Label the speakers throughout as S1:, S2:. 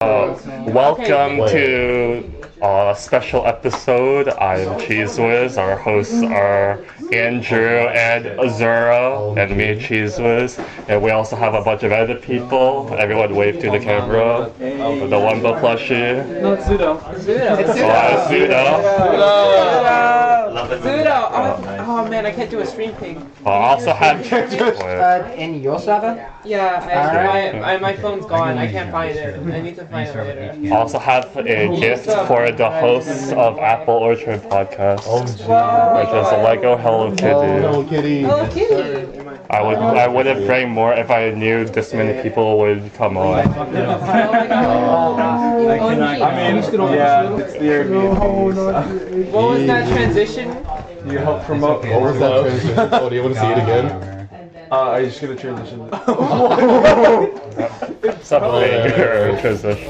S1: Uh, Welcome to a special episode. I'm Cheese Whiz. Our hosts are Andrew and Azura, and me, Cheese Whiz. And we also have a bunch of other people. Everyone wave to the camera. The Wumbo plushie.
S2: No, it's Zudo. It's
S1: Oh, uh,
S2: Zudo.
S3: Love it.
S2: Zudo. Oh, oh man, I can't do a stream pig.
S1: Uh, I also had.
S4: Uh, in Yosava?
S2: Yeah,
S4: All
S2: I,
S4: right.
S2: my, I, my phone's gone. I can't find it. I need to find it later.
S1: Also have a gift for the hosts of Apple Orchard podcast, which is a Lego Hello Kitty.
S5: Kitty.
S2: Hello Kitty.
S1: I would I would have bring more if I knew this many people would come on.
S4: Oh,
S2: Oh my god. You
S4: I
S2: own
S4: cannot-
S2: me.
S4: I mean-
S5: yeah, it's the Airbnb.
S2: what was that transition?
S5: You help promote
S3: okay. What was that
S5: transition? Oh, do you want to see it again? Uh,
S3: Uh,
S5: I just gonna transition.
S1: Some bigger transition.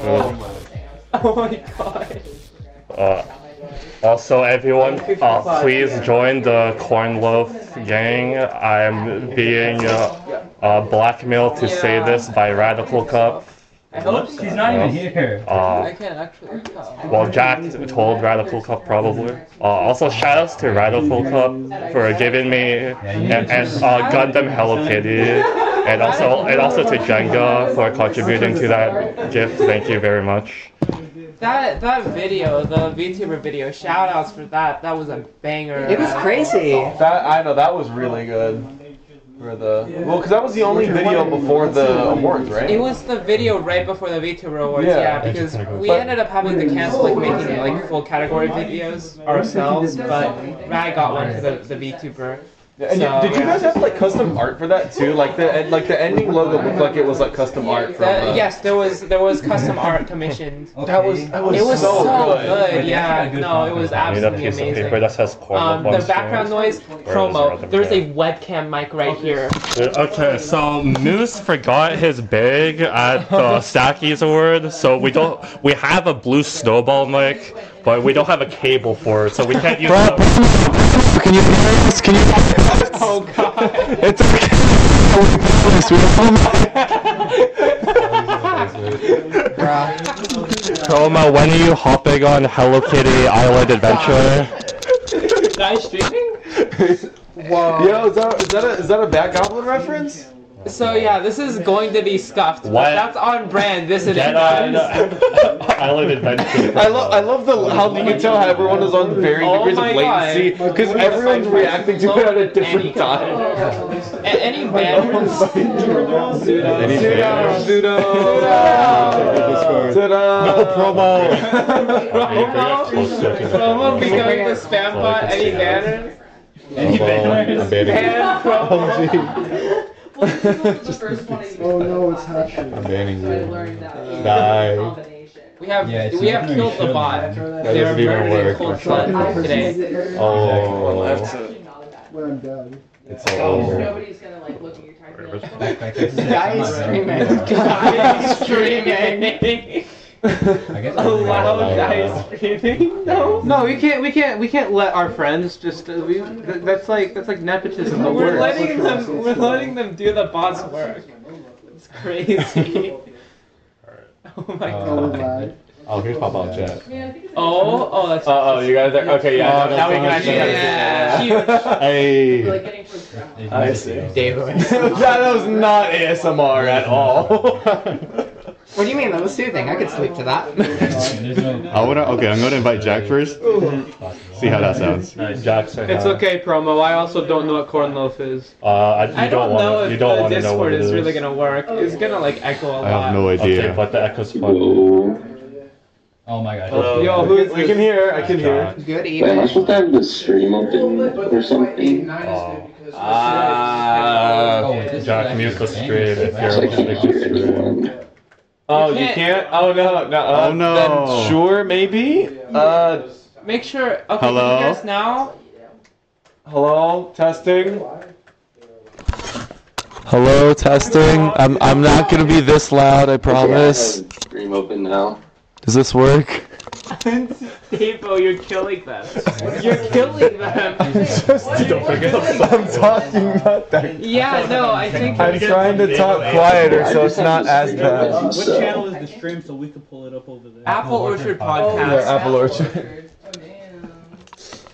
S2: Oh my god.
S1: Uh, also, everyone, uh, please join the Cornloaf gang. I'm being uh, uh, blackmailed to say this by Radical Cup.
S2: I hope so.
S3: She's not even here.
S1: Uh,
S2: I can't actually. Oh.
S1: Well, Jack told Radical Cup probably. Uh, also, shoutouts to Radical Cup for giving me and, and uh, Gundam Hello Kitty, and also and also to Jenga for contributing to that gift. Thank you very much.
S2: That that video, the VTuber video, shout outs for that. That was a banger.
S4: It was crazy.
S5: That I know that was really good. For the well, because that was the only video before the awards, right?
S2: It was the video right before the VTuber Awards, yeah,
S5: Yeah.
S2: because we
S5: But-
S2: ended up having to cancel like making like full category videos ourselves, but Rad got one for the, the VTuber.
S5: Yeah, and
S2: so-
S5: you, did you guys have like custom art for that too? Like the and, like the ending logo looked like it was like custom art. From,
S2: The-
S5: uh,
S2: yes, there was there was custom art commissioned.
S5: That was that was,
S2: It was so, good.
S3: Wait,
S2: yeah.
S3: that's not a good
S2: No, it was
S3: concept.
S1: I need a
S2: absolutely
S1: piece of
S2: amazing.
S1: paper that says Cornloaf.
S2: Um, the background noise
S1: is
S2: promo.
S1: it?
S2: There was a webcam mic right here.
S1: Uh, Okay, so Moose forgot his bag at the Stackies Award, so we don't we have a blue snowball mic, but we don't have a cable for it, so we can't use.
S6: Can you hear this? Can you hear this?
S2: Oh god.
S6: It's okay.
S4: Bruh.
S1: Chroma, when are you hopping on Hello Kitty Island Adventure?
S2: Guys streaming?
S4: Whoa.
S5: Yo, is that, is that a is that a Bat Goblin reference?
S2: So yeah, this is going to be scuffed.
S1: What?
S2: But that's on brand. This is
S1: Get on Island Adventure.
S5: I love I love the how Oh, you can tell how everyone is on varying
S2: Oh
S5: degrees
S2: my
S5: of latency because
S2: God.
S5: everyone's reacting to it at a different time.
S2: A- any banners?
S5: Any banners?
S2: Pseudo.
S1: promo.
S2: Promo be going to spam bot any banners?
S3: Any banners?
S2: Ban promo.
S7: Just the first one I used. Oh no, it's happening. I'm
S3: banning you.
S7: learned that.
S3: Die.
S7: Combination.
S2: We have
S3: Yeah, it's
S2: we
S3: not
S2: have
S3: really
S2: killed the
S3: shown,
S2: bot.
S3: man.
S2: They are
S3: doesn't even
S2: murdering
S3: work.
S2: cold blood today.
S3: Oh,
S7: When I'm done.
S3: it's all over.
S7: Nobody's gonna like look at your time.
S1: Wait,
S7: Like,
S3: Like, this is it.
S4: Guys
S3: I'm not
S4: streaming.
S3: ready.
S2: Guys streaming.
S3: I guess I'm really
S2: Allow
S3: not
S2: guys
S3: allowed.
S2: streaming? No.
S8: No, we can't. We can't. We can't let our friends just. Uh, we, th- that's like that's like nepotism. The
S2: We're
S8: word.
S2: letting them. We're letting them do the bot's work. It's crazy. Oh my
S3: Uh,
S2: god.
S3: Oh, here's Pop Out Chat.
S7: yeah, I think it's-
S2: Oh, oh, that's.
S5: Uh oh, you guys are okay. Yeah,
S1: Oh,
S5: now we can
S1: that's
S5: actually.
S2: yeah. Huge.
S1: Hey.
S7: Like getting pushed around.
S5: I see.
S4: Dude.
S5: that was not ASMR at all.
S4: What do you mean? That was soothing. I could sleep to that.
S3: I
S9: I wanna. Okay, I'm gonna invite Jack first. See how that sounds.
S1: Jackson.
S8: It's
S1: uh,
S8: okay, promo. I also don't know what cornloaf is.
S1: Uh, I, you
S2: I don't
S1: wanna,
S2: know
S1: you
S2: if
S1: don't
S2: the
S1: wanna know what
S2: Discord
S1: it
S2: is
S1: is
S2: really gonna work. It's gonna like echo a
S9: I have
S2: lot.
S9: no idea.
S1: Okay, but the echo's fun.
S3: Oh my god.
S8: Yo, who is
S5: we
S8: this?
S5: can hear. I can hear.
S4: Good
S10: Man, I
S4: evening.
S10: should have the stream open or something.
S1: Oh.
S3: Oh, this is
S1: Jack,
S3: actually
S1: mute the
S3: strange.
S1: stream if
S3: That's
S10: So I
S1: you're
S3: actually
S10: can't
S1: listening.
S3: strange.
S10: hear anyone.
S5: Oh,
S2: You
S5: you
S2: can't-
S5: can't. Oh no, no. Uh,
S9: Oh, no.
S5: Then sure, maybe. Uh,
S2: Make sure. Okay,
S9: Hello?
S2: Can you hear us now?
S5: hello, testing.
S6: Hello, testing. I'm I'm not gonna be this loud. I promise.
S10: Stream open now.
S6: Does this work?
S2: Davo, oh, you're killing them. You're killing them.
S11: Don't forget
S5: I'm talking not that.
S2: Yeah, no, I think.
S5: I'm trying to talk quieter so it's not as bad.
S10: What channel
S7: is the stream so we could pull it up over there?
S2: Apple Orchard
S11: Oh,
S2: Podcast.
S5: Yeah, Apple Orchard.
S11: Oh, man.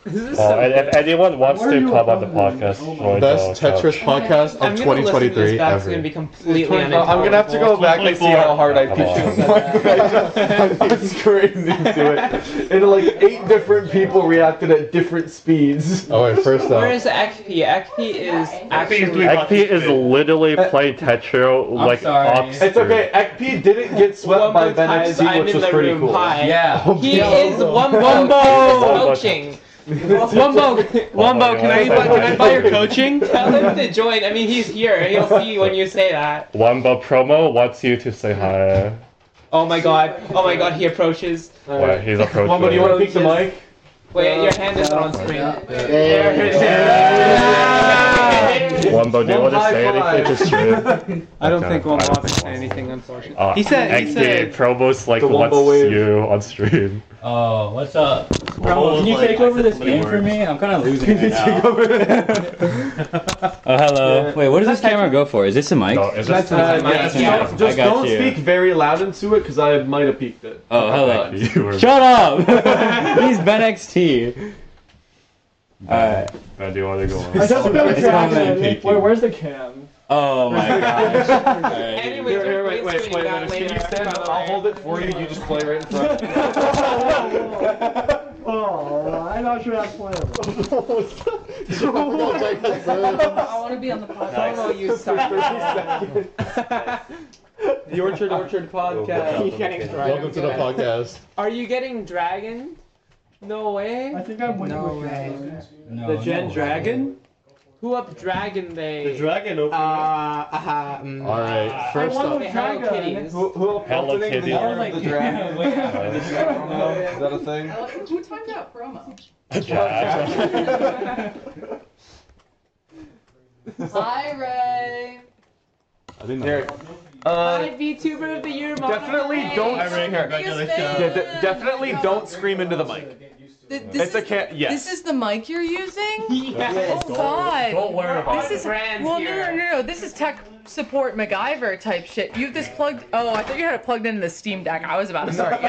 S2: This is
S1: Uh,
S2: so
S1: and if anyone wants
S7: Where are
S1: to
S7: you
S1: come on the
S7: from?
S1: podcast,
S7: Oh my
S1: join
S8: Best
S1: the couch.
S8: Tetris podcast
S2: I'm
S8: of
S2: gonna listen to
S8: 2023
S2: this back. It's gonna
S8: ever.
S2: be completely
S5: I'm gonna have to go back and see how hard I
S1: Come
S5: pitched it. I was crazy to it. And like eight different people reacted at different speeds.
S8: Oh wait, first
S2: Where
S8: though,
S2: is ACP? ACP is actually.
S1: XP is literally
S2: Uh,
S1: playing Tetris like
S3: sorry.
S1: Ox.
S5: Uh, It's okay. Ekp didn't get swept
S2: One
S5: by
S2: more
S5: Ben
S2: time,
S5: XC,
S2: I'm
S5: which
S2: in
S5: was
S2: the
S5: pretty
S2: room.
S5: cool.
S2: Hi.
S3: Yeah.
S2: He is Wumbo.
S1: Wumbo.
S2: Wumbo. He's coaching. Wumbo.
S1: Wumbo,
S2: Wumbo, can I,
S1: you wanna
S2: buy, can I
S1: say
S2: buy your
S1: something?
S2: coaching? Tell him to join. I mean, he's here. He'll see when you say that.
S1: Wumbo promo wants you to say hi.
S2: Oh my god. Oh my god. He approaches.
S1: Wait, he's approaching.
S5: Wombo, do you want to pick the mic?
S2: Wait, your hand is on screen.
S12: There it is.
S2: Yeah.
S1: Wumbo, do you want to
S5: One
S1: say
S5: high
S1: anything to Stream?
S13: I don't
S1: Okay,
S13: think one
S1: I
S13: wants
S1: don't
S13: to
S1: think
S13: say
S1: one
S13: anything, unfortunately.
S1: Uh,
S13: He said- he
S1: XP
S13: said-
S1: promos like
S5: The Wumbo
S1: wants
S5: wave.
S1: you on stream.
S3: Oh, what's up?
S7: Bro,
S3: can you
S7: like,
S3: take over this
S7: completely
S3: game for
S7: works.
S3: me? I'm kind of losing it now. Oh,
S5: Yeah.
S3: hello. Wait, what does this camera go for? Is this a mic?
S1: No, is
S5: That's
S1: this
S5: uh,
S2: mic.
S5: yeah,
S2: Yeah.
S5: don't- Just
S3: I got
S5: don't
S3: you.
S5: speak very loud into it because I might have peaked it.
S3: Oh, hello.
S1: You were-
S3: Shut up! He's Ben XT. Alright.
S1: Ben, do you want to go on?
S7: I just got
S3: It's
S7: distracted.
S3: coming.
S7: Wait, where's the cam?
S3: Oh my gosh. Alright.
S2: Anyways, we're
S5: Wait, wait, wait,
S2: screening that
S5: wait. Can
S2: later.
S5: you stand up? I'll hold it for you. You just play right in front.
S7: Oh, I'm not sure that's playable.
S11: I want to be on the podcast.
S2: Oh, you suck.
S13: The Orchard Orchard
S12: He's getting drunk.
S8: welcome to the podcast.
S2: Are you getting dragon? No
S7: I
S2: way.
S7: think I'm winning
S12: No
S7: with
S12: way.
S7: that.
S3: No,
S13: The Gen
S3: no.
S13: Dragon?
S2: Who up dragon they? uh-huh,
S7: dragon
S12: Uh, uh, mm.
S8: All right,
S7: I
S8: first
S7: won
S8: up,
S7: with
S2: Hello
S7: dragon.
S2: Kitties.
S5: Who, who else
S1: Hello,
S5: alternate
S1: kitty.
S5: the
S1: I
S5: year
S1: was
S5: of the
S7: like,
S5: dragon?
S7: yeah.
S5: Is that a thing?
S11: I like- Who timed out promo?
S1: Jack.
S11: Hi, Ray.
S8: I think
S5: Here.
S8: that-
S5: Uh,
S2: Hi, VTuber of the year. Mona
S5: Definitely
S2: Ray.
S5: don't-
S11: Hi, Ray. Congratulations.
S5: yeah, de- definitely don't scream into the mic.
S11: Th- This
S5: It's a cat. Yes.
S11: This is the mic you're using?
S2: Yes.
S11: Oh, God.
S1: Don't worry about
S11: This
S1: it.
S11: is
S2: Brand
S11: well,
S2: here.
S11: no, no, no, no. This is tech support MacGyver type shit. You have this plugged. Oh, I thought you had it plugged into the Steam Deck. I was about to start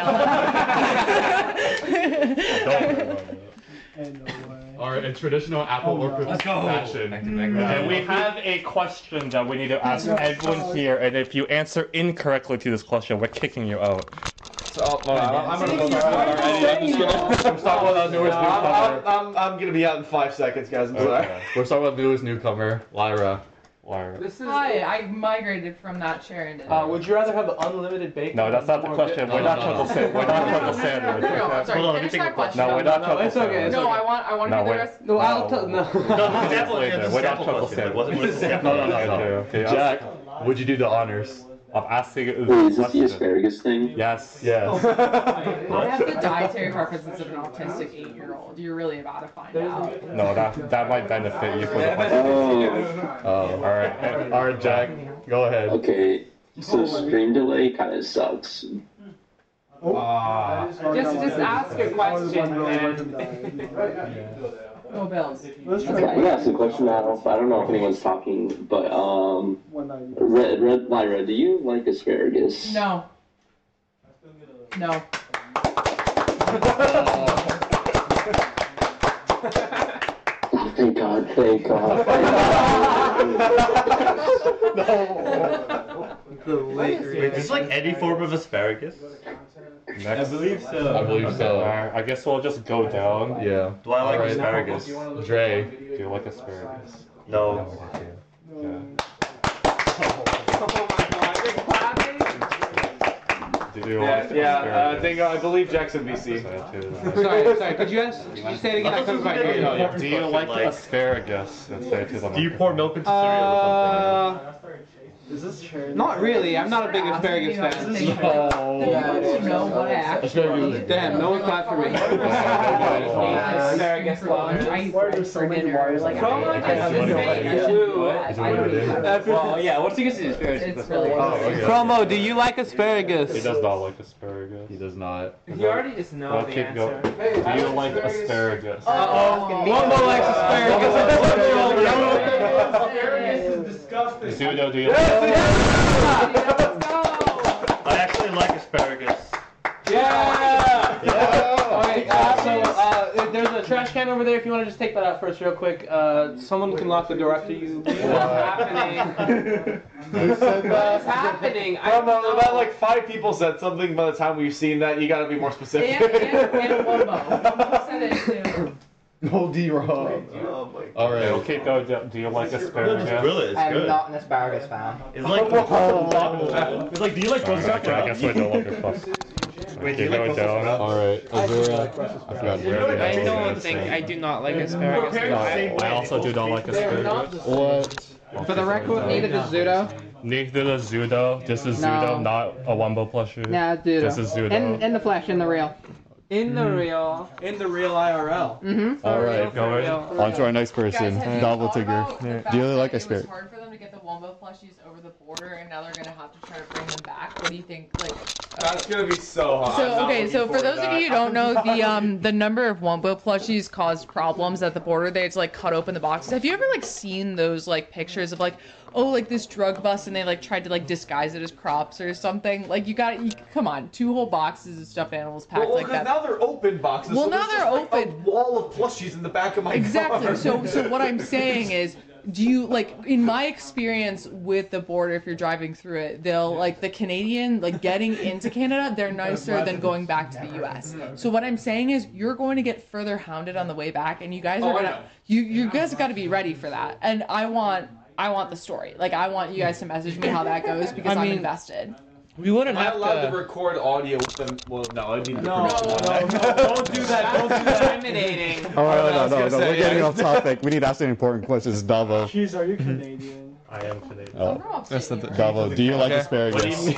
S1: Don't worry
S11: yelling.
S1: about it.
S7: Ain't no way.
S8: all right, in traditional Apple
S7: Oh,
S8: Orchard
S7: wow. Let's
S3: go.
S8: fashion.
S1: Okay, we
S8: Okay,
S1: have a question that we need to ask everyone here, and if you answer incorrectly to this question, we're kicking you out.
S5: Oh, well, I'm I'm gonna go
S7: You're
S5: already. I'm just gonna. I'm
S1: Stop with our newest
S5: I'm, I'm, I'm gonna be out in five seconds, guys. I'm sorry.
S8: We're starting with newest newcomer, Lyra.
S1: Why?
S13: This is.
S11: Hi, I migrated from that chair into
S13: Uh, would you rather have unlimited bacon?
S1: No, that's not the
S13: or-
S1: question. We're not
S8: No, no,
S1: triple
S8: no.
S1: sandwich. We're not triple
S11: no, no, no, I'm
S1: sandwich.
S11: sorry. Finish that question.
S1: No, we're not
S13: No,
S1: triple
S13: it's okay,
S1: sandwich.
S13: it's
S11: No, I want, I want to
S1: No,
S11: hear the
S1: wait.
S11: rest.
S13: No, I'll tell. No.
S1: We're not triple sandwich. No, no, no, no. Okay, I'm-
S8: Jack, would you do the honors?
S1: I'm asking
S10: Wait, is
S1: the
S10: this the
S1: question.
S10: asparagus thing?
S1: Yes.
S8: Yes.
S1: Uh,
S11: I have the dietary preferences of an autistic eight-year-old. You're really about to find out.
S1: No, that that might benefit you for
S11: Oh.
S1: the question. Um,
S10: Oh,
S8: Oh.
S1: All right.
S8: All right, Jack, go ahead.
S10: okay. So stream delay kind of sucks.
S2: Just, just ask a question. man.
S11: No bills.
S7: Let's
S10: Okay, I
S7: try
S10: can ask a question. I don't, I don't know if anyone's talking, but um,
S7: one ninety.
S10: Red, Red, Lyra, do you like asparagus?
S11: No. No.
S10: Oh, thank God! Thank God!
S7: It's
S3: like any form of asparagus.
S1: Next.
S7: believe so.
S8: I believe
S1: Okay, all
S8: so.
S1: right, I guess we'll just go down.
S8: Yeah.
S3: Do I
S8: like asparagus? Dre.
S1: Do you like asparagus?
S3: No.
S2: Oh my god, you're clapping?
S1: Do you
S5: Yeah,
S1: like
S5: yeah. Uh, I
S1: asparagus?
S5: think I believe Jack's in BC.
S1: Say
S13: Sorry, sorry. Could you ask? Could you say it again? I couldn't quite hear you.
S1: it to- Do you like asparagus? And say it to the
S3: Do you pour milk into cereal or something?
S13: Uh,
S7: Is this cherry?
S2: Not really. I'm not a big asparagus fan. Damn, no one clapped for me. Asparagus lodge.
S10: Well, yeah, what's he gonna do? Asparagus.
S2: Oh, Promo, do you like asparagus?
S1: He does not like asparagus. He does not.
S2: He already just knows the answer.
S1: Do you like asparagus?
S10: Oh,
S2: Wombo likes asparagus.
S1: Zudo, do you like?
S10: I actually like asparagus.
S2: Yeah! Okay, uh, so uh, there's a trash can over there. If you want to just take that out first, real quick. Uh, someone can lock the door after you. What's happening? What's happening? I
S5: Well,
S2: don't
S5: no, about
S2: know.
S5: like five people said something by the time we've seen that. You gotta be more specific.
S11: And- and- and Wombo. Said it too.
S3: No D Rob.
S5: Oh my god.
S3: All right.
S1: Okay, keep going. Do- Do you like asparagus?
S10: Really, it's
S14: I am
S10: good.
S14: not an asparagus fan.
S10: It's like, it's like, do you like
S1: All
S10: Brussels
S1: right, I guess I don't like your fuss.
S10: Wait, do
S1: Okay,
S10: you like
S1: go
S10: Brussels
S1: down.
S3: All right. Azura. I forgot where the
S15: I
S3: hell it
S15: don't
S3: is.
S15: think I do not like asparagus.
S1: No, I also do not like asparagus.
S3: What?
S1: For the
S14: Record needed is Zudo.
S1: Neither the Zudo. This is
S14: No.
S1: Zudo, not a Wombo plushie.
S14: Nah,
S1: This is
S14: Zudo. In,
S1: Zudo.
S14: in the flesh, in the real.
S2: In
S1: Mm.
S2: the real.
S15: In the real IRL.
S14: Mm-hmm.
S3: All right.
S1: Going.
S3: On to our next person,
S11: Guys, have you
S3: Novel
S11: thought about the
S3: Tigger.
S11: fact
S3: Do you like
S11: that It was
S3: asparagus?
S11: hard for them to get the Wombo plushies over the border, and now they're gonna have to try to bring them back. What do you think? Like,
S5: That's gonna be so hot. I'm
S11: So
S5: not
S11: okay,
S5: looking
S11: so for
S5: forward
S11: those
S5: to
S11: of you who
S5: that.
S11: don't know, the um the number of Wombo plushies caused problems at the border. They had to like cut open the boxes. Have you ever like seen those like pictures of like oh like this drug bust and they like tried to like disguise it as crops or something? Like you got you, come on, two whole boxes of stuffed animals packed
S5: Well,
S11: like
S5: because
S11: that.
S5: now they're open boxes.
S11: Well,
S5: so
S11: now
S5: there's
S11: they're
S5: just, like,
S11: open.
S5: A wall of plushies in the back of my
S11: Exactly.
S5: car.
S11: So, so what I'm saying is, do you like in my experience with the border? If you're driving through it, they'll like the Canadian like getting into Canada, they're nicer than going back to the U.S. So what I'm saying is, you're going to get further hounded on the way back, and you guys are
S2: Oh, I know.
S11: gonna you you guys got to be ready for that. And I want. I want the story. Like I want you guys to message me how that goes because
S2: I
S11: I am
S2: mean-
S11: invested.
S2: We wouldn't
S5: Am I
S2: have
S5: allowed to
S2: to.
S5: record audio with them? Well, no, I'd need the
S2: No,
S5: permission.
S2: no, no, don't do that. Don't do that. Intimidating.
S3: Oh no, no, no,
S5: I was
S3: no. We're
S5: gonna say,
S3: getting
S5: yeah.
S3: off topic. We need to ask an important questions, Davo.
S7: Jeez, are you Canadian?
S1: I am Canadian.
S3: Oh.
S11: That's the thing.
S3: Davo, do you like
S5: Okay.
S3: asparagus?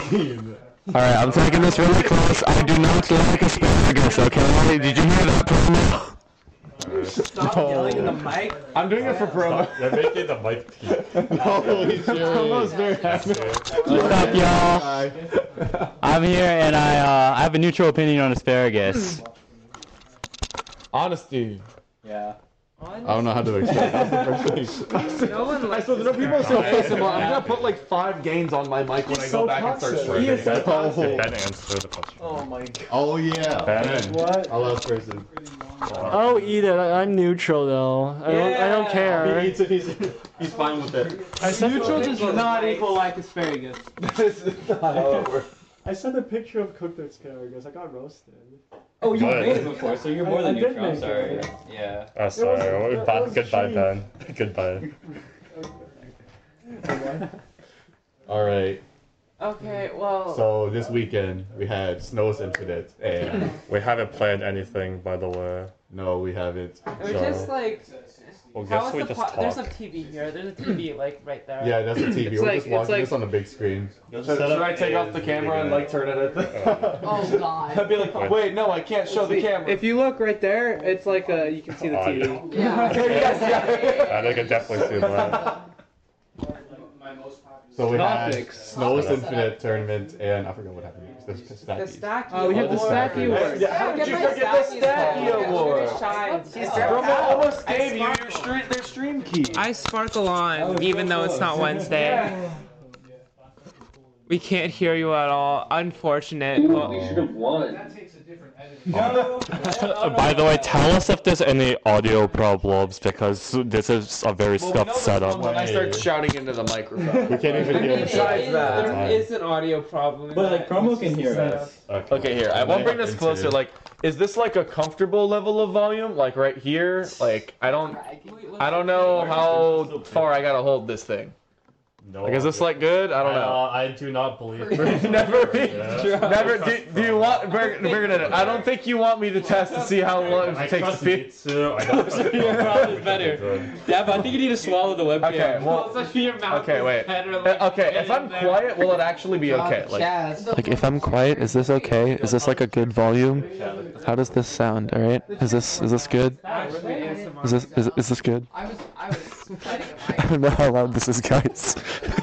S16: Alright, I'm taking this really close. I do not like asparagus, okay? Did you hear that, Bruno?
S2: Stop yelling in the mic.
S5: I'm doing it for promo.
S1: They're making the mic teeth.
S3: Holy shit.
S5: Promo's very happy.
S10: What's up, y'all?
S3: Hi.
S10: I'm here and I uh, I have a neutral opinion on asparagus.
S3: Honesty.
S5: Yeah.
S3: I don't know how to explain. That's the first thing.
S2: No one likes.
S5: So there are people so
S1: Alright.
S5: pissed about- I'm gonna put like five gains on my mic when I go
S7: so
S5: back and search
S7: toxic.
S5: for
S7: He is
S5: it.
S7: so
S3: toxic.
S1: Ben answer the question.
S5: Oh my god.
S3: Oh yeah.
S1: Ben.
S7: What?
S3: I love person.
S1: Mm-hmm.
S7: I'll eat it. Oh, I, I'm neutral though. I don't. I don't
S2: Yeah.
S7: care.
S5: He eats it. He's he's fine with it.
S7: I sent,
S2: Neutral
S7: the,
S2: does not equal like asparagus.
S5: this is not how it works.
S7: I sent a picture of cooked asparagus. I got roasted.
S2: Oh, you
S1: Good.
S2: made it before.
S10: so you're
S7: more I- than I did neutral, I'm make sorry. it.
S10: Yeah.
S1: Oh, sorry.
S7: It was-
S1: Bye-
S7: it was
S1: goodbye,
S7: cheap.
S1: Ben. Goodbye.
S3: All right.
S11: Okay, well.
S3: So this weekend we had snow's incident, and
S1: We haven't planned anything, by the way.
S3: no, we haven't.
S2: We're
S3: So-
S2: just like.
S1: Well,
S2: How
S1: guess
S2: is
S1: we
S2: the
S1: just
S2: pot? There's a
S1: talked.
S2: TV here. There's a TV like right there.
S3: yeah, that's a TV.
S11: It's
S3: We're
S11: like-
S3: just
S11: it's
S3: watching
S11: like-
S3: this on the big screen.
S5: Should, should I take off the camera and like turn it at the?
S11: Oh
S5: I'd
S11: God.
S5: be like, wait, no, I can't show the camera.
S2: If you look right there, it's like uh you can see the
S1: Oh, yeah.
S2: TV.
S11: Yeah.
S5: Yes, yeah.
S1: I think I definitely see that.
S3: So we
S2: Topics.
S3: had snow's
S11: Topics.
S3: infinite tournament, and I forgot what happened. The, the
S2: The
S3: stackies.
S2: stacky.
S15: Oh, we have the
S3: stacky
S2: awards.
S5: Yeah, how did you forget the Stacky Award? Bro, I almost gave you your stream, their stream key.
S15: I sparkle on, even though it's not Wednesday. We can't hear you at all. Unfortunate.
S17: We should have won.
S1: By the way, tell us if there's any audio problems because this is a very
S5: Well, we know
S1: tough
S5: this
S1: setup.
S5: one when I start shouting into the microphone.
S3: We can't even
S2: I mean,
S3: hear
S2: it
S3: the
S2: is,
S5: Besides that.
S2: there is an audio problem.
S10: But like promo can hear us.
S5: Okay, here. I won't bring this closer. Like, is this like a comfortable level of volume? Like right here? Like, I don't, I don't know how far I gotta hold this thing.
S1: No.
S5: Like, is this like good? I don't know.
S18: Uh, I do not believe.
S5: Never, never. Do, do you want? Bring, bring it in. I don't think you want me to test to see how long
S18: I
S5: it takes
S18: trust
S5: to be.
S18: better.
S2: Yeah, but I think you need to swallow the webcam.
S5: Okay, well- Okay, wait. Uh, Okay, if I'm quiet, will it actually be okay? Like,
S19: Like, if I'm quiet, is this okay? Is this like a good volume? How does this sound? All right, is this is this good? Is this is, is this good?
S11: I was I was
S19: I don't know how loud this is, guys.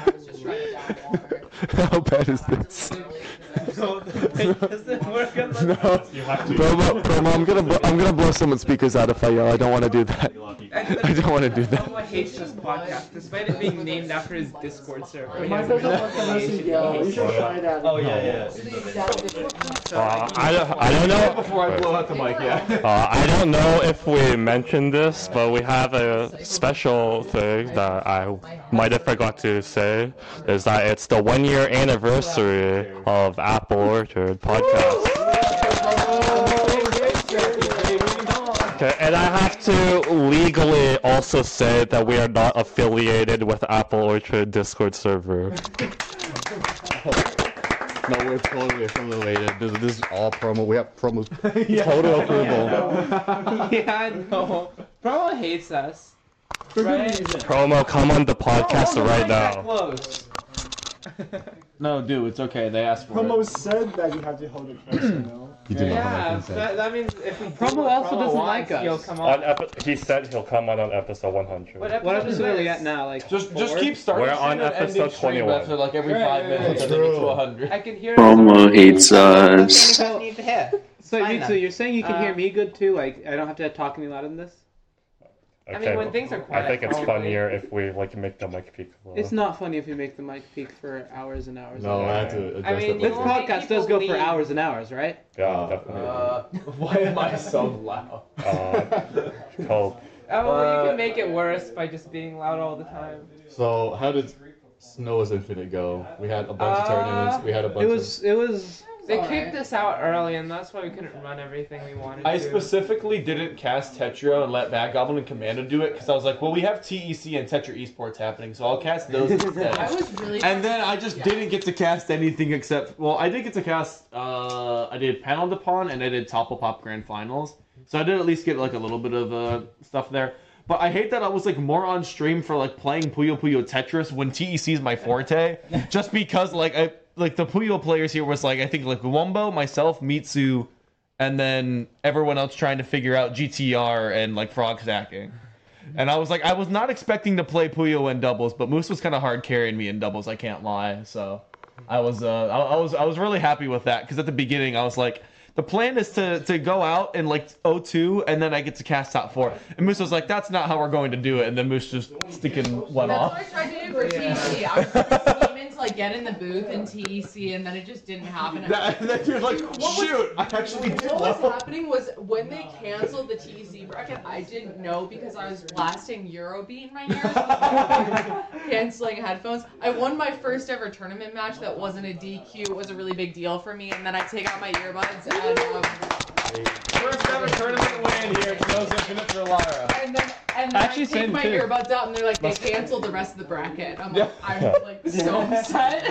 S19: how bad is this?
S2: So, it doesn't work on
S19: No,
S2: You have to-
S19: Bromo, Bromo, I'm gonna bl- I'm gonna blow someone's speakers out if I yell. I don't want to do that. I don't want to do that.
S20: Noah hates this podcast, despite it being named after his Discord server.
S7: Mine doesn't work unless you yell. You should try that.
S20: Oh, yeah,
S1: Uh, I don't, I don't know. Before I blow out the mic, yeah. Uh, I don't know if we mentioned this, but we have a special thing that I might have forgot to say is that it's the one year anniversary of Apple Orchard podcast. Okay, and I have to legally also say that we are not affiliated with Apple Orchard Discord server.
S3: No, we're totally affiliated. This, this is all promo. We have promo. Total approval.
S20: yeah, no. Promo hates us. Right?
S1: Promo, come on the podcast
S5: Oh,
S1: right now.
S2: Close.
S5: no, dude, it's okay. They asked for it.
S7: Promo said that you have to hold it first, you know?
S20: Yeah, that, that means if we
S2: Promo also doesn't like us.
S20: He'll come
S1: On
S19: Uh,
S20: on.
S1: epi- he said he'll come on on episode 100.
S20: What episode, are we at now? Like
S1: Just-
S20: four?
S1: just keep starting We're on and ending episode stream 21. after,
S5: like, every five minutes,
S2: until we
S5: get to 100.
S20: I can hear.
S8: Promo hates us.
S2: So,
S20: Fine
S2: you, so
S20: then.
S2: you're saying you can
S20: Uh,
S2: hear me good too? Like, I don't have to talk any louder than this?
S20: I mean, when things are quiet,
S1: I think it's
S20: probably.
S1: funnier if we like make the mic peak. lower.
S2: It's not funny if you make the mic peak for hours and hours.
S1: No,
S2: and
S1: I
S2: hours.
S1: had to
S2: I
S1: adjust
S2: mean,
S1: it.
S2: this
S1: You won't
S2: podcast
S1: make
S2: does go
S1: people
S2: for
S1: leave.
S2: hours and hours, right?
S1: Yeah, definitely.
S5: Uh, why am I so loud?
S1: Uh, cope.
S20: Oh, well, you
S5: Uh,
S20: can make it worse by just being loud all the time.
S3: So how did Snow is Infinite go? We had a bunch of tournaments. We had a bunch
S2: It was. It was.
S20: They kicked us out early, and that's why we couldn't run everything we wanted
S5: I
S20: to.
S5: specifically didn't cast Tetra and let Bad Goblin and Commando do it because I was like, well, we have TEC and Tetra Esports happening, so I'll cast those instead.
S11: I was really
S5: and then I just didn't get to cast anything except, well, I did get to cast, uh, I did Pound Upon and I did Topple Pop Grand Finals. So I did at least get like a little bit of uh, stuff there. But I hate that I was like more on stream for like playing Puyo Puyo Tetris when TEC is my forte, just because like I like the Puyo players here was like I think like Wumbo, myself, Mitsu, and then everyone else trying to figure out GTR and like frog stacking. And I was like, I was not expecting to play Puyo in doubles, but Moose was kind of hard carrying me in doubles. I can't lie. So I was, uh, I, I was, I was really happy with that because at the beginning I was like, the plan is to to go out in like 02 and then I get to cast top four. And Moose was like, that's not how we're going to do it. And then Moose just sticking one
S11: That's
S5: off.
S11: what I tried to do for TEC. I was like, scheming to like get in the booth in TEC, and then it just didn't happen.
S5: That, that dude's like, shoot, I actually did.
S11: What was
S5: level."
S11: happening was when they canceled the TEC bracket, I didn't know because I was blasting Eurobeat in my ears, canceling headphones. I won my first ever tournament match that wasn't a DQ. It was a really big deal for me, and then I take out my earbuds and. Um,
S5: First ever tournament win here. Those infinite for Lara.
S11: and then, and then
S5: I
S11: I,
S5: actually
S11: take
S5: said
S11: my
S5: too.
S11: earbuds out, and they're like, they
S5: Must-
S11: canceled the rest of the bracket. I'm like, I'm like so upset.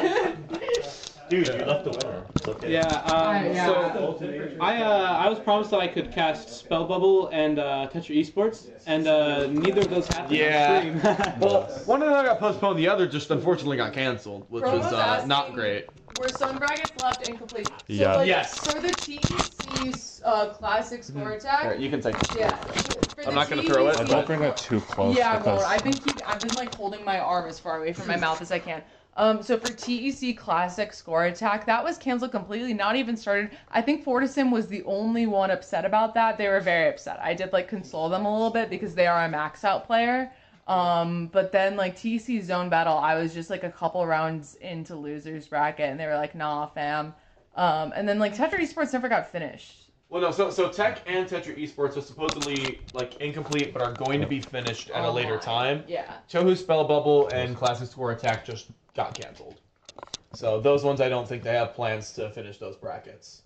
S1: Dude, you left the winner. It's okay.
S2: Yeah.
S3: uh,
S2: Um,
S11: yeah.
S2: So I uh, I was promised that I could cast Spell Bubble and uh, Tetra Esports, and uh, neither of those happened. On stream.
S5: Yeah. well, one of them got postponed. The other just unfortunately got canceled, which
S11: Bro,
S5: was
S11: I was
S5: uh, not
S11: asking-
S5: great.
S11: Were some brackets left incomplete? So
S5: Yeah.
S11: like,
S5: Yes.
S11: For the TEC uh, classic score attack.
S5: Here, you can take this.
S11: Yeah. For the
S5: I'm not gonna throw it.
S11: TEC
S1: Don't bring it too close.
S11: yeah, I
S1: because
S11: won't. I've been keep, I've been like holding my arm as far away from my mouth as I can. Um, so for TEC Classic Score Attack, that was canceled completely, not even started. I think Fortisim was the only one upset about that. They were very upset. I did like console them a little bit because they are a max out player. Um, but then like TEC Zone Battle, I was just like a couple rounds into losers bracket, and they were like, "Nah, fam." Um, and then like Tetra Esports never got finished.
S5: Well, no. So, so Tech and Tetra Esports are supposedly like incomplete, but are going to be finished at a later time.
S11: Oh Yeah.
S5: Tohu Spell Bubble and Classic Score Attack just got canceled. So those ones, I don't think they have plans to finish those brackets.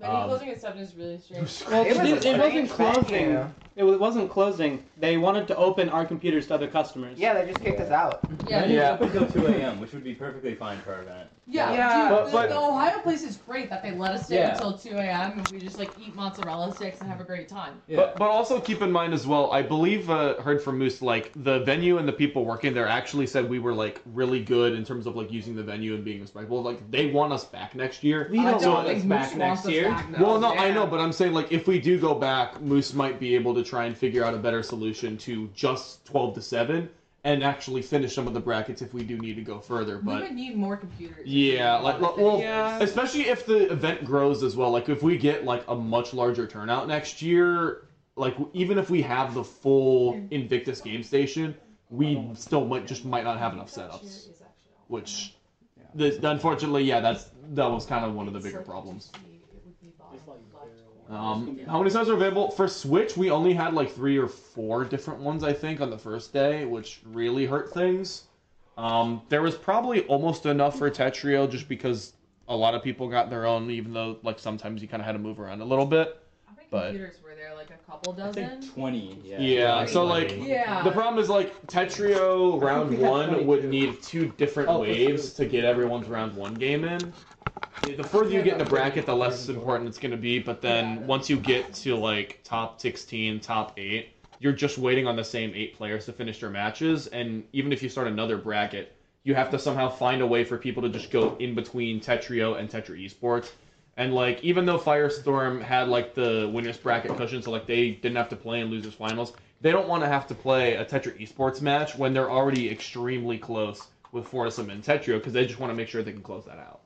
S11: I think
S5: Um,
S11: closing a seven is really strange.
S2: Well, it, didn't- it wasn't
S11: strange
S2: closing.
S11: venue.
S2: it wa- wasn't closing. They wanted to open our computers to other customers.
S21: Yeah, they just kicked us out.
S11: Yeah.
S2: Yeah.
S8: Up until 2 a.m., which would be perfectly fine for our event.
S11: Yeah,
S2: Yeah.
S11: dude,
S2: But-
S11: the,
S2: but-
S11: the Ohio place is great that they let us stay
S5: Yeah.
S11: until 2 a.m. and we just like eat mozzarella sticks and have a great time.
S5: But, but also keep in mind as well, I believe uh, heard from Moose like the venue and the people working there actually said we were like really good in terms of like using the venue and being respectful. Like they want us back next year.
S2: We I don't don't want think us back Moose next wants us year. back now.
S5: well, no, I
S2: Yeah.
S5: know, but I'm saying like if we do go back, Moose might be able to try and figure out a better solution to just 12 to 7 and actually finish some of the brackets if we do need to go further.
S11: we
S5: But
S11: would need more computers.
S5: yeah, like like, well,
S11: Yeah.
S5: especially if the event grows as well. Like if we get like a much larger turnout next year, like even if we have the full Invictus game station, we still might just might not have enough setups. Which, this, unfortunately, yeah, that's that was kind of one of the bigger problems. Um, how many sites are available for Switch? We only had like three or four different ones, I think, on the first day, which really hurt things. Um, there was probably almost enough for Tetrio just because a lot of people got their own, even though like sometimes you kind of had to move around a little bit. But
S11: Computers were there like a couple dozen.
S8: 20, yeah.
S5: yeah, so like
S11: Yeah.
S5: the problem is like Tetrio round one would need two different
S8: Oh, for
S5: waves to get everyone's round one game in. The further you get in the bracket, the less important it's going to be. But then once you get to like top 16, top eight, you're just waiting on the same eight players to finish their matches. And even if you start another bracket, you have to somehow find a way for people to just go in between Tetrio and Tetra Esports. And like, even though Firestorm had like the winners bracket cushion, so like they didn't have to play in losers finals, they don't want to have to play a Tetra Esports match when they're already extremely close with Fortisum and Tetrio because they just want to make sure they can close that out.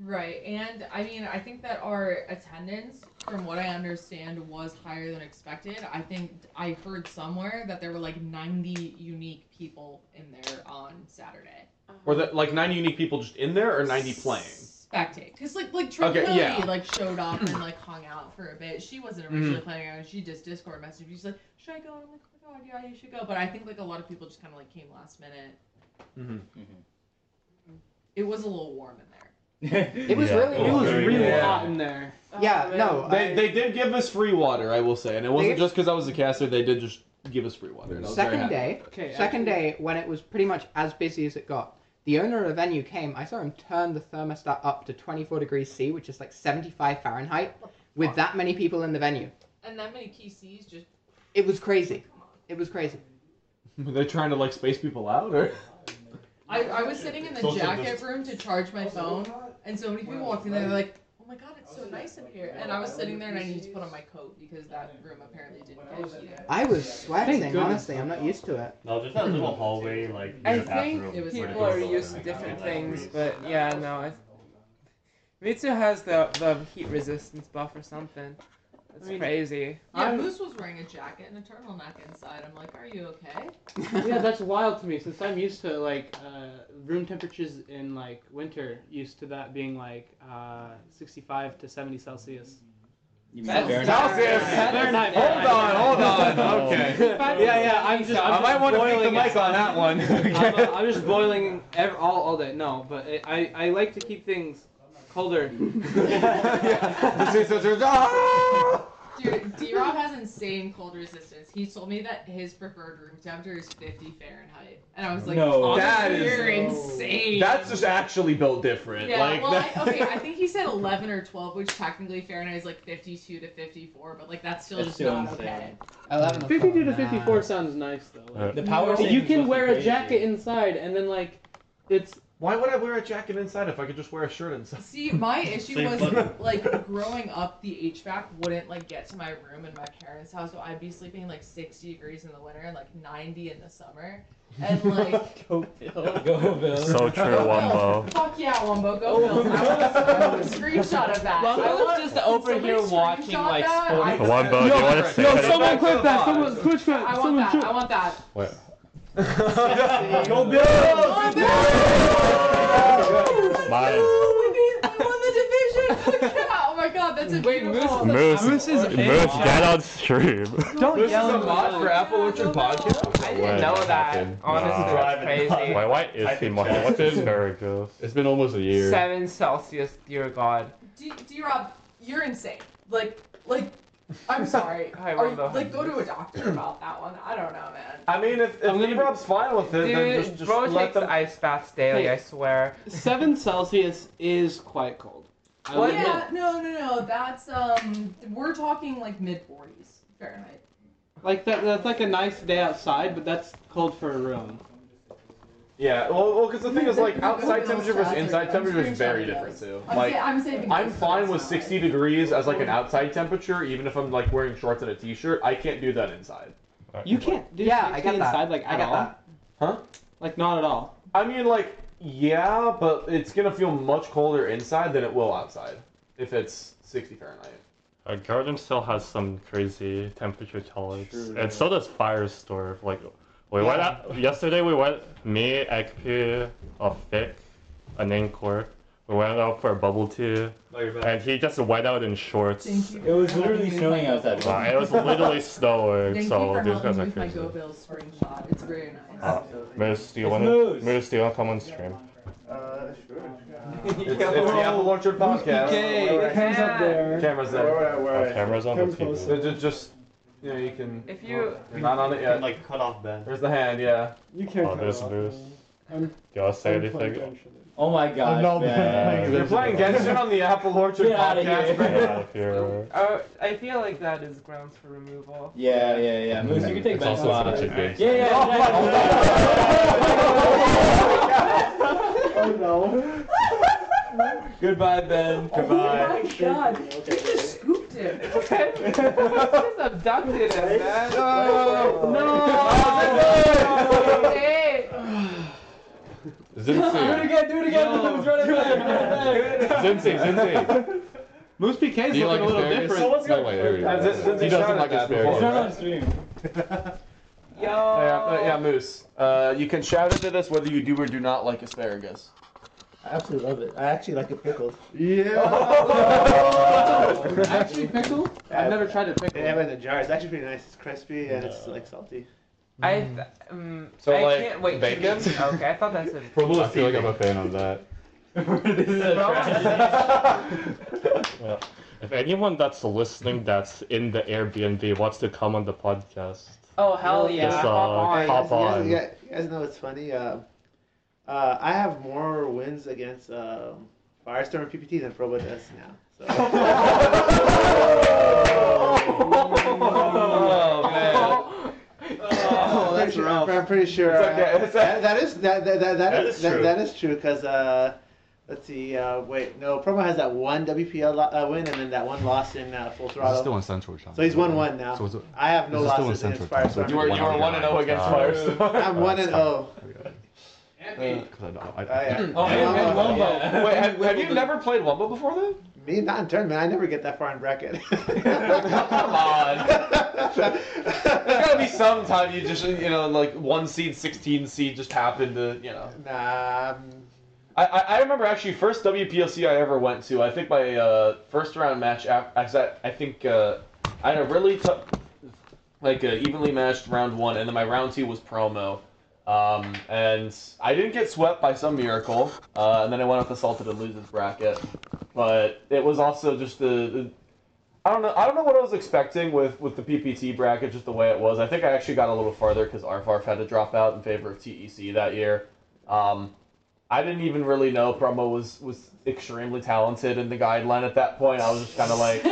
S11: Right, and I mean, I think that our attendance, from what I understand, was higher than expected. I think I heard somewhere that there were like 90 unique people in there on Saturday.
S5: Or that like nine unique people just in there or ninety playing.
S11: Spectate, because like like
S5: Okay,
S11: Tranquility
S5: yeah.
S11: like showed up and like hung out for a bit. She wasn't originally
S5: Mhm.
S11: planning on. it. She just Discord messaged. me. She's like, "Should I go?" And I'm like, "Oh my god, yeah, you should go." But I think like a lot of people just kind of like came last minute.
S21: Mm-hmm.
S11: It was a little warm in there.
S21: It was really
S5: It was really hot
S2: in there.
S11: Oh,
S21: Yeah, no.
S5: They, they did give us free water, I will say, and it wasn't
S21: They-
S5: just because I was a caster. They did just give us free water. and I was very
S21: Second
S5: happy.
S21: day,
S2: Okay,
S21: second
S2: actually-
S21: day when it was pretty much as busy as it got, the owner of the venue came. I saw him turn the thermostat up to 24 degrees C, which is like 75 Fahrenheit, with that many people in the venue.
S11: And that many PCs just
S21: It was crazy. It was crazy.
S5: Were they trying to like space people out or?
S11: I, I was sitting in the
S5: Social
S11: jacket
S5: distance.
S11: room to charge my phone, and so many people walked in there. They're like, "Oh my god, it's so nice in here!" And I was sitting there, and I needed to put on my coat because that room apparently didn't get heated.
S21: I was sweating,
S22: goodness.
S21: honestly. I'm not used to it.
S8: No, there's that little hallway, like, in
S3: I
S8: the bathroom.
S3: think
S8: where it
S3: people
S8: goes
S3: are
S8: all
S3: used to
S8: around,
S3: different
S8: like,
S3: things,
S8: breeze.
S3: but yeah, no. I, Mitsu has the, the heat resistance buff or something. That's
S2: I mean,
S3: crazy.
S11: Yeah,
S2: I'm-
S11: Moose was wearing a jacket and a turtleneck inside. I'm like, "Are you okay?"
S2: yeah, that's wild to me since I'm used to like uh, room temperatures in like winter, used to that being like uh, 65 to 70 Celsius.
S8: You
S3: mean Celsius. Fahrenheit. Fahrenheit. Hold on, hold on, okay.
S2: yeah, yeah. I'm just. I'm
S5: I might
S2: just
S5: wanna pick
S2: boiling
S5: the
S2: it.
S5: mic on that one.
S2: I'm, uh, I'm just boiling ev- all all day. No, but it, I I like to keep things colder.
S11: Dude, D Rob has insane cold resistance. He told me that his preferred room temperature is 50 Fahrenheit, and I was like,
S5: No,
S11: "Honestly,
S5: that is-
S11: you're insane."
S5: That's just actually built different.
S11: Yeah,
S5: like
S11: well,
S5: that-
S11: I, okay, I think he said 11 or 12, which technically Fahrenheit is like 52 to 54, but like that's still
S8: It's
S11: just
S8: still
S11: not
S8: insane.
S11: okay.
S2: 52 to 54 sounds nice though.
S8: Uh, The power
S2: You
S8: savings
S2: can
S8: must
S2: wear
S8: be
S2: a
S8: crazy.
S2: jacket inside, and then like, it's
S5: Why would I wear a jacket inside if I could just wear a shirt inside?
S11: See, my issue
S5: Same
S11: was
S5: button.
S11: like growing up, the HVAC wouldn't like get to my room in my parents' house, so I'd be sleeping like 60 degrees in the winter and like 90 in the summer, and like
S8: Go Bill. Go Bill.
S1: So true, Wumbo.
S11: fuck yeah, Wombo,
S2: Oh,
S11: go Bills. I want to- I want a screenshot of that.
S3: Well, I
S11: I
S3: was
S11: want-
S3: just
S11: can
S3: over
S11: somebody
S3: here watching,
S11: screenshot
S3: like,
S11: that?
S3: sports.
S11: I-
S1: Wumbo, do you want to say
S22: yo,
S1: anything?
S22: someone clip that.
S2: pod.
S22: Someone, Twitch clip.
S11: I want
S22: someone
S11: that. I want that.
S1: Wait.
S22: Go Bills!
S11: Go Bills!
S1: Mine.
S11: I won the division. Fuck yeah. Oh my god, that's a Wait, beautiful.
S1: Moose, Moose is dead on stream.
S5: Don't this is a mod for Apple Orchard Podcast.
S3: I didn't know that. Honestly, that's crazy.
S1: Why, why is he mocking? What is Veracruz?
S23: It's been almost a year.
S3: Seven Celsius, dear God.
S11: D Rob, you're insane. Like, like I'm sorry.
S5: I
S11: Or,
S5: wonder.
S11: like, go to a doctor about that one. I don't know, man.
S5: I mean, if, if Rob's fine with it, then
S10: Dude,
S5: just, just
S10: bro
S5: let
S10: takes
S5: them.
S10: ice baths daily.
S5: Hey.
S10: I swear.
S2: Seven Celsius is quite cold. I will admit.
S11: yeah, no, no, no. That's um, we're talking like mid 40s Fahrenheit.
S2: Like that, that's like a nice day outside, but that's cold for a room.
S5: Yeah, well, well, because the thing is, like, outside temperature versus
S2: Screenshot
S5: inside
S2: it.
S5: temperature
S2: I'm
S5: is very
S2: screenshotting
S5: different too.
S11: I'm
S5: Like,
S11: sa- I'm saving
S5: I'm
S11: this for
S5: fine with 60 degrees as like an outside temperature, even if I'm like wearing shorts and a t-shirt. I can't do that inside.
S2: You can't do
S5: Yeah, I
S2: 60
S5: get that.
S2: inside like
S5: I
S2: at
S5: get
S2: all.
S5: that. Huh?
S2: Like not at all.
S5: I mean, like, yeah, but it's gonna feel much colder inside than it will outside if it's 60 Fahrenheit.
S1: Uh, garden still has some crazy temperature tolerance,
S5: True, yeah.
S1: and so does Firestorm. Like, we went
S5: Yeah.
S1: out, yesterday. We went me, Ekpu, a Fick, an Inkor. We went out for a bubble tea,
S8: Oh, you're back.
S1: and he just went out in shorts.
S8: It was literally snowing outside.
S1: Uh, it was literally snowing,
S11: Thank you
S1: so
S11: for
S1: these guys
S11: helping
S1: are
S11: with my
S1: crazy.
S11: Go Bills screenshot. It's very nice.
S5: Ah.
S1: Uh, Moose, do you
S8: It's
S1: want to?
S8: Moose.
S1: Moose, do you want to come on stream?
S12: Uh, sure.
S5: It's, it's the Apple Orchard podcast.
S12: PK. Camera's up there.
S5: Camera's there.
S12: Where, where, where?
S1: Oh, camera's on the Come people. closer.
S5: Just, just, yeah, you can.
S12: If you-
S5: You're not on it yet.
S12: like cut off Ben.
S5: There's the hand, yeah.
S12: You
S1: Oh, there's Moose. Do you want to say anything?
S8: Oh my god.
S1: no,
S8: man.
S5: You're playing Genshin on the Apple Orchard
S8: Get outta
S5: podcast.
S8: here.
S5: man.
S10: Uh, I feel like that is grounds for removal.
S8: Yeah, yeah, yeah. Moose, you can take
S1: It's
S8: Ben's
S1: also
S8: spot.
S1: such a good-
S8: Yeah, yeah.
S12: Oh no.
S5: Goodbye, Ben.
S8: Oh
S5: Goodbye.
S11: my Oh god, you just scooped him.
S10: just abducted him, man.
S2: Oh.
S5: No.
S8: Oh
S11: Hey.
S5: Zinsei.
S2: Do it again. Do it again. Moose, run it back. Run it back.
S5: Zinsei, Zinsei.
S2: Moose PK is
S5: Do you
S2: looking
S5: like
S2: a little
S5: asparagus?
S2: different.
S5: No, let's go- No, wait, there we go. Uh, Zin- He Zinzi doesn't shouted like that asparagus.
S8: It's
S5: before.
S8: not on stream.
S5: Yeah, uh, yeah, Moose. Uh, you can shout it at us whether you do or do not like asparagus.
S12: I absolutely love it. I actually like it pickled.
S2: Actually, pickle. I've never tried a pickle.
S12: They have it in a jar. It's actually pretty nice. It's crispy and it's like salty.
S10: I
S2: Mm.
S10: th- um,
S1: So,
S10: I
S1: like,
S10: can't wait.
S1: bacon?
S10: Okay, I thought that's a.
S1: I feel like I'm a fan on that.
S8: This is a
S1: Yeah. If anyone that's listening that's in the Airbnb wants to come on the podcast,
S10: Oh hell yeah!
S1: Just, uh,
S12: You
S10: Hop on.
S1: hop
S12: guys,
S1: on.
S12: you guys- you guys know it's funny. Uh, uh, I have more wins against um, Firestorm PPT than Probo does now.
S5: Oh, man.
S12: Oh, that's rough. I'm pretty sure.
S5: It's
S12: uh,
S5: okay, it's-
S12: that, that is that that that,
S5: That
S12: that
S5: is
S12: is that,
S5: true.
S12: that is true because uh, let's see. Uh, wait, no, Promo has that one WPL lo- uh, win and then that one loss in uh, Full
S3: This is
S12: Throttle.
S3: still in Central China.
S12: so he's one one now.
S3: So is it-
S12: I have no
S3: this is still in
S12: losses against
S3: Central Time. So
S12: Firestorm.
S3: it's You are- you are one and oh against
S5: God.
S12: Firestorm. I'm one and oh.
S2: And
S12: Uh,
S3: 'Cause I don't-
S12: Oh, yeah.
S3: I- I-
S12: Oh, and- and Wombo.
S5: Wait, have, have you never played Wumbo before then?
S12: Me not in tournament. I never get that far in bracket.
S5: Come on. There's gotta be some time you just, you know, like one seed, 16 seed just happened to, you know.
S12: nah. I'm-
S5: I, I I remember actually first WPLC I ever went to. I think my uh, first round match. af- I, said- I think uh, I had a really tough, like uh, evenly matched round one, and then my round two was promo. Um, and I didn't get swept by some miracle, uh, and then I went up to salted and loses bracket. But it was also just the, the I don't know. I don't know what I was expecting with, with the PPT bracket, just the way it was. I think I actually got a little farther because Arfarf had to drop out in favor of TEC that year. Um, I didn't even really know Promo was, was extremely talented in the guideline at that point. I was just kind of like,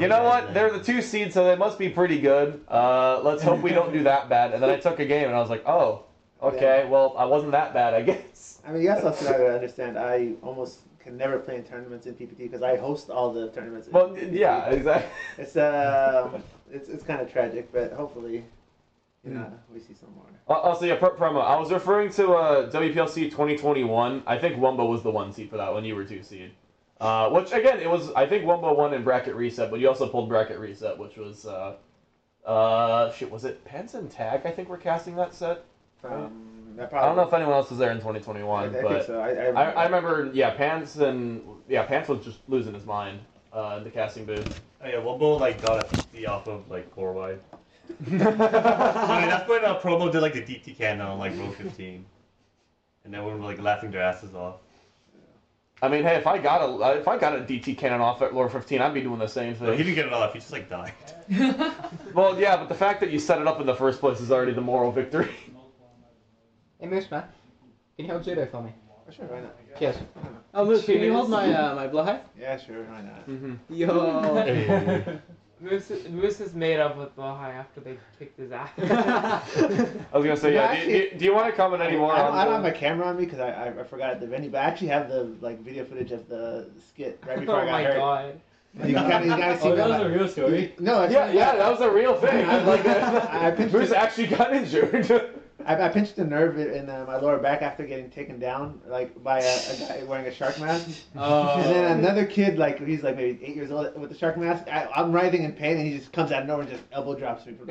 S5: you know what? They're the two seed, so they must be pretty good. Uh, let's hope we don't do that bad. And then I took a game, and I was like, oh, okay. Well, I wasn't that bad, I guess.
S12: I mean, you guys also gotta understand. I almost can never play in tournaments in PPT because I host all the tournaments. in
S5: Well,
S12: PPT.
S5: yeah, exactly.
S12: It's um, it's it's kind of tragic, but hopefully, you know, we see some more.
S5: Uh, Also, yeah, pro- promo. I was referring to uh, WPLC 2021. I think Wumbo was the one seed for that one. You were two seed. Uh, which again, it was. I think Wumbo won in bracket reset, but you also pulled bracket reset, which was uh, uh, shit. Was it Pence and Tag? I think we're casting that set.
S12: Um, that
S5: I don't
S12: probably-
S5: know if anyone else was there in 2021,
S12: I- I
S5: but
S12: think so. I- I
S5: I,
S12: remember.
S5: I remember. Yeah, Pants and yeah, Pants was just losing his mind uh, in the casting booth.
S8: Oh yeah, Wombo like got a DT off of like four wide. I mean, that's when uh, Promo did like the DT cannon on like row 15, and everyone was like laughing their asses off.
S5: I mean, hey, if I got a if I got a DT cannon off at lore 15, I'd be doing the same thing.
S8: He didn't get it off. He just like died.
S5: Well, yeah, but the fact that you set it up in the first place is already the moral victory.
S3: Hey, Moose Man, can you hold judo for me?
S12: Sure, why not?
S3: Cheers.
S2: Oh, Moose, can you hold my uh, my blowhive?
S12: Yeah, sure, why not?
S11: Mm-hmm.
S2: Yo. Moose, Moose is made up with blowhigh after they kicked his ass.
S5: I was gonna say,
S12: No,
S5: yeah. do, you-
S12: actually-
S5: do, do you want to comment
S12: I,
S5: any
S12: mean,
S5: more
S12: I don't,
S5: on?
S12: I don't have
S5: the-
S12: my camera on me because I, I, I forgot at the venue, but I actually have the like video footage of the skit right before I
S2: Oh
S12: got
S2: my
S12: hurt.
S2: god.
S12: You gotta, you gotta see
S2: Oh, that
S12: my-
S2: was a real story?
S12: No, it's
S5: yeah,
S12: not-
S5: yeah, that was a real thing. I like that.
S12: I pinched
S5: Moose
S12: it.
S5: actually got injured.
S12: I, I pinched a nerve in uh, my lower back after getting taken down, like by a, a guy wearing a shark mask.
S2: Oh.
S12: And then another kid, like he's like maybe eight years old, with the shark mask. I, I'm writhing in pain, and he just comes out of nowhere and just elbow drops me.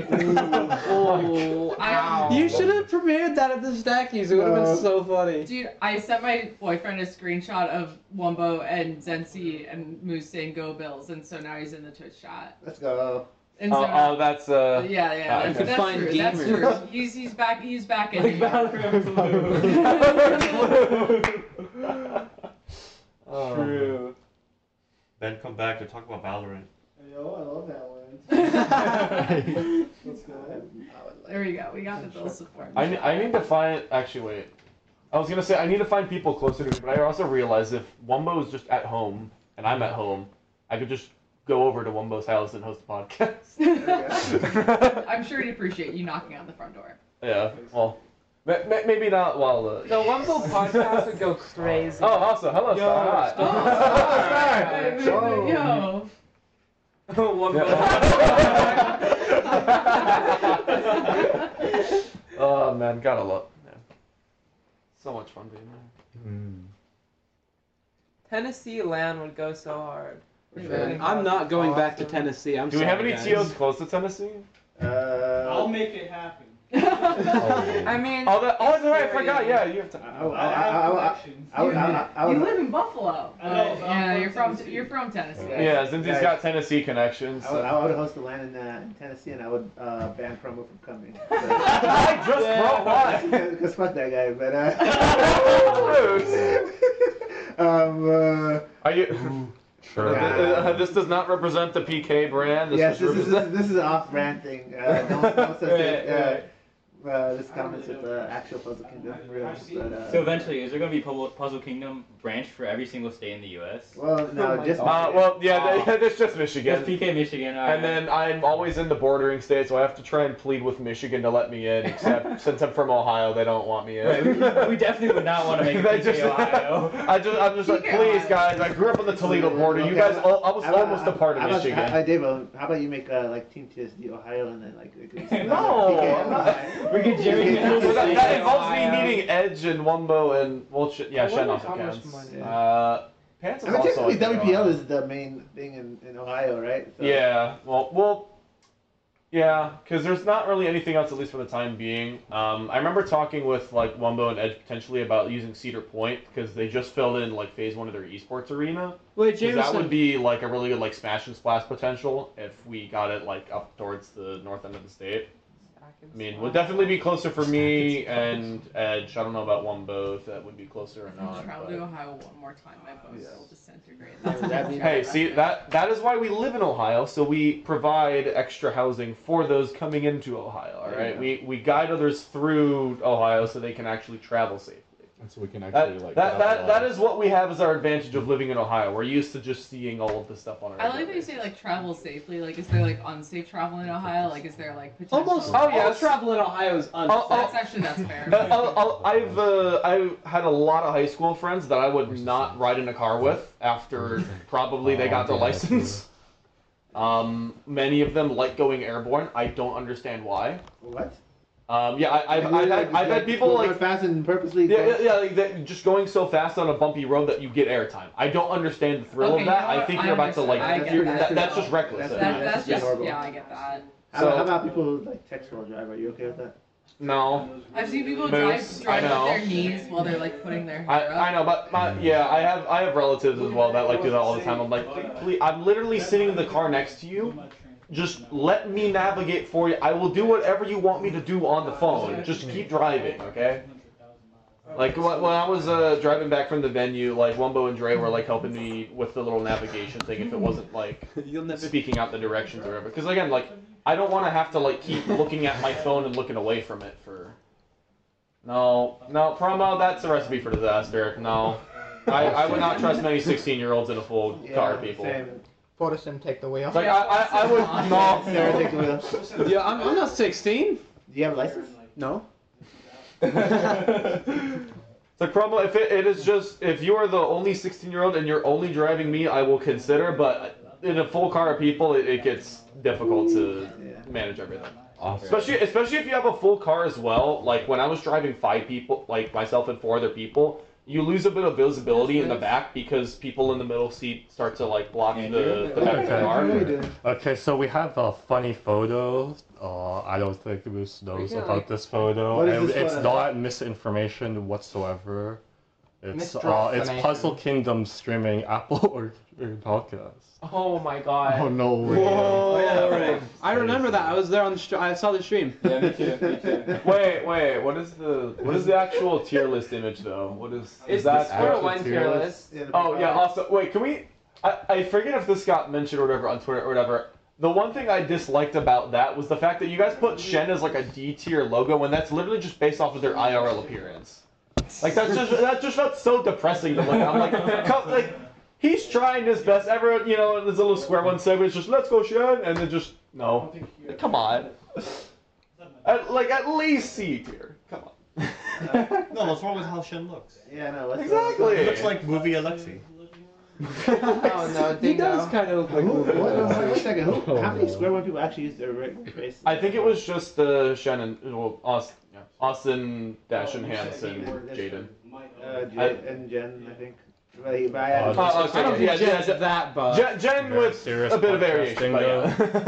S2: oh, ow. You should have premiered that at the Stackies. It would have
S12: No.
S2: been so funny.
S11: Dude, I sent my boyfriend a screenshot of Wumbo and Zensi and Moose saying "Go Bills," and so now he's in the Twitch chat.
S12: Let's go.
S11: And
S5: Oh,
S11: so now-
S5: oh, that's uh.
S11: yeah, yeah,
S5: ah,
S11: that's,
S5: okay.
S11: that's true. That's true. He's he's back. He's back in.
S5: True.
S8: Then come back and talk about Valorant.
S12: Yo, I love that one. Let's go.
S11: there we go. We got the Bill support.
S5: I, ne- I need to find. Actually, wait. I was gonna say I need to find people closer to me, but I also realize if Wumbo is just at home and I'm at home, I could just go over to Wumbo's house and host a podcast.
S11: I'm sure he'd appreciate you knocking on the front door.
S5: yeah. Well, ma- ma- maybe not while. Uh,
S24: The Wumbo podcast would go crazy.
S5: Oh, also, hello, Star. Hi.
S11: Yo.
S5: Oh man, gotta love. Yeah. So much fun being there.
S24: Tennessee land would go so hard.
S2: I'm not going back to Tennessee. I'm
S5: Do we have
S2: sorry,
S5: any
S2: guys.
S5: TOs close to Tennessee?
S12: Uh,
S2: I'll make it happen.
S11: I mean,
S5: Oh, that, oh, that's right. I forgot. Yeah, you have to.
S12: I, I, I, I, I, would- I, would- I
S11: you
S12: would-
S11: live in Buffalo.
S2: I know,
S11: but,
S2: but I'm
S11: yeah,
S2: from
S11: you're from
S2: Tennessee.
S11: you're from Tennessee.
S5: Yeah, since he's got Tennessee connections.
S12: I would,
S5: so-
S12: I would host the land in uh, Tennessee, and I would uh, ban promo from coming.
S5: I just brought one.
S12: Because fuck that guy, but uh, um, uh,
S5: Are you?
S12: Sure.
S5: Uh, this does not represent the PK brand. This
S12: yes,
S5: is
S12: this is, this, is- this is an off-brand thing. Uh, don't, don't associate
S5: Right,
S12: uh, uh, this comments with the actual Puzzle Kingdom. Real, but, uh,
S10: So eventually, is there going to be Puzzle Puzzle Kingdom branch for every single state in the U.S.?
S12: Well, no, just
S11: Oh
S5: Uh, well, yeah, th- that's just Michigan.
S10: Just PK Michigan. all
S5: And
S10: right.
S5: then I'm always in the bordering state, so I have to try and plead with Michigan to let me in. Except since I'm from Ohio, they don't want me in.
S10: Right, we, we definitely would not want to make
S5: They
S10: it
S5: just-
S10: PK Ohio.
S5: I just, I'm just like,
S10: PK
S5: please, guys. I grew up on the Toledo border. You
S12: Okay,
S5: guys,
S12: how
S5: all, I was
S12: how about-
S5: almost a part of
S12: how about-
S5: Michigan.
S12: How, uh, Dave, um, how about you make uh, like Team TSD Ohio and then like. it could be-
S5: No,
S12: PK,
S5: I'm not-
S10: We could Jimmy.
S5: Well, that, that
S10: Ohio.
S5: involves me needing Edge and Wumbo and well, sh- yeah,
S10: I wonder
S5: Shenlock
S10: how much
S5: accounts.
S10: money-
S5: Uh, Pants
S12: I
S5: is
S12: mean,
S5: also.
S12: technically
S5: in Ohio.
S12: WPL is the main thing in, in Ohio, right? So-
S5: Yeah. Well, well. Yeah, because there's not really anything else, at least for the time being. Um, I remember talking with like Wumbo and Edge potentially about using Cedar Point because they just filled in like phase one of their esports arena.
S2: Wait,
S5: 'Cause that
S2: Jameson.
S5: would be like a really good like smash and splash potential if we got it like up towards the north end of the state. I mean, would definitely be closer for me and Edge. I don't know about Wumbo if that would be closer or
S11: If you
S5: not.
S11: travel
S5: but-
S11: to Ohio one more time, my bones will disintegrate.
S5: hey, see that that is why we live in Ohio, so we provide extra housing for those coming into Ohio. All
S25: There
S5: right,
S25: you
S5: we we guide others through Ohio so they can actually travel safely.
S25: So we can
S5: That,
S25: actually like.
S5: that,
S25: get
S5: that,
S25: out
S5: that
S25: of
S5: is what we have as our advantage of living in Ohio. We're used to just seeing all of this stuff on our.
S11: I like that you say like travel safely. Like, is there like unsafe travel in Ohio? Like, is there like potential?
S5: Almost
S26: Oh,
S5: all Oh, yes.
S2: travel in Ohio is unsafe.
S11: That's actually that's fair.
S5: Uh, I'll- I'll- I've uh, I've had a lot of high school friends that I would not ride in a car with after probably they got their license. Um, many of them like going airborne. I don't understand why.
S12: What?
S5: Um, yeah, I, I've,
S12: Like,
S5: I've, had,
S12: like,
S5: I've had
S12: like,
S5: people
S12: go
S5: like
S12: fast and purposely.
S5: yeah,
S12: go-
S5: yeah, yeah like that, just going so fast on a bumpy road that you get airtime. I don't understand the thrill
S11: Okay,
S5: of
S11: you
S5: that.
S11: know
S5: I
S11: what?
S5: think
S11: I
S5: you're about to like
S11: understand. I get
S5: you're-
S11: that.
S5: that, that's just reckless. at
S11: That-
S5: that
S11: that's
S5: point.
S11: just
S12: horrible.
S11: yeah, I get that.
S12: How,
S5: So-
S12: how about people who, like text while drive? Are you okay with that?
S5: No.
S11: I've seen people
S5: Moose,
S11: drive drive
S5: I know.
S11: with their knees while they're like putting their
S5: I, I know, but my, yeah, I have I have relatives as well that like do that all the time. I'm like, please, I'm literally sitting in the car next to you. Just let me navigate for you. I will do whatever you want me to do on the phone. Just keep driving, okay? Like wh- when I was uh, driving back from the venue, like Wumbo and Dre were like helping me with the little navigation thing. If it wasn't like You'll never speaking out the directions or whatever, because again, like I don't want to have to like keep looking at my phone and looking away from it for. No, no promo. That's a recipe for disaster. No, I, I would not trust many sixteen-year-olds in a full car, people.
S26: Fortison, take the wheel.
S5: Like I, I, I would not.
S12: Sarah, take the wheel.
S5: Yeah, I'm, I'm not sixteen.
S12: Do you have a license? No.
S5: So Chroma, if it, it is just if you are the only 16 year old and you're only driving me, I will consider. But in a full car of people, it, it gets difficult to manage everything. Especially especially if you have a full car as well. Like when I was driving five people, like myself and four other people, you lose a bit of visibility in the back because people in the middle seat start to like block the, the back of the car.
S1: Okay. okay, so we have a funny photo. Uh, I don't think Moose knows
S5: can,
S1: about
S5: like-
S1: this photo.
S5: What is
S1: and
S5: this
S1: it's
S5: photo?
S1: not misinformation whatsoever. It's uh, it's
S3: Misinformation.
S1: Puzzle Kingdom streaming Apple or, or podcast.
S3: Oh my god.
S1: Oh, no way.
S2: Whoa.
S1: Yeah,
S2: right. I remember that. I was there on the str- I saw the stream.
S5: Yeah, me too. Me too. wait, wait. What is the what is the actual tier list image though? What is is
S3: It's the
S5: that
S3: square
S5: actual
S3: one tier list. Yeah, the
S5: oh
S3: big
S5: yeah.
S3: one.
S5: Also, wait. Can we? I, I forget if this got mentioned or whatever on Twitter or whatever. The one thing I disliked about that was the fact that you guys put Shen as like a D tier logo when that's literally just based off of their IRL appearance. Like that's just that just felt so depressing to look at. I'm like, come, like he's trying his best. Everyone, you know, there's a little square one segment. It's just let's go Shen, and then just no, come on. At, like at least C tier. Come on.
S8: No, what's wrong with how Shen looks?
S12: Yeah, no. What's
S8: Exactly. It looks like movie Alexi.
S26: oh no,
S12: He
S26: Dingo.
S12: does
S2: kind of
S12: Who, what, wait a second. Who, how
S5: Oh.
S12: many square one people actually use their ra- race?
S5: I think it was just uh, Shannon, well, Austin, yeah. Austin, Dash, and Hanson, Jaden.
S12: Uh, Jen,
S5: I-
S12: and Jen, I think. But he, but I
S5: Oh,
S12: had
S5: okay. I don't think Yeah, Jen's yeah, yeah. that
S12: bad.
S5: buff. Jen- Jen Very with serious a bit of variation, podcasting,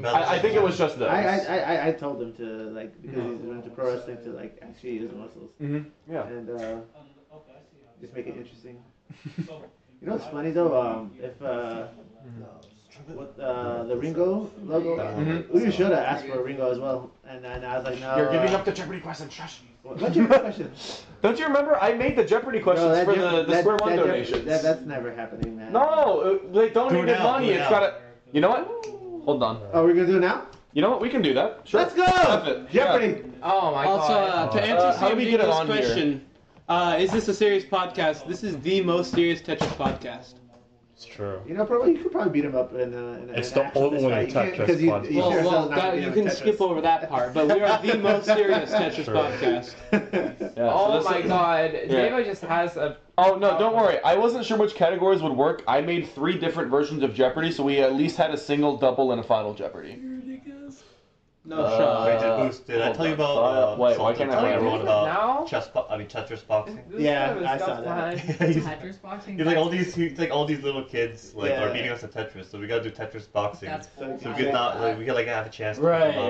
S5: but I- I think it was just those.
S12: I, I, I, I told him to like because he's into pro wrestling to like actually use muscles.
S5: Mhm, yeah.
S12: And uh, just make it interesting. you know what's funny though? Um, if uh, what uh, the Ringo logo,
S5: Mhm.
S12: we should have asked for a Ringo as well, and then I was like, no.
S5: You're giving
S12: uh,
S5: up the Jeopardy question, shush.
S12: What's your question?
S5: Don't you remember? I made the Jeopardy questions
S12: that
S5: for
S12: Jeop-
S5: the, the
S12: that-
S5: Square One
S12: that Jeop-
S5: donations.
S12: that- that's never happening, man.
S5: No, uh, they don't
S12: Do it
S5: need
S12: now,
S5: money.
S12: do it
S5: It's
S12: now.
S5: got to. You know what? Hold on.
S12: Oh, we're gonna do it now?
S5: You know what? We can do that. Sure.
S2: Let's go!
S5: F it.
S2: Jeopardy!
S5: Yeah.
S26: Oh my
S2: also,
S26: god.
S2: uh, to
S5: Uh,
S2: answer
S5: how do
S2: Sam
S5: we get it
S2: Dingo's
S5: on here?
S2: question, uh, is this a serious podcast? This is the most serious Tetris podcast.
S1: It's true.
S12: You know, probably you could probably beat him up in a. In a
S1: It's
S12: in
S1: the
S12: action
S1: only
S12: fist fight. You can't-
S1: Tetris
S12: 'cause you-
S1: podcast.
S12: you
S2: Well,
S12: sure as
S2: well,
S12: hell not
S2: that-
S12: beating
S2: you
S12: him
S2: can
S12: in Tetris.
S2: skip over that part, but we are the most serious Tetris
S5: Sure.
S2: podcast.
S3: oh
S5: this
S3: my
S5: is-
S3: god.
S5: Yeah.
S3: Diego just has a.
S5: Oh no, don't worry. I wasn't sure which categories would work. I made three different versions of Jeopardy, so we at least had a single, double, and a final Jeopardy.
S2: No,
S8: Uh, wait, did, Moose- did I
S5: hold
S8: tell you
S5: on.
S8: about
S5: Uh,
S8: uh,
S5: wait, why
S8: something
S5: can't I
S8: funny I
S5: find
S8: wrote
S5: it?
S8: about
S3: Now?
S8: chess? bo- I mean, Tetris boxing.
S12: Yeah, I saw that.
S11: Tetris boxing.
S8: He's like all these, he's like all these little kids like
S12: Yeah.
S8: are beating us at Tetris, so we gotta do Tetris boxing.
S11: That's
S8: so we
S11: cool.
S8: could not like we could like have a chance.
S27: Right,
S8: to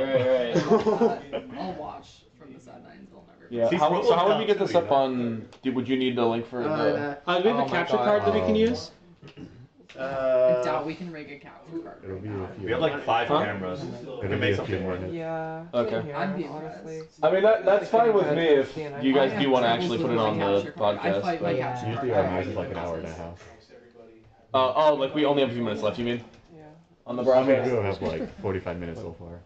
S27: right,
S8: come up.
S11: I'll watch from the sidelines. I'll never.
S5: Yeah.
S8: See,
S5: How,
S8: Scrabble
S5: so how would
S8: counts
S5: we get
S8: too,
S5: this
S8: you
S5: up
S8: know?
S5: on? Do, would you need the link for the?
S2: Uh, do we have
S3: Oh my
S2: a capture
S3: God.
S2: card that we can
S5: Um,
S2: use?
S11: I doubt we can rig a capture card.
S1: It'll be a few.
S8: We have like five
S5: Huh?
S8: cameras. We
S1: It'll
S8: can
S1: be
S8: make
S1: a
S8: something
S1: few
S8: work.
S1: minutes.
S3: Yeah.
S5: Okay.
S3: same here,
S11: I'd be
S3: honestly.
S5: I mean that that's fine with me if
S3: Yeah.
S5: you guys
S11: I
S5: do
S11: have
S5: want to
S11: trouble
S5: actually put
S11: with
S5: it
S11: my
S5: on the
S11: capture card. I
S5: podcast.
S11: fight my
S5: but-
S11: capture card.
S1: Usually our music is like an hour and a half.
S5: Uh, oh, like we only have a few minutes left. You mean?
S3: Yeah.
S5: On the
S1: I mean, we
S5: broadcast.
S1: don't have like 45 minutes so far.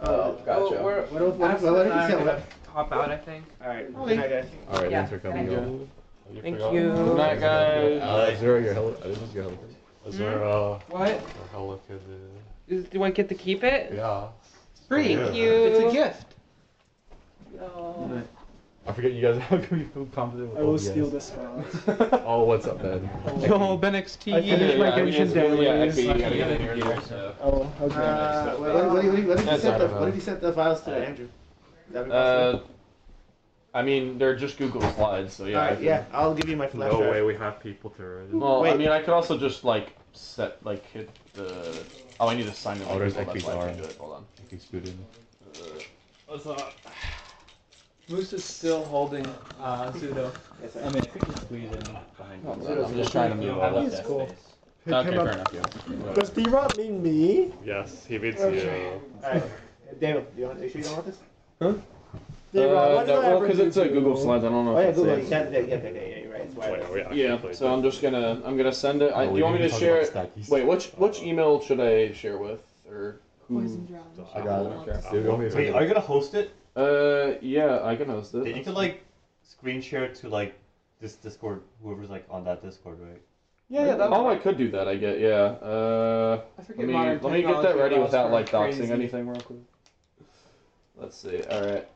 S5: Oh,
S3: Oh,
S5: gotcha.
S3: we're,
S12: What else- what else-
S3: Aspen
S12: what
S3: and
S12: else
S3: I
S12: you
S3: are
S12: said?
S3: gonna hop out, I think.
S12: All right.
S11: Holy-
S12: Hi, guys.
S1: All right,
S3: Yeah,
S1: thanks for coming.
S3: thank
S1: y'all. You
S3: Thank
S1: forgot-
S3: you.
S5: Good night, guys.
S1: Uh, is there your heli- this is your helicopter. Is there uh,
S3: Hmm? What?
S1: a helicopter?
S3: Is- Do I get to keep it?
S1: Yeah.
S2: Free.
S1: Yeah.
S3: Thank you.
S2: It's a gift.
S3: No.
S1: I forget you guys have to be so confident with
S3: Oh,
S7: I will
S1: OBS.
S7: steal this one.
S1: Oh, what's up, Ben?
S2: Yo, Ben XP.
S7: I finished my
S5: Yeah, I mean,
S7: Genshin
S5: it's really- yeah,
S7: dailies.
S5: XP, you gotta
S27: You
S5: get
S27: gotta
S5: it
S27: do
S5: here.
S27: it, so.
S7: Oh, okay.
S12: Uh, what, what, what, do you- what if you
S5: That's
S12: sent the
S5: alright,
S12: what if you sent the files to Andrew? That'd be
S5: Uh,
S12: possible.
S5: I mean, they're just Google slides, so yeah. I
S12: Alright,
S5: can-
S12: yeah, I'll give you my flash
S1: No
S12: drive.
S1: way we have people to read it.
S5: Well, I
S12: Wait.
S5: mean, I could also just like set like hit the. Oh, I need to sign in.
S1: Oh, there's
S5: Hold on,
S1: XP's
S5: I
S1: arm.
S5: can do it. Hold on. Uh,
S1: If he's good in.
S2: What's up? Moose is still holding uh, Zudo.
S12: Yes,
S7: I
S12: I-
S7: mean, if we can squeeze in behind you.
S5: I'm just trying to move. I left that
S7: cool.
S5: space.
S7: Pick
S5: Okay,
S7: him
S5: fair
S7: up.
S5: enough.
S7: Does D-Rod mean me?
S1: Yes, he beats
S7: Okay.
S1: you.
S12: Alright, David, you want? Are you sure you don't want this? The,
S5: Uh,
S12: what did
S5: no,
S12: I
S5: well,
S12: ever
S5: 'cause
S12: do
S5: it's a
S12: to-
S5: Google Slides, I don't
S12: Oh
S5: know if
S12: yeah,
S5: it
S12: Google.
S5: saves.
S12: Yeah, yeah, yeah, yeah, yeah, you're right. It's whatever.
S5: Yeah, so I'm just gonna I'm gonna send it. I,
S3: Oh,
S5: do
S3: we
S5: you want me to
S3: didn't
S5: share
S3: talk
S5: it?
S3: about Oh.
S5: Wait, which which email should I share with or who?
S3: I got it.
S5: Okay.
S3: Dude, want me to-
S8: Wait, are you gonna host it?
S5: Uh, yeah, I can host it.
S8: Then you could like screen share it to like this Discord, whoever's like on that Discord, right?
S5: Yeah, yeah. Oh, I could do that. I get yeah. Uh,
S8: forget
S5: let me
S8: modern
S5: let me get that
S8: technology
S5: ready
S8: allows
S5: without
S8: for
S5: like doxing
S8: crazy-
S5: anything real quick. Let's see. All right.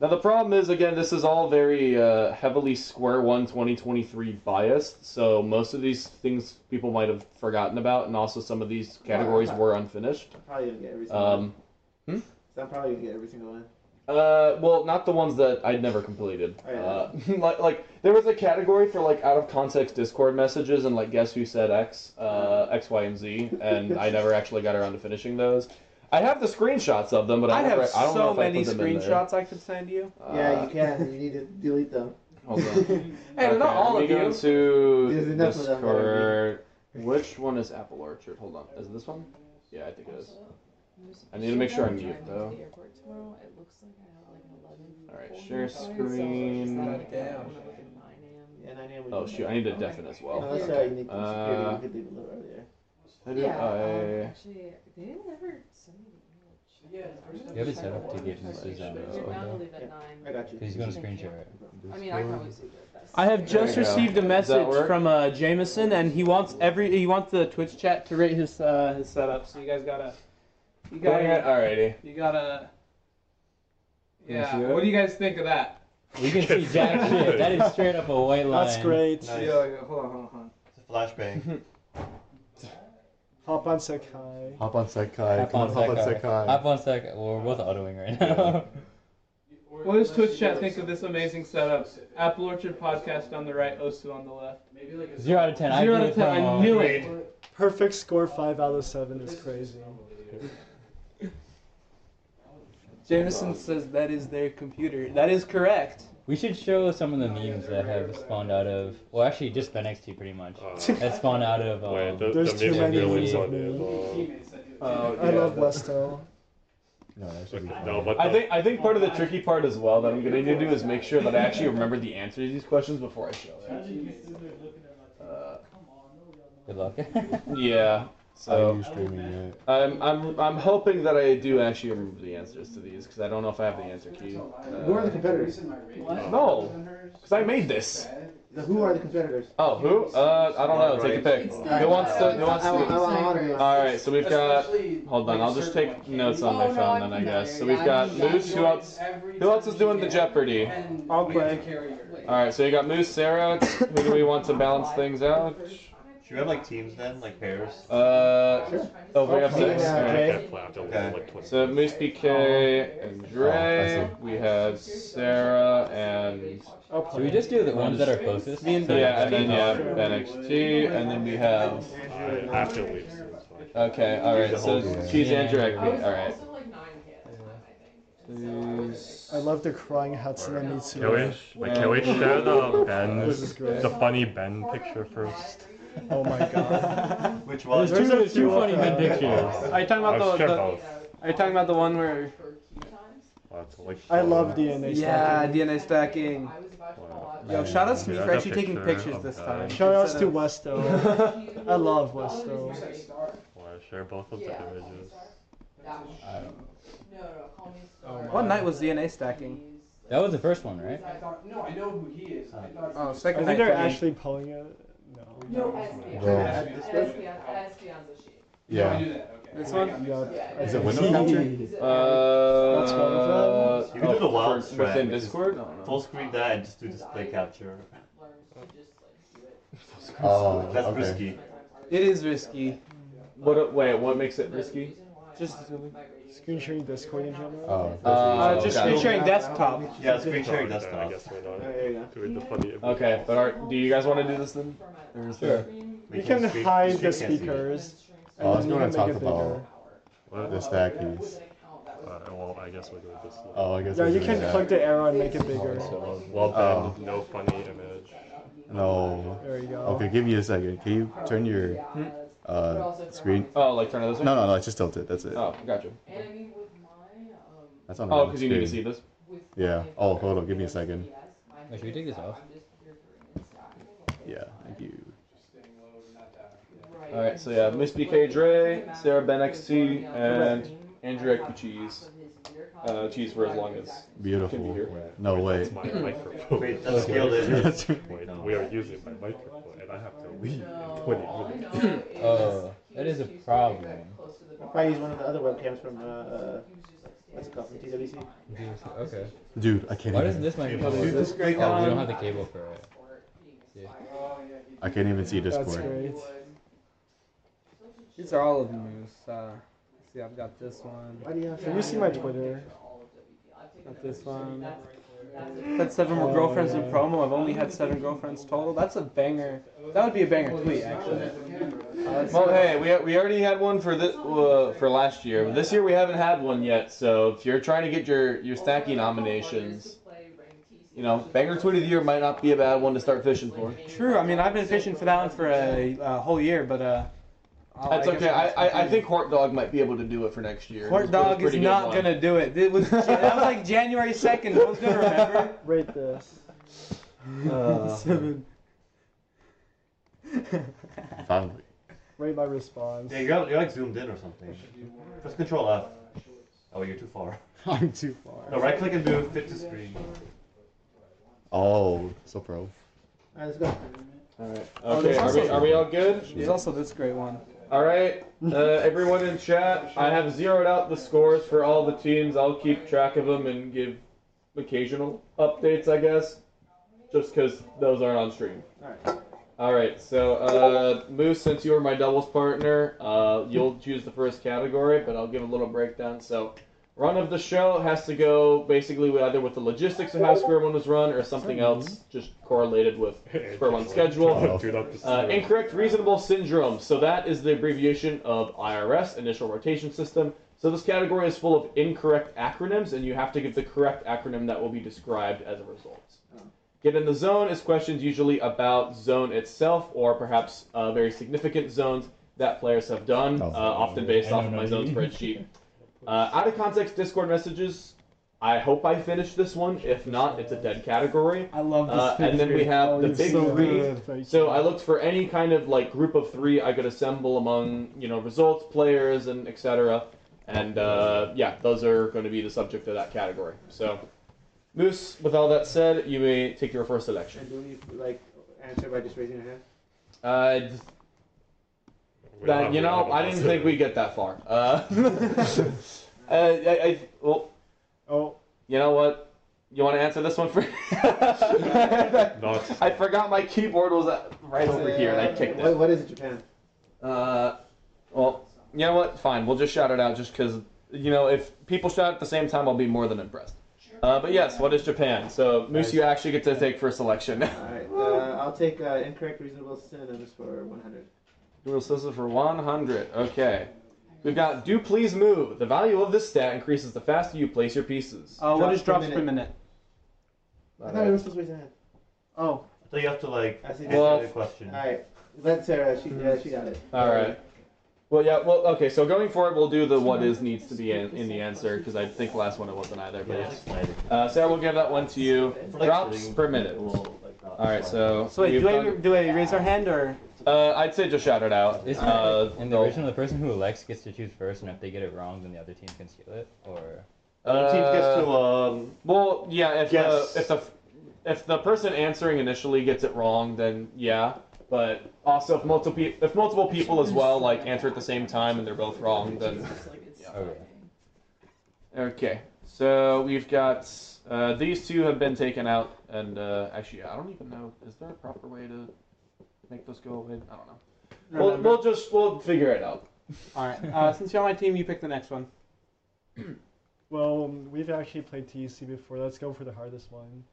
S5: Now the problem is again, this is all very uh, heavily Square One 2023 biased. So most of these things people might have forgotten about, and also some of these categories were unfinished.
S12: Probably gonna get every single
S5: Um,
S12: one. I'm probably gonna get every single one.
S5: uh, well, not the ones that I'd never completed.
S2: Oh,
S5: Uh, like, like there was a category for like out of context Discord messages and like guess who said X, uh, X, Y, and Z, and I never actually got around to finishing those. I have the screenshots of them, but I,
S2: I
S5: don't,
S2: have
S5: re- I don't know
S2: so
S5: if
S2: many
S5: I put them in there.
S2: screenshots I could send you.
S12: yeah,
S5: Uh,
S12: you can. You need to delete them.
S5: Hold on.
S2: Hey,
S5: Okay,
S2: not all
S5: let
S2: of
S5: me
S2: you.
S5: Go
S12: There's
S5: to
S12: enough of them
S5: Discord. Which one is Apple Orchard? Hold on. Is it this one? Yeah, I think it is. I need to make sure I mute though. Alright, share screen.
S12: Yeah, 9 a.m.
S5: Oh shoot, I need a deafen as well.
S12: No, that's all right. You need to security.
S5: Uh,
S12: you could leave a little earlier.
S5: how did I?
S11: Actually, they didn't ever send me the email.
S10: You have it set up to get his his on Discord.
S11: at nine.
S12: I got you.
S10: He's gonna screen share it.
S11: I mean, I can always do that.
S2: I have just
S10: There you go.
S2: received a
S10: Does that
S2: message
S10: work?
S2: from uh, Jameson, and he wants every he wants the Twitch chat to rate his uh, his setup. So you guys gotta, you
S5: Go
S2: gotta,
S5: ahead, alrighty.
S2: you gotta.
S10: Can I
S2: Yeah.
S10: see it?
S2: What do you guys think of that?
S10: We can see jack shit. That is straight up a white line.
S7: That's great.
S2: Yeah, yeah, hold on, hold on, hold on.
S8: Flashbang.
S7: Hop on Sekai.
S3: Hop on Sekai. Come on, hop on Sekai.
S10: Hop on Sekai. Well, we're both autoing right now.
S2: What does Twitch chat think of this amazing setup? Apple Orchard podcast on the right, Osu on the left. Maybe like
S10: Zero out of ten. I
S2: Zero
S10: knew
S2: out of
S10: it
S2: ten.
S10: from-
S2: I knew it.
S7: Perfect score five out of seven is crazy.
S2: Jameson says that is their computer. That is correct.
S10: We should show some of the memes that have spawned out of, well, actually just NXT pretty much. That spawned out of. Um,
S1: Wait, the- There's the too memes are many really memes of funny as me.
S2: Uh,
S5: Oh,
S7: I
S5: yeah,
S7: love
S5: the-
S7: Westo.
S1: No, but
S5: I
S1: the-
S5: think I think part of the tricky part as well that I'm gonna need to do is make sure that I actually remember the answer to these questions before I show it. Uh,
S10: Good luck.
S5: yeah.
S3: Are
S5: So
S3: you streaming yet?
S5: I'm I'm I'm hoping that I do actually remember the answers to these because I don't know if I have the answer key. Uh,
S12: Who are the competitors?
S5: No, because I made this.
S12: The- Who are the competitors?
S5: Oh, who? Uh, I don't know. Take a pick. Who wants to? Who wants
S12: I- I- I- I wanna
S5: to?
S12: be-
S5: All right, so we've got. Hold on, I'll just take notes on my phone then, I guess. So we've got Moose. Who else? Who else is doing the Jeopardy?
S7: I'll play.
S5: All right, so you got Moose, Sarah. Who do we want to balance things out?
S8: Should we have like teams then, like pairs?
S5: Uh, oh, we have six.
S8: Yeah,
S5: All right.
S8: okay. Okay.
S5: So Moose PK and
S10: Oh,
S5: Dre. We have Sarah and.
S10: Should we just do the ones that are closest?
S5: Yeah, and then yeah, NXT, and then we have.
S1: I have to leave.
S5: Okay, all right. So choose Andrew Egby. All right.
S7: I love the crying Hatsune Miku.
S1: Can we, wait, can we share the Ben's,
S7: great.
S1: the funny Ben picture first?
S7: Oh my god.
S8: Which
S1: one? There's
S2: a
S1: two- two
S2: few
S1: funny
S2: of
S1: men
S2: them.
S1: pictures.
S2: Are you talking
S1: I've
S2: about the,
S1: shared
S2: the
S1: both.
S2: Are you talking about the one where?
S1: That's like- uh,
S7: I love DNA
S2: Yeah,
S7: stacking.
S2: DNA stacking. Yo, shout out to me
S1: Yeah,
S2: for
S1: that
S2: actually taking
S1: picture
S2: pictures
S1: of
S2: this
S1: that.
S2: time.
S7: Shout outs to
S2: Instead of-
S7: Westo. I love Westo.
S1: Wanna share both of the images?
S2: What night was DNA stacking?
S10: That was the first one, right?
S2: No, Oh I know who he is. Oh, second
S7: I think
S2: night.
S7: they're
S2: for me.
S7: actually pulling it.
S11: No,
S3: Yeah. Yeah.
S2: This one?
S3: Is it window capture?
S5: Uh, oh,
S7: That's one of them.
S8: You can do the wild
S5: for-
S8: strap.
S5: within
S8: Just
S5: Discord? I don't know.
S8: Full screen that and just do display capture.
S1: Uh,
S3: Oh,
S8: That's
S3: okay.
S8: risky.
S2: It is risky.
S5: What? Wait, what makes it risky?
S2: Just
S7: Screen sharing Discord in general.
S5: Oh.
S2: Uh, just screen sharing desktop.
S8: Yeah, screen
S1: Sorry,
S8: sharing desktop.
S1: I guess we're not
S12: There you go.
S1: doing the funny images.
S5: Okay, but are, do you guys want to do this then? Or is there-
S7: You can
S8: Street-
S7: hide
S8: street
S7: the
S8: can't see it.
S7: speakers.
S3: Oh, I was
S7: and then
S3: gonna
S7: you
S3: talk
S7: can make it
S3: about
S1: What?
S3: the stack keys.
S1: Uh, well, I guess we're doing this. now.
S3: Oh, I guess.
S7: bigger.
S3: we're
S7: Yeah, you
S3: doing
S7: can
S3: that.
S7: click the arrow and make it bigger.
S1: So, well
S3: Oh.
S1: done. No funny image.
S3: No.
S7: There you go.
S3: Okay, give me a second. Can you turn your uh screen?
S5: Oh, like turn it this way?
S3: No, no, no. It's just tilt it. That's it.
S5: Oh, gotcha.
S3: That's on.
S5: Oh,
S3: the
S5: because you need to
S3: screen.
S5: see this.
S3: Yeah. Oh, hold on. Give me a second.
S28: Wait, should we take this off?
S3: Yeah. Thank you.
S5: All right, so yeah, Miss BK Dre, Sarah Ben XT, and Andrew Ekpe Cheese. Uh, cheese for as long as
S3: Beautiful.
S5: Can be here.
S3: No way.
S8: That's my microphone.
S5: Wait,
S3: that's scaled in.
S8: That's the point. We are using my microphone, and I have to leave in
S5: Uh,
S8: 20 minutes.
S28: Oh, that is a problem.
S12: Probably use one of the other webcams from uh, uh, what's it called from TWC.
S28: Okay.
S3: Dude, I can't
S28: Why doesn't
S3: even-
S28: this microphone?
S3: Dude,
S28: work?
S3: this
S28: oh, we
S3: great
S28: don't
S3: one.
S28: have the cable for it. Yeah.
S2: Oh,
S3: I can't even see
S28: That's
S3: Discord.
S28: great.
S2: These are all of the news. Uh, let's see, I've got this one.
S7: Have you seen my Twitter?
S2: Got this one. Had seven more girlfriends in promo. I've only had seven girlfriends total. That's a banger. That would be a banger tweet, actually. Uh,
S5: Well, hey, we, we already had one for this uh, for last year, but this year we haven't had one yet. So if you're trying to get your your stacky nominations, you know, banger tweet of the year might not be a bad one to start fishing for.
S2: True. I mean, I've been fishing for that one for a, a whole year, but uh. I'll-
S5: That's
S2: I guess
S5: okay.
S2: I'll
S5: I, I, I
S2: continue.
S5: think Hort Dog might be able to do it for next year. It was
S2: Hort
S5: a
S2: dog is
S5: pretty good
S2: not
S5: one.
S2: gonna do it. It was that was like January second. No one's gonna remember.
S7: Rate this.
S5: Uh,
S7: Seven.
S3: Finally.
S7: Rate my response.
S8: Yeah, you're, out- you're like zoomed in or something. Press Control F. Oh, you're too far.
S7: I'm too far.
S8: No, right click and do fit to screen.
S3: Oh, so pro.
S12: All right, let's go.
S5: All right.
S12: Oh,
S5: Okay.
S12: there's
S5: Are we,
S12: also-
S5: are we all good?
S2: There's also this great one.
S5: All right, uh, everyone in chat, I have zeroed out the scores for all the teams. I'll keep track of them and give occasional updates, I guess, just because those aren't on stream.
S12: All right.
S5: All right, so uh, Moose, since you were my doubles partner, uh, you'll choose the first category, but I'll give a little breakdown. So, run of the show has to go basically with either with the logistics of how Square One was run or something else just correlated with Square One's schedule.
S8: Dude, I'm just-
S5: Uh, incorrect reasonable syndrome. So that is the abbreviation of IRS, Initial Rotation System. So this category is full of incorrect acronyms, and you have to give the correct acronym that will be described as a result. Get in the zone is questions usually about zone itself, or perhaps uh, very significant zones that players have done, uh, often based off of my zone spreadsheet. Uh, out of context Discord messages. I hope I finish this one. If not, it's a dead category. I love
S29: this
S5: Uh, and then we
S29: picture.
S5: have
S29: Oh,
S5: the
S29: you're
S5: big
S29: so
S5: three.
S29: good. Thank
S5: So I looked for any kind of like group of three I could assemble among you know results, players, and etc. And uh, yeah, those are going to be the subject of that category. So, Moose. With all that said, you may take your first
S12: And
S5: selection.
S12: do we like answer by just raising your hand?
S5: Uh, d-
S12: We don't
S5: that
S12: have- we
S5: you
S12: don't
S5: know,
S12: have a
S5: I didn't think we get that far. Uh, uh, I, I, well,
S7: oh,
S5: you know what? You want to answer this one first? I forgot my keyboard was uh, right over here, and I kicked it.
S12: What, what is it, Japan?
S5: Uh, well, you know what? Fine, we'll just shout it out, just because you know if people shout at the same time, I'll be more than impressed. Uh, but yes, what is Japan? So Moose, you actually get to take first selection.
S12: All right. Uh, I'll take uh, incorrect reasonable synonyms for 100.
S5: Dual scissors for 100. Okay. We've got do please move. The value of this stat increases the faster you place your pieces.
S2: Uh, what is drops per minute?
S12: I thought we were supposed to raise your hand.
S2: Oh.
S8: So you have to like
S12: I see.
S5: Well-
S8: answer the question.
S12: All right. Let Sarah. She yeah, she got it.
S5: All right. Well, yeah. Well, okay. So going forward, we'll do the what is needs to be in, in the answer because I think last one it wasn't either. But yes. Uh, Sarah, we'll give that one to you. Drops per minute. All right. So.
S2: So wait,
S5: you've
S2: do I,
S5: done-
S2: do I raise our hand or?
S5: uh, I'd say just shout it out.
S28: Isn't
S5: Uh,
S28: it, in the original, the person who elects gets to choose first, and if they get it wrong, then the other team can steal it. Or
S5: Uh,
S8: team gets to, um,
S5: Well, yeah. If
S8: guess.
S5: the if the if the person answering initially gets it wrong, then yeah. But also, if multiple pe- if multiple people as well like answer at the same time and they're both wrong, then
S8: Oh,
S5: okay. So we've got uh, these two have been taken out, and uh, actually, I don't even know. Is there a proper way to make those go away? I don't know. We'll,
S2: Remember.
S5: we'll just we'll figure it out.
S2: All right. Uh, since you're on my team, you pick the next one.
S7: well, we've actually played TEC before. Let's go for the hardest one.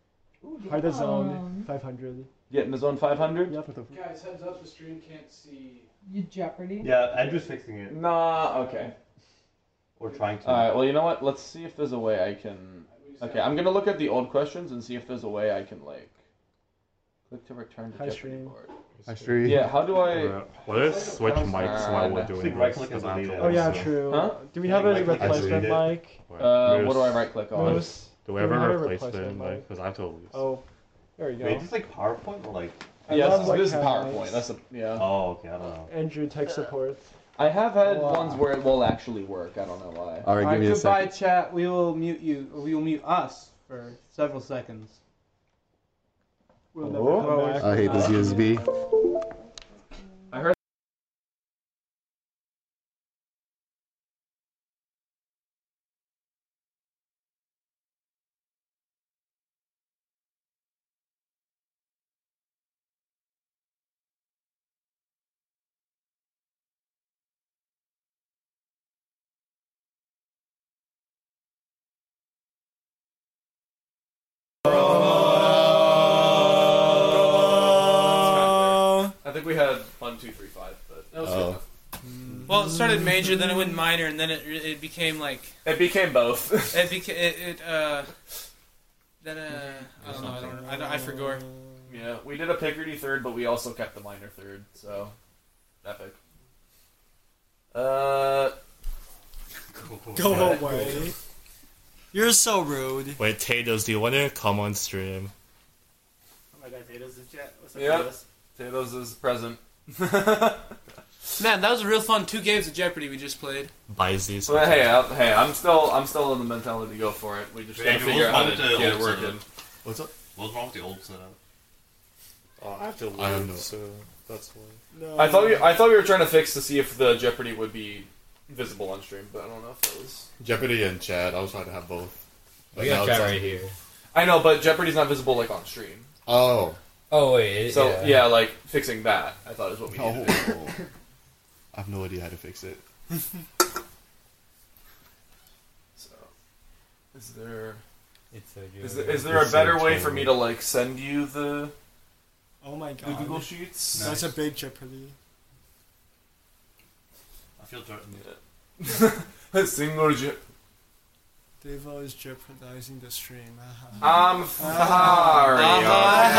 S30: Ooh,
S7: Hardest zone,
S30: damn.
S7: 500.
S5: Get in the zone 500.
S7: Yep.
S30: Guys, heads up, the stream can't see.
S11: You Jeopardy?
S8: Yeah, Andrew's fixing it.
S5: Nah. Okay.
S8: Or trying to.
S5: All right. Well, you know what? Let's see if there's a way I can. Okay, I'm gonna look at the old questions and see if there's a way I can like click to return to
S7: Hi,
S5: Jeopardy
S7: stream.
S5: board.
S3: Hi, Shree.
S5: Yeah. How do I?
S1: Let's switch mics while we're doing this. 'cause I'm
S7: Oh yeah,
S1: so-
S7: true.
S5: Huh?
S7: Do we have a
S5: right-click is
S7: replacement
S5: deleted.
S7: mic?
S5: Uh, what
S1: Moose.
S5: do I right click on?
S7: Moose.
S1: The
S31: Do we have
S32: Not
S31: a
S32: a
S31: replacement?
S32: replacement,
S31: Like, because I have to leave.
S32: Oh, there you go.
S1: Wait, is this like PowerPoint or like?
S32: I
S5: yeah,
S32: love,
S5: this,
S32: like,
S5: this is
S32: how
S5: PowerPoint.
S32: it's-
S5: That's a yeah.
S1: Oh, okay. I don't know.
S32: Andrew tech support.
S5: I have had
S32: Wow.
S5: ones where it will actually work. I don't know why.
S3: All right, give me a
S2: goodbye,
S3: second.
S2: chat. We will mute you. Or we will mute us for several seconds.
S32: We'll
S7: Oh,
S3: Whoa. I hate this USB.
S5: I think we had one, two, three, five. But
S1: Uh,
S2: That was good.
S1: oh.
S2: Well, it started major, then it went minor, and then it re- it became like
S5: It became both.
S2: it became it, it uh then uh I don't know I don't I, don't, I forgot.
S5: yeah, we did a Picardy third, but we also kept the minor third. So epic. Uh,
S7: Go away. You're so rude.
S1: Wait, Tatos, do you want to come on stream?
S7: Oh my god, Tato's in chat. What's up,
S5: yep.
S7: Tato's?
S5: Tatos is present.
S2: Man, that was real fun. Two games of Jeopardy we just played.
S1: Bizees.
S5: So hey, I, hey, I'm still, I'm still in the mentality to go for it. We just gotta figure out how to get it working.
S1: What's up? What's wrong with the old setup?
S2: Oh,
S32: I have to leave,
S1: I don't know.
S32: so
S1: that's why.
S5: I thought we, I thought we were trying to fix to see if the Jeopardy would be visible on stream, but I don't know if that was.
S3: Jeopardy and Chad. I was trying to have both.
S8: We got
S3: now it's
S8: chat
S3: on-
S8: right here.
S5: I know, but Jeopardy's not visible like on stream.
S3: Oh.
S8: Oh wait, it-
S5: So
S8: yeah.
S5: yeah. like fixing that, I thought is what we
S3: No.
S5: needed. to do.
S3: I have no idea how to fix it.
S5: So, is there
S8: It's so
S5: is,
S8: joey.
S5: there- is there a
S8: It's so
S5: better way for
S8: joey.
S5: me to like send you the
S7: Oh my
S5: the
S7: god.
S5: Google Sheets?
S7: That's a big Jeopardy.
S1: I feel threatened.
S5: A single Je-
S7: They've always jeopardizing the stream. Uh-huh.
S5: I'm sorry.
S8: Uh-huh.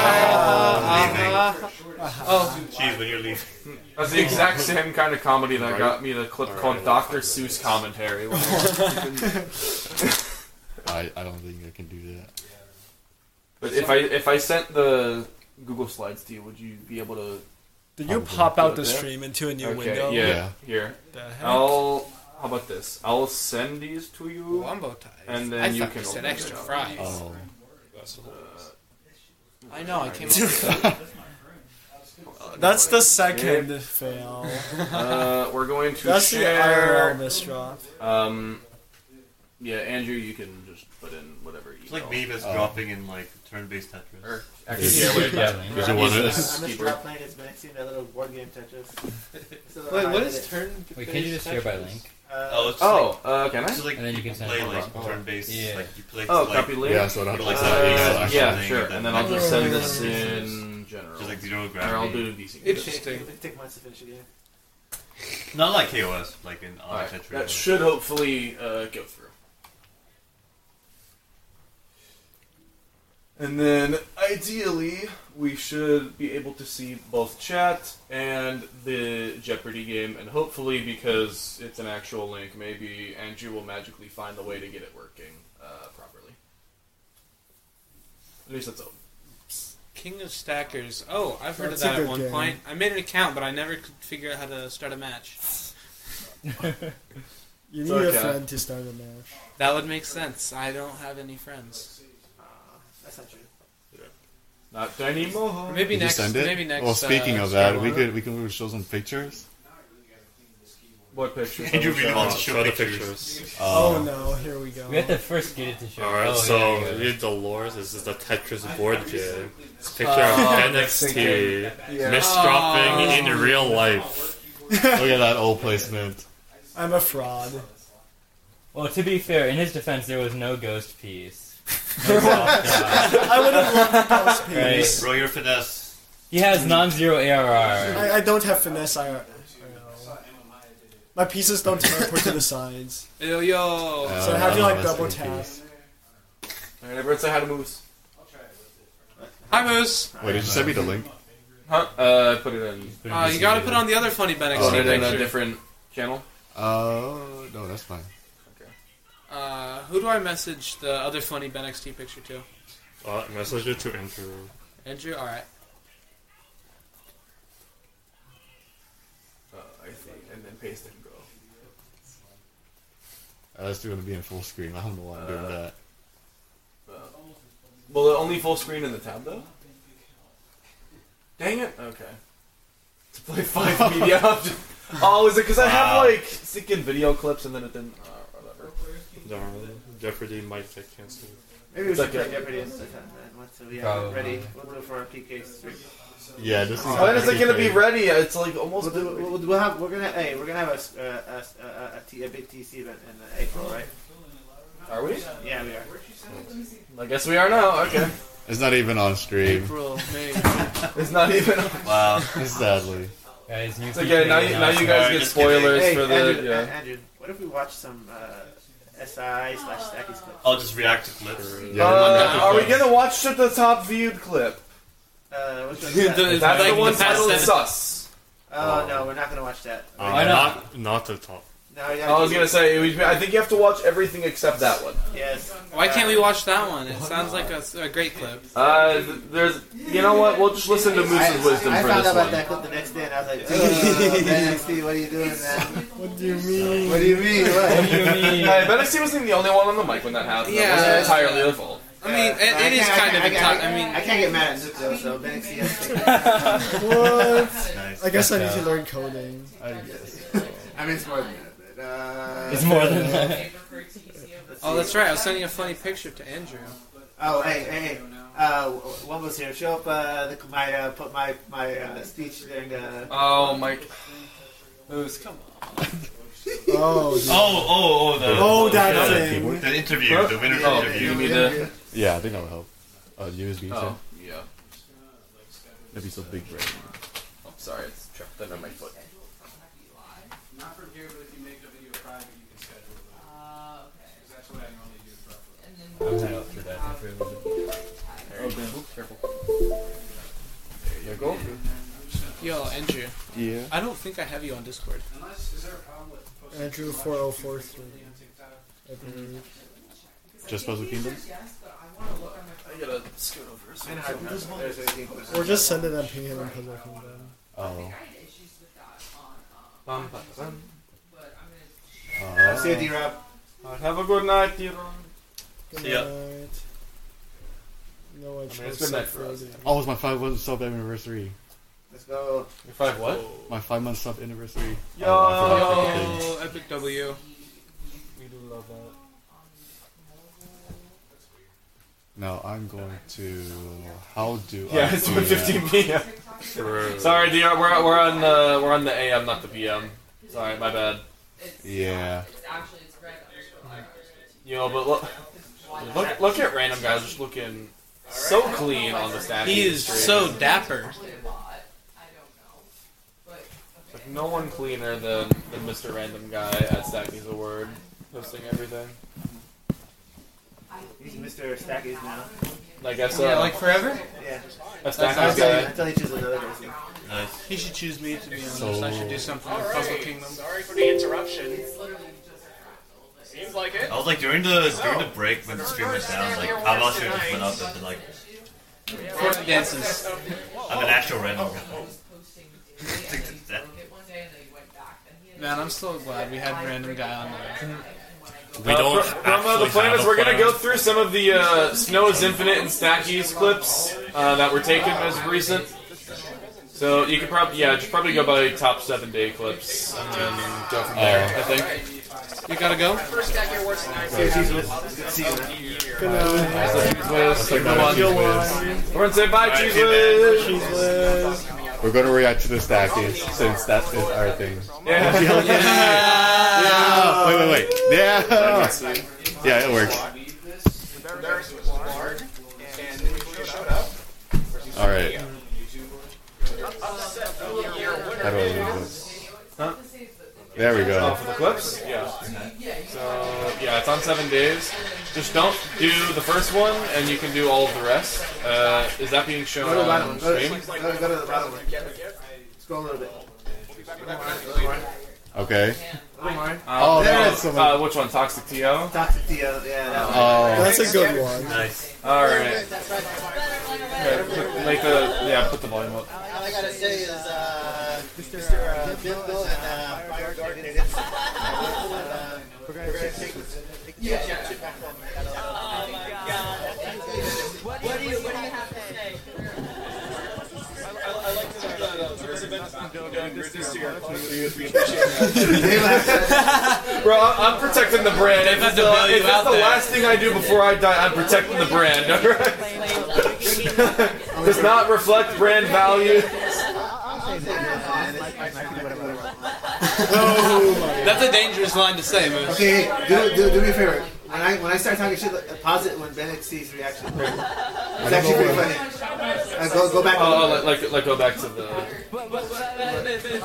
S8: Uh-huh.
S1: Oh, jeez, when you're leaving.
S5: That's the exact same kind of comedy that
S1: Right.
S5: got me the clip
S1: All
S5: called
S1: right.
S5: Dr. Seuss commentary. when I was-
S3: I, I don't think I can do that.
S5: but if I if I sent the Google Slides to you, would you be able to?
S7: Did you pop out
S5: do
S7: the
S5: that?
S7: stream into a new
S5: Okay,
S7: window?
S5: Yeah,
S7: Yeah.
S5: here.
S7: The heck?
S5: I'll. How about this? I'll send these to you.
S2: Wombo ties.
S5: And then
S2: I
S5: you
S2: thought
S5: can
S2: you said
S5: open it
S2: extra
S5: up.
S2: fries.
S3: Oh.
S2: I know I came up with
S7: That's the
S5: Okay.
S7: second
S5: Oh.
S7: fail.
S5: Uh, we're going to
S7: That's
S5: share.
S7: the IRL misdrop.
S5: Um, yeah, Andrew, you can just put in whatever. Email.
S1: It's like Mavis dropping in like turn-based Tetris.
S5: Or
S1: Is-
S5: actually, yeah, wait,
S1: yeah,
S5: that's-
S1: is it one of
S5: that's
S12: I
S1: those?
S12: missed
S5: keeper.
S12: last night. It's been actually a little board game Tetris. So
S2: Wait,
S12: I
S2: what
S12: did
S2: is
S12: it.
S2: turn?
S8: Wait, can you just share by link?
S12: Uh,
S1: Oh, it's just
S5: Oh,
S1: like,
S5: uh, can I?
S1: it's just like
S8: And then you can send
S1: play
S8: it
S1: like
S8: back.
S1: turn-based,
S8: Yeah.
S1: like you play.
S5: Oh,
S1: like,
S5: copy later.
S3: Yeah, so I don't
S1: you
S3: have
S1: like
S3: to-
S1: that
S3: Uh,
S1: action
S5: yeah,
S1: thing,
S5: sure. And then I'll just send this in general.
S1: Just like zero
S5: Or I'll
S1: gravity.
S5: do these.
S2: Interesting.
S12: It took months to finish the game.
S1: Not like KOS, like in uh,
S5: Alright,
S1: Tetris.
S5: that should hopefully uh, go through. And then, ideally, we should be able to see both chat and the Jeopardy game, and hopefully, because it's an actual link, maybe Andrew will magically find a way to get it working uh, properly. At least that's hope.
S2: King of Stackers. Oh, I've heard
S7: That's a
S2: of that
S7: good
S2: at one
S7: game.
S2: point. I made an account, but I never could figure out how to start a match.
S7: You
S5: It's
S7: need
S5: okay.
S7: a friend to start a match.
S2: That would make sense. I don't have any friends.
S12: That's not true.
S5: Not Danny Moho.
S2: Maybe
S3: Did you
S2: next.
S3: send it?
S2: Maybe next.
S3: Well, speaking
S2: uh,
S3: of that,
S2: stream.
S3: we could we can show some pictures.
S5: What pictures?
S1: Andrew really wants to
S5: Uh,
S1: show the pictures. Uh,
S7: Oh, no, here we go.
S8: We have to first get it to show.
S1: All right,
S8: oh,
S1: so
S8: yeah, yeah.
S1: we did Dolores. This is the Tetris board game. It's a picture
S5: Oh,
S1: of NXT
S7: Yeah.
S1: misdropping
S7: Oh.
S1: in real life.
S3: Look at that old placement.
S7: I'm a fraud.
S8: Well, to be fair, in his defense, there was no ghost piece. No soft guy.
S7: I would have loved Ghost
S8: Right.
S7: Piece.
S1: Roll your finesse.
S8: He has non-zero ARR.
S7: I, I don't have finesse. I, I know. My pieces don't teleport to the sides.
S2: Yo yo.
S8: Uh,
S7: So I have to like double tap.
S5: Alright, everyone say how to move.
S2: Hi Moose.
S3: Wait, did you send me the link?
S5: Huh? Uh, put it in.
S2: Uh, you gotta put on the other funny Ben XT
S5: Put it Oh, in a
S2: picture.
S5: different channel.
S3: Uh, no, that's fine.
S2: Uh, who do I message the other funny Ben XT picture to?
S8: Uh, message it to Andrew.
S2: Andrew. All right.
S5: Uh, I think, and then paste and go.
S3: Uh, that's going to be in full screen. I don't know why I'm doing that.
S5: Will it only full screen in the tab though? Dang it! Okay. To play five media. options. oh, is it because I have
S8: Wow.
S5: like second video clips and then it didn't. Uh, whatever.
S8: Darn, Jeopardy might get canceled.
S12: Maybe we
S5: It's
S12: should
S5: okay.
S12: play Jeopardy instead of that. Once we have
S8: Probably.
S12: it ready, we'll do it for our PK stream.
S3: Yeah, this is
S5: Oh, when is it gonna be
S3: PK.
S5: ready? It's like almost.
S12: We'll, do, we'll, we'll have we're gonna hey we're gonna have a s- uh, a, a, a, T- a big TC event in uh, April, right?
S5: Are we?
S12: Yeah, we are.
S5: I guess we are now. Okay.
S3: It's not even on stream.
S2: April, May.
S5: it's not even.
S3: Wow. Sadly.
S33: Guys, new
S5: It's okay. Now you, now you guys get spoilers
S12: hey,
S5: for the.
S12: Andrew,
S5: yeah.
S12: uh, Andrew, what if we watch some uh, SI slash Stacky's clips?
S8: I'll just react to clips.
S5: Uh, are we gonna watch the top viewed clip?
S12: Uh, which one's
S5: That's
S12: that?
S5: the one titled Sus.
S12: Oh, no, we're not gonna watch that.
S8: Uh,
S5: Why not?
S8: Not, not the top.
S12: No, yeah,
S5: I was gonna say, it would- I think you have to watch everything except that one.
S12: Yes.
S2: Why can't we watch that one? It sounds like a, a great clip.
S5: Uh, th- there's, you know what? We'll just listen to Moose's wisdom
S12: I
S5: for
S12: found
S5: this
S12: out about
S5: one.
S12: that clip the next day, and I was like, oh, man, XT, what are you doing, man?
S7: What do you mean?
S12: What do you mean? What?
S5: Hey, but I see wasn't the only one on the mic when that happened.
S12: Yeah.
S5: that was entirely their fault.
S2: I mean,
S12: No, I
S2: it, it is
S12: can't-
S2: kind of.
S12: I can't-
S2: intox- I mean,
S12: I can't get mad at Zook though, so Ben XT has to
S7: What?
S12: Nice.
S7: I guess I
S12: That's
S7: need to
S12: out.
S7: learn coding.
S12: I guess. I mean, it's more than that. But, uh,
S2: It's more than
S12: uh,
S2: that.
S12: let's
S2: oh,
S12: see.
S2: that's right. I was sending a funny picture to Andrew.
S12: Oh, hey, hey, hey. Uh, Wumbo's here. Show up. Uh, the, my uh, put my my uh, speech during. Uh,
S5: Oh, Mike. Moose, come on.
S7: Oh,
S5: Oh, oh, oh, the-
S7: oh, that
S5: the-
S7: thing.
S5: the interview, the winner's
S7: Yeah,
S5: interview.
S7: yeah,
S5: You mean
S7: yeah,
S5: the-
S7: yeah.
S3: Yeah, I think that would help. Uh, USB.
S5: Oh,
S3: Oh.
S5: yeah.
S3: That'd be so big, right?
S5: I'm sorry, it's trapped under my foot.
S34: Not for here, but if you make a video private, you can schedule it. Uh, okay. That's what I normally do for
S33: I'm hung up for that.
S5: There you go.
S2: Yo, Andrew.
S3: Yeah.
S2: I don't think I have you on Discord.
S34: Unless, is there a problem with Andrew 4043. I believe.
S3: Just Puzzle Kingdom?
S5: I gotta scoot over. So
S7: Or just send it MP him and Puzzle Kingdom.
S3: Oh.
S5: Bum, bum, bum.
S12: Uh, see you, D-Rob.
S5: Uh, Have a good night, D-Rob.
S7: Good
S5: See ya.
S7: night. No, I
S5: it's
S7: chose
S5: good night for us.
S7: Friday.
S3: Oh, it's my five month sub anniversary.
S12: Let's go.
S5: Your five what?
S3: My five month sub anniversary.
S5: Yo.
S3: Oh, I forgot the thing.
S2: Oh, Epic W.
S5: We do love that.
S3: No, I'm going to. How do I?
S5: Yeah, it's
S3: do
S5: 1:15 p.m.
S3: True.
S5: Sorry, Dr. We're, we're on uh, we're on the AM, not the PM. Sorry, my bad.
S3: that? Yeah.
S35: Actually, it's red underscore.
S5: You know, but look look, look at random guys just looking so clean on the staff.
S2: He is so dapper.
S5: Like, no one cleaner than, than Mr. Random Guy at Stacky's Award, posting everything.
S12: He's Mr. Stacky's now.
S5: I guess. Uh,
S2: Yeah, like forever?
S12: Yeah.
S5: A Stacky's
S12: Until-
S5: guy.
S12: Until he chooses another person.
S5: Nice.
S2: He should choose me to be honest.
S5: So-
S2: I should do something with Puzzle Kingdom.
S34: Sorry for the interruption. Seems like it.
S8: I was like during the during the
S5: Oh.
S8: break when the stream was down, like I lost your just went up and been like
S2: Fortnite dances.
S8: I'm an actual random
S5: Oh.
S8: guy.
S2: Man, I'm so glad we had random guy on there.
S8: We don't
S5: Uh, Br- Brahma, the
S8: actually
S5: plan
S8: have
S5: is
S8: a
S5: we're going to
S8: plan.
S5: go through some of the uh, Snow is Infinite and Stacky's clips uh, that were taken as recent. So you could probably, yeah, just probably go by top seven day clips and then go from there,
S8: Oh.
S5: I think.
S2: You gotta go?
S5: First
S2: stack your worst
S5: night.
S7: Good night.
S5: We're going to say bye, Cheese Whiz.
S3: We're going to react to the stacking since that is our thing.
S5: Yeah.
S3: Yeah. Yeah. Wait, wait, wait. Yeah. Yeah, it works. All right. How do I move this?
S5: Huh?
S3: There we go.
S5: Off of the clips? Yeah. So, yeah, it's on seven days. Just don't do the first one, and you can do all of the rest. Uh, is that being shown
S12: Go to the bottom
S5: on
S12: one. Go to,
S5: stream?
S12: go to, go to the bottom one. Scroll a little bit.
S3: Okay.
S5: Oh,
S3: there
S5: no.
S3: is some-
S5: uh, which one? Toxic TO?
S12: Toxic TO, yeah.
S3: Oh.
S7: That's a good one.
S5: Nice. All right. Okay, put- make the yeah, put the volume up.
S12: All I gotta say is, uh, Mr. Uh, Bimbo and uh, Fire Garden, it is. Uh, we're gonna take yeah, yeah. shit back home. Oh my god. What do you, what do you have to say?
S5: Bro, I'm, I'm protecting the brand. If it's the, if it's the last thing I do before I die, I'm protecting the brand. all right? Does not reflect brand value.
S2: That's a dangerous line to say, man.
S12: Okay, hey, do, do, do me a favor. When I when I start talking shit, like, pause it when Bennett sees reaction. It's actually pretty funny. Uh, go go back.
S5: Oh, oh, like, like like go back to the.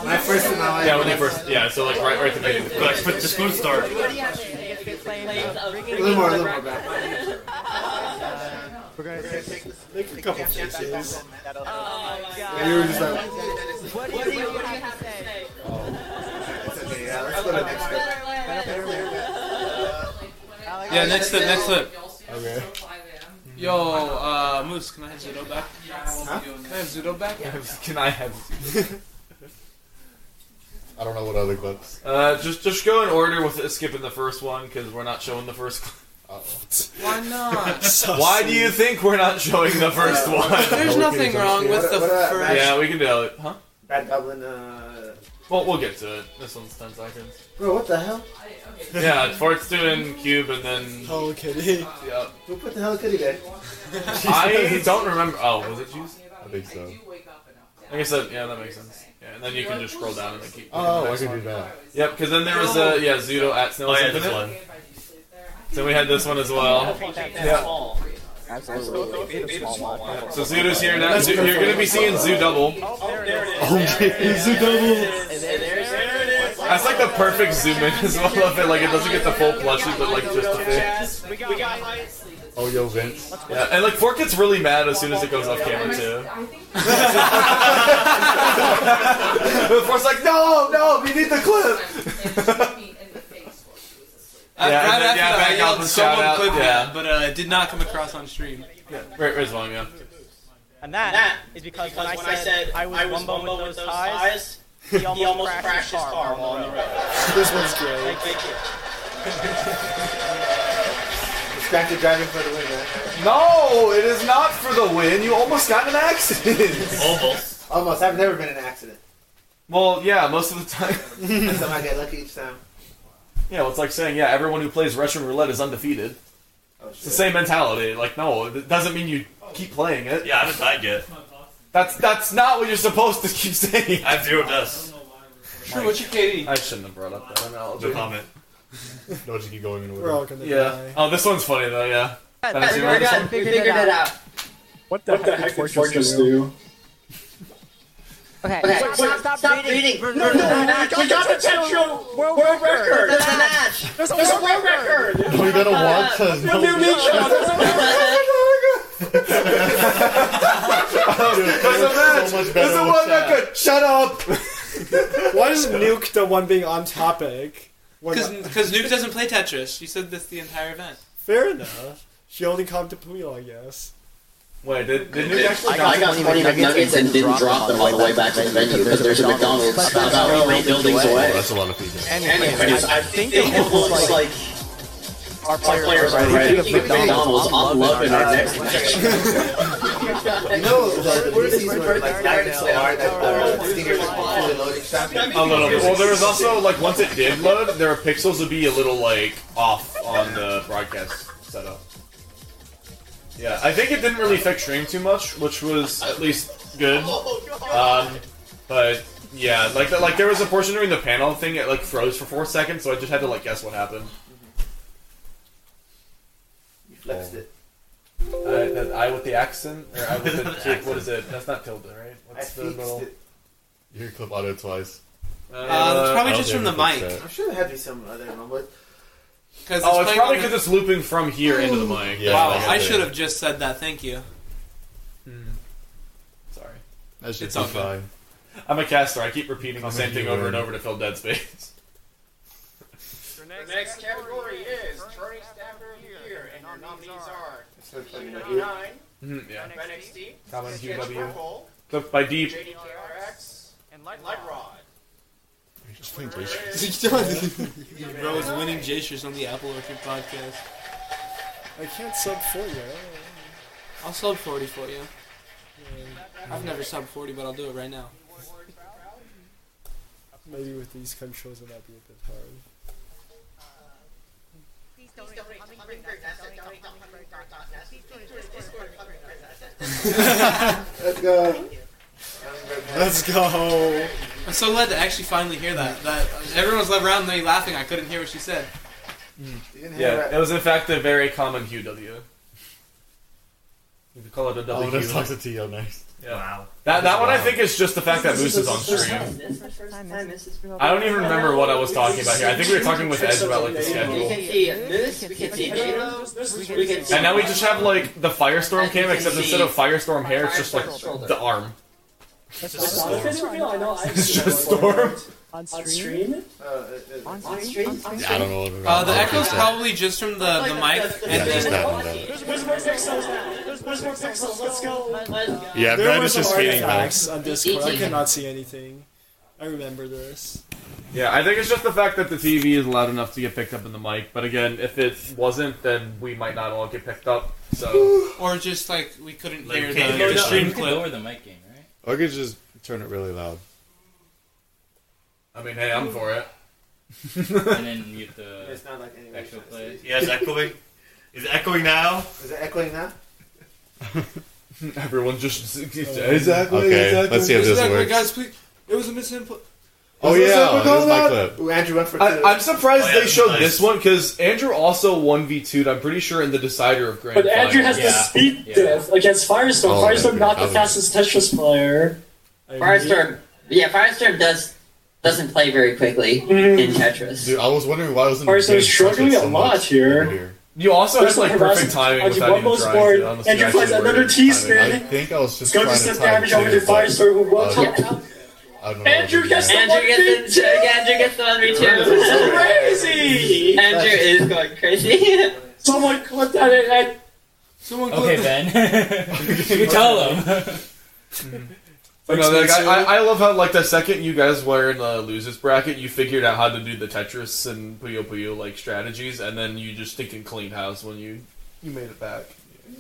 S12: My first in my life.
S5: Yeah, when you first. Yeah, so like right right at the beginning. Go back, but just go to start.
S12: A little more, a little more back. We're gonna
S7: Make a couple faces.
S12: Yeah, you were just like. It's okay, yeah, let's go to the next clip.
S2: Yeah, next clip, next clip.
S12: Okay.
S2: Yo, uh, Moose, can I have Zudo back?
S12: Huh?
S2: Can I have Zudo back?
S5: Can I have?
S3: I don't know what other clips.
S5: Uh, just just go in order with skipping the first one because we're not showing the first.
S2: Why not? So
S5: Why do you think we're not showing the first one?
S2: There's nothing wrong with the first.
S5: Yeah, we can do it, huh?
S12: Bad Goblin, uh.
S5: Well, we'll get to it. This one's ten seconds.
S12: Bro, what the hell?
S5: Yeah, Fort's doing cube and then
S7: Hello
S12: Oh,
S7: Kitty.
S5: yeah.
S12: Who put the Hello Kitty there?
S5: I don't remember. Oh, was it juice?
S3: I think so.
S5: Like I said, yeah, that makes sense. Yeah, and then you can just scroll down and then keep.
S3: Oh,
S5: the
S3: I
S5: next
S3: can
S5: one.
S3: do that.
S5: Yep, because then there was uh, yeah Zudo at Snow.
S36: Oh, yeah, this one.
S5: So we had this one as well. Yeah.
S36: Absolutely.
S5: So Zudo's here now. Zu- you're gonna be seeing Zoo double.
S36: Oh,
S3: Oh,
S7: Okay, Zoo double.
S5: That's like the perfect zoom in as well of it. Like it doesn't get the full plushie, but like just the face.
S3: Oh, yo, Vince.
S5: Yeah, and like Fork gets really mad as soon as it goes off camera too. But Fork's like, no, no, we need the clip.
S2: Uh,
S5: Yeah,
S2: right
S5: and then-
S2: after
S5: yeah,
S2: that,
S5: back
S2: I
S5: out
S2: yelled
S5: the
S2: someone
S5: shout-out,
S2: clip
S5: yeah.
S2: that, but uh, it did not come across on stream.
S5: Where, where's long yeah?
S37: And that, is because, when, I, said, I was Wumbo with those ties, he almost, crashed, his car, while on the road.
S7: This one's great.
S12: Distracted driving for the win, man.
S5: No, it is not for the win. You almost got in an accident. Almost.
S12: Almost. I've never been in an accident.
S5: Well, yeah, most of the time.
S12: I somehow get lucky each time.
S5: Yeah, well, it's like saying, yeah, everyone who plays Russian roulette is undefeated. it's the same mentality. Like, no, it doesn't mean you keep playing it.
S36: Yeah, I haven't died yet.
S5: That's that's not what you're supposed to keep saying.
S36: I have zero deaths.
S5: True, what's your KD? I shouldn't have brought up that analogy.
S36: No comment.
S3: No, just keep going in order.
S7: We're all gonna
S5: Yeah.
S7: die.
S5: Oh, this one's funny though. Yeah. Fantasy
S7: we
S5: Works.
S7: got- we figured it out.
S10: What
S7: the What the heck heck did did Fortress Fortress do?
S10: do?
S38: Okay.
S10: Okay,
S38: Stop,
S10: wait,
S38: stop,
S10: stop reading.
S38: reading.
S10: No, no, no, we got the potential
S38: world,
S10: world record.
S38: There's
S10: There's
S38: a
S10: a
S38: match.
S10: There's a world record.
S3: We gotta watch us.
S10: New meat shop. There's a world
S5: There's a match.
S7: better
S5: There's a
S7: with
S5: one
S7: that.
S5: record. Shut up.
S7: Why does Nuke the one being on topic? when-
S2: Because Nuke doesn't play Tetris. She said this the entire event.
S7: Fair enough. She only comped to Puyo, I guess.
S5: Wait, did did
S7: I
S5: Nuke actually?
S7: got- I got 20
S10: McNuggets and didn't drop them on the way back to the venue because there's a McDonald's about three buildings away.
S3: That's a lot of people.
S10: Anyways, I think it looks like our players are
S3: Right.
S10: ready to McDonald's. I'm loving our next match.
S12: You know, the, the DCs were like dying so hard that the stingers were fully loaded. Stop it.
S5: A little bit. Well, there was also like once it did load, their pixels would be a little like off on the broadcast setup. Yeah, I think it didn't really affect stream too much, which was at least good. Um, but yeah, like the, like there was a portion during the panel thing it like froze for four seconds, so I just had to like guess what happened.
S12: Flexed it.
S5: I, that, I with Uh, the accent, or I with the what is it? That's not tilde, right? What's the little?
S3: Your clip auto twice.
S2: Uh, that's probably
S3: I
S2: just
S3: don't
S2: from the
S3: think
S2: mic.
S3: it's
S12: I'm sure there had to be some other mumble.
S5: Oh, it's probably because it's looping from here into the mic.
S2: wow, I should have just said that. Thank you. Hmm.
S5: Sorry.
S3: That should
S5: It's
S3: be
S5: all good.
S3: fine.
S5: I'm a caster. I keep repeating the
S3: Coming
S5: same thing
S3: to
S5: over and
S3: learn.
S5: over to fill dead space.
S39: The next,
S12: category is Charlie Stafford of the Year, and our nominees are
S5: So it's like
S12: U99,
S5: Mhm, yeah.
S12: NXT,
S5: Common
S12: Sketch
S5: UW.
S12: Purple,
S5: Clip by Deep.
S12: JDKRX, and Lightrod.
S3: Just playing Jason.
S2: Bro is winning gestures on the Apple Orchard podcast.
S40: I can't sub for you.
S2: I'll sub 40 for you. I've never sub 40, but I'll do it right now.
S40: Maybe with these controls it might be a bit hard.
S12: Let's go.
S40: Let's go.
S2: I'm so glad to actually finally hear that. That everyone was around me laughing. I couldn't hear what she said.
S5: Yeah, it was in fact a very common QW. You could call it a W.
S3: Oh, this talks to TL next.
S5: Yeah. That, that one I think is just the fact that Moose is on stream. I don't even remember what I was talking about here. I think we were talking with Edge about like the schedule.
S12: see this. We can see Halo. We can
S5: And now we just have like the Firestorm cam, except instead of Firestorm hair, it's just like the arm. It's just Storm.
S12: On stream? On stream? On
S3: I don't know what we're
S2: Uh, the
S3: on.
S2: echo's probably just from the, the mic.
S3: Yeah, just that one. though.
S12: There's, there's more pixels. There's, there's more pixels. Let's go.
S3: Yeah,
S40: there
S3: that
S40: was
S3: is just
S40: some
S3: feeding
S40: artifacts
S3: back.
S40: on Discord. I cannot see anything. I remember this.
S5: Yeah, I think it's just the fact that the TV is loud enough to get picked up in the mic. But again, if it wasn't, then we might not all get picked up. So
S2: Or just like we couldn't
S10: Like,
S2: hear
S10: can't
S2: the,
S10: hear
S2: the
S10: the
S2: stream
S10: mic.
S2: clip.
S10: Lower the mic gain, right?
S3: Or I could just turn it really loud.
S5: I mean, hey, I'm for it.
S10: and then mute the
S12: It's not like any
S10: actual play.
S5: Yeah, it's echoing. Is it echoing now?
S12: Is it echoing now?
S5: Everyone just
S3: Exactly, Okay, exactly. let's see if this
S2: Exactly,
S3: works.
S2: guys, please. It was a misinput.
S3: Oh,
S5: Is this
S3: yeah,
S5: what we're
S3: this
S5: calling
S3: is my
S5: that?
S3: clip.
S12: Ooh, Andrew went for
S5: I,
S12: two.
S5: I'm surprised
S12: Oh, yeah,
S5: they showed
S12: nice.
S5: this one because Andrew also one v 2 I'm pretty sure in the decider of grand.
S7: But Andrew has
S5: Finals.
S7: the speed death against Firestorm.
S5: Oh,
S7: Firestorm
S5: okay.
S7: not the
S5: Okay.
S7: fastest Tetris player.
S38: Firestorm. Yeah, Firestorm does doesn't play very quickly
S5: Mm-hmm.
S38: in Tetris.
S3: Dude, I was wondering why wasn't
S7: Firestorm's
S3: Jason
S7: struggling
S3: touching
S7: a
S3: so
S7: lot
S3: much
S7: here.
S3: earlier.
S5: You also
S7: There's
S5: have like
S7: some
S5: perfect
S7: harassment
S5: timing
S7: on
S5: without even
S7: Jumbo's
S5: trying.
S7: board.
S5: to- honestly,
S7: Andrew
S5: actually
S7: finds another
S5: worried.
S7: T
S3: I
S7: spin.
S3: think I was just
S7: Go
S3: trying
S7: to
S3: to
S7: step
S3: time
S7: average over to
S3: too, but
S7: Firestorm who won't
S3: Uh,
S7: top
S3: I don't know.
S7: Andrew gets the
S38: Andrew
S7: one
S38: gets the Andrew gets the one v
S7: That's
S38: two.
S7: crazy!
S38: Andrew is going crazy.
S7: Someone clip that in and
S2: Someone
S38: Okay,
S5: Ben.
S38: You tell
S5: him. But no, like, I, I- I love how like the second you guys were in the losers bracket, you figured out how to do the Tetris and Puyo Puyo like strategies, and then you just think and clean house when you you made it back.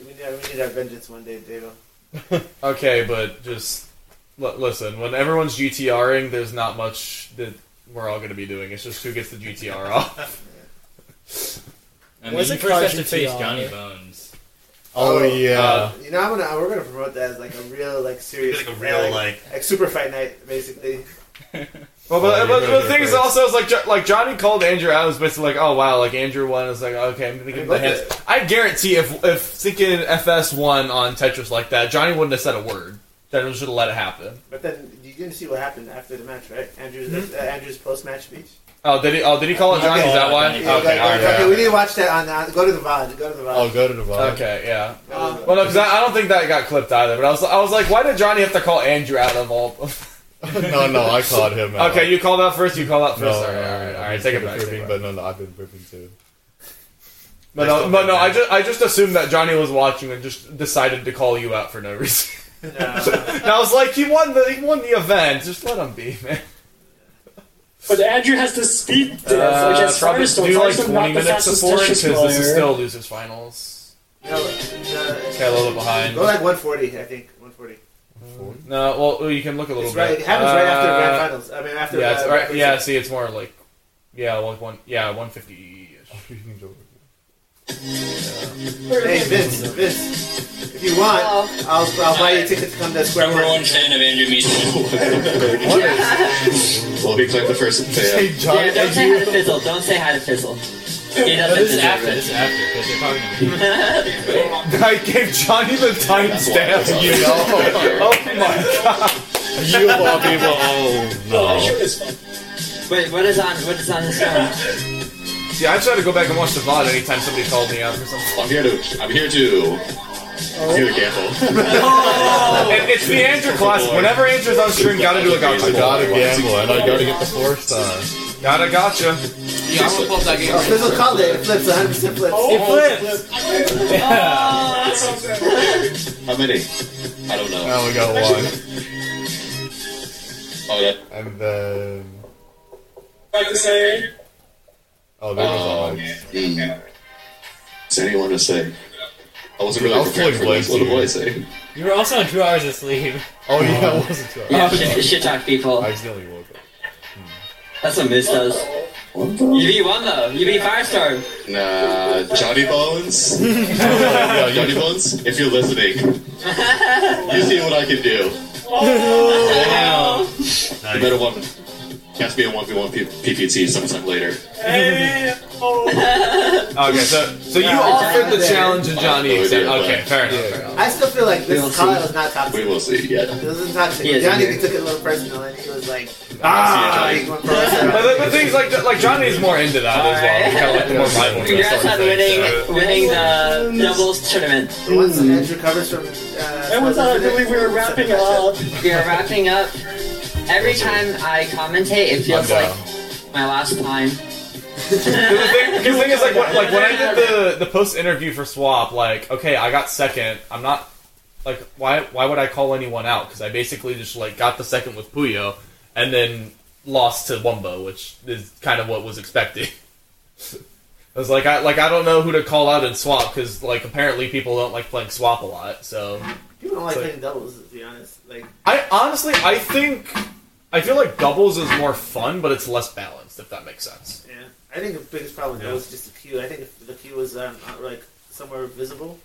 S12: We need, our- we need our vengeance one day, Dado.
S5: Okay, but just l- listen. When everyone's GTRing, there's not much that we're all going to be doing. It's just who gets the GTR off.
S10: I mean, you first have to face Johnny Bones.
S3: Oh, yeah.
S5: Uh,
S12: You know, I'm gonna, we're gonna promote that as like a real, like serious,
S5: Like a real,
S12: like, super fight night, basically.
S5: Well, but,
S3: you're
S5: but,
S3: gonna
S5: but
S3: go
S5: the thing is
S3: first.
S5: also is like Jo- like Johnny called Andrew out was basically like oh wow like Andrew won is like okay I'm gonna give him the
S12: look
S5: hands. I guarantee if if thinking FS won on Tetris like that Johnny wouldn't have said a word. Johnny should have let it happen.
S12: But then you didn't see what happened after the match, right? Andrew's
S5: Mm-hmm.
S12: uh, Andrew's post-match speech.
S5: Oh did he oh did he call it Johnny? Is that why?
S12: Yeah, like,
S5: Okay, all right.
S12: okay, we need to watch that on. Uh, go to the VOD. Go to the VOD.
S3: Oh, go to the VOD.
S5: Okay, yeah. well, no, because I, I don't think that got clipped either. But I was, I was like, why did Johnny have to call Andrew out of all?
S3: No, no, I called him out.
S5: Okay, you called out first. You called out first.
S3: No,
S5: all right,
S3: no,
S5: all right,
S3: no,
S5: all right.
S3: he's
S5: Take it
S3: been
S5: back. Take it
S3: Proofing,
S5: back.
S3: but no, no, I've been proofing too.
S5: But no, but no, I just I just assumed that Johnny was watching and just decided to call you out for no reason. and I was like, he won the he won the event. Just let him be, man.
S7: But Andrew has the speed death
S5: Uh,
S7: against
S5: probably
S7: Firestorm.
S5: do like
S7: Firestorm
S5: 20
S7: not the
S5: minutes
S7: fastest
S5: before it
S7: Tetris
S5: because
S7: player.
S5: this is still losers finals. Okay, a little bit behind.
S12: uh, Go like 140, I think. 140.
S5: No, well, oh, you can look a little
S12: It's
S5: bit.
S12: right- it happens right after the grand
S5: Uh,
S12: finals. I mean, after
S5: yeah,
S12: the-
S5: it's right, yeah. See, it's more like yeah, like one yeah, one fifty.
S12: Hey, Vince, Vince, if you want, I'll, I'll buy you a ticket to come to Square
S1: Number
S12: One.
S1: one fan of Andrew Meese. Will be like the first fan.
S38: yeah, don't say hi to Fizzle. Don't say hi to Fizzle. He doesn't
S1: This is
S38: deserve
S1: after-
S38: it.
S1: this is
S5: I gave Johnny the timestamp. You know. oh my god.
S3: You of all people, oh no.
S38: Wait, what is on? What is on his phone?
S5: See, I try to go back and watch the VOD anytime somebody called me out for Oh. something.
S1: I'm here to. I'm here to. You gamble.
S5: And it's the Andrew class. Whenever Andrew's on stream, gotta do a
S3: I
S5: gotcha.
S3: gotta gamble, and I gotta get the four star.
S5: Got a gotcha.
S41: Yeah, I'm gonna pull up that game.
S12: Oh, Fizzle called it. It flips. 100% flips.
S3: Oh,
S5: It flips.
S3: How many? I don't know.
S5: Oh, we got one.
S3: Oh, yeah.
S5: And then.
S42: Like to say,
S5: Oh, there was
S3: Mm. Does anyone to say? I wasn't really
S5: I was
S3: prepared for
S5: fully
S3: this. What did I
S5: blessed
S3: say?
S43: You were also on two hours of sleep.
S3: Oh, yeah,
S5: I wasn't sure.
S38: Yeah, shit, shit talk people. I
S5: accidentally woke up. Hmm.
S38: That's what Miz does. You beat one though. You beat Firestorm.
S3: Nah, Johnny Bones. Yo, Johnny Bones, if you're listening, you see what I can do.
S42: oh,
S3: The better one. Catch me in 1v1 P- PPT sometime later.
S42: hey,
S5: Okay, so so you
S12: Yeah,
S5: all
S12: Johnny
S5: fit the
S12: did.
S5: challenge and Johnny
S3: Oh,
S5: accepted.
S3: yeah,
S5: Okay,
S3: but-
S5: fair enough. Fair enough.
S12: I still feel like
S3: We'll
S12: this
S3: see.
S12: Kyle is not top
S3: We will see, yeah.
S12: This is not
S3: He is
S12: Johnny
S3: in here.
S12: took it a little personal and he was like,
S5: Ah,
S12: he went for us.
S5: But the, the thing's like like Johnny's more into that as well. Kind of like the more rivalry
S38: Congrats
S5: sort of
S38: on
S5: thing.
S38: winning,
S5: so-
S38: winning the doubles tournament.
S12: Once Andrew covers from. Uh,
S38: It was
S12: Sports
S38: on-
S12: Infinite,
S38: we were wrapping
S12: something like
S38: up. We are wrapping up. Every time I commentate, it feels
S5: I'm
S38: like
S5: down.
S38: my last time.
S5: Because the thing, 'cause the thing is, like, when, like when I did the the post interview for Swap, like, okay, I got second. I'm not like, why why would I call anyone out? Because I basically just like got the second with Puyo, and then lost to Wumbo, which is kind of what was expected. I was like, I like I don't know who to call out in Swap because like apparently people don't like playing Swap a lot, so.
S12: that. People don't like
S5: So-
S12: playing doubles, to be honest. Like,
S5: I honestly, I think, I feel like doubles is more fun, but it's less balanced. If that makes sense.
S12: yeah. I think the biggest problem with
S5: Yeah.
S12: doubles is just the queue. I think if the queue was um, uh, like somewhere visible,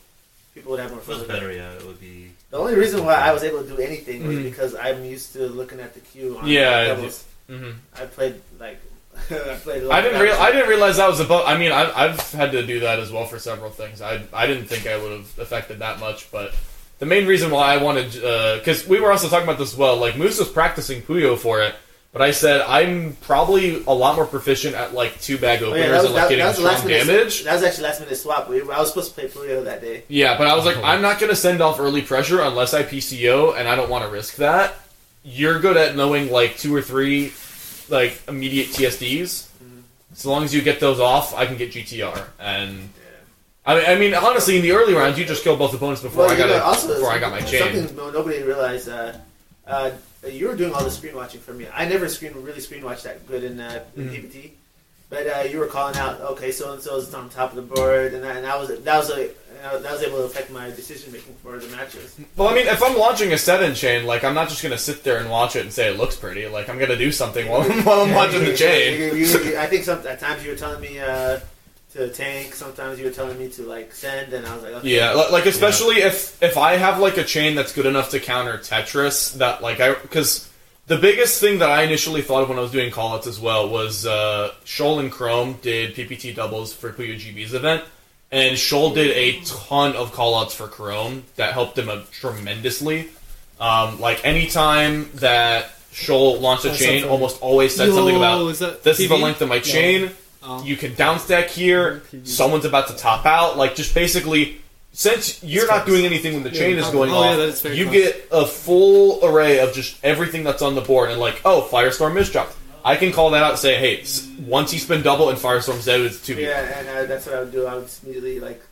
S12: people would have more
S8: If it
S12: fun.
S8: was
S12: with it.
S8: better, yeah, it would be.
S12: The only reason why I was able to do anything was
S5: Mhm.
S12: because I'm used to looking at the queue on
S5: Yeah,
S12: doubles.
S5: mhm.
S12: I played like I played. a lot
S5: I
S12: of
S5: didn't real,
S12: battles.
S5: I didn't realize that was a boat. I mean, I, I've had to do that as well for several things. I I didn't think I would have affected that much, but the main reason why I wanted because we were also talking about this as well. Like Moose was practicing Puyo for it, but I said I'm probably a lot more proficient at like two bag
S12: Oh,
S5: openers
S12: yeah, that was,
S5: and like
S12: that, that
S5: getting
S12: was the last
S5: strong
S12: minute.
S5: damage.
S12: That was actually last minute swap. We, I was supposed to play Puyo that day.
S5: Yeah, but I was like, I'm not going to send off early pressure unless I PCO, and I don't want to risk that. You're good at knowing like two or three, like immediate TSDs. As long as you get those off, I can get GTR. And I mean, I mean, honestly, in the early rounds, you just kill both opponents before
S12: Well,
S5: I
S12: you
S5: got
S12: know,
S5: a,
S12: also
S5: before I got my chain.
S12: Something no- nobody realized. Uh, uh, you were doing all the screen watching for me. I never screen really screen watched that good in uh, in
S5: Mhm.
S12: DBT. But uh, you were calling out, okay, so and so is on top of the board, and, I, and I was that was a, and I- that was able to affect my decision making for the matches.
S5: Well, I mean, if I'm launching a set in chain, like I'm not just going to sit there and watch it and say it looks pretty. Like I'm going to do something while, while I'm
S12: Yeah,
S5: watching the
S12: you-
S5: chain.
S12: you- you- you- I think some, at times you were telling me uh, to tank. Sometimes you were telling me to like send, and I was like, okay.
S5: Yeah, li- like especially if if I have like a chain that's good enough to counter Tetris, that like I because the biggest thing that I initially thought of when I was doing callouts as well was uh, Shoal and Chrome did PPT doubles for Puyo GB's event, and Shoal did a ton of callouts for Chrome that helped him uh, tremendously. Um, like anytime that Shoal launched a
S44: That's
S5: chain,
S44: something.
S5: almost always said
S44: Yo,
S5: something about
S44: is that
S5: this is the
S44: PB?
S5: length of my
S44: Yeah.
S5: chain.
S12: Uh-huh.
S5: You can downstack here. Someone's about to top out. Like just basically, since you're not doing anything when the
S44: Yeah,
S5: chain is going
S44: oh, yeah,
S5: off,
S44: that is very
S5: you
S44: close.
S5: get a full array of just everything that's on the board. And like, oh, Firestorm is dropped. I can call that out and say, hey, s- once he's been double and Firestorm's dead, it's two. people.
S12: Yeah, and uh, that's what I would do. I would just immediately like,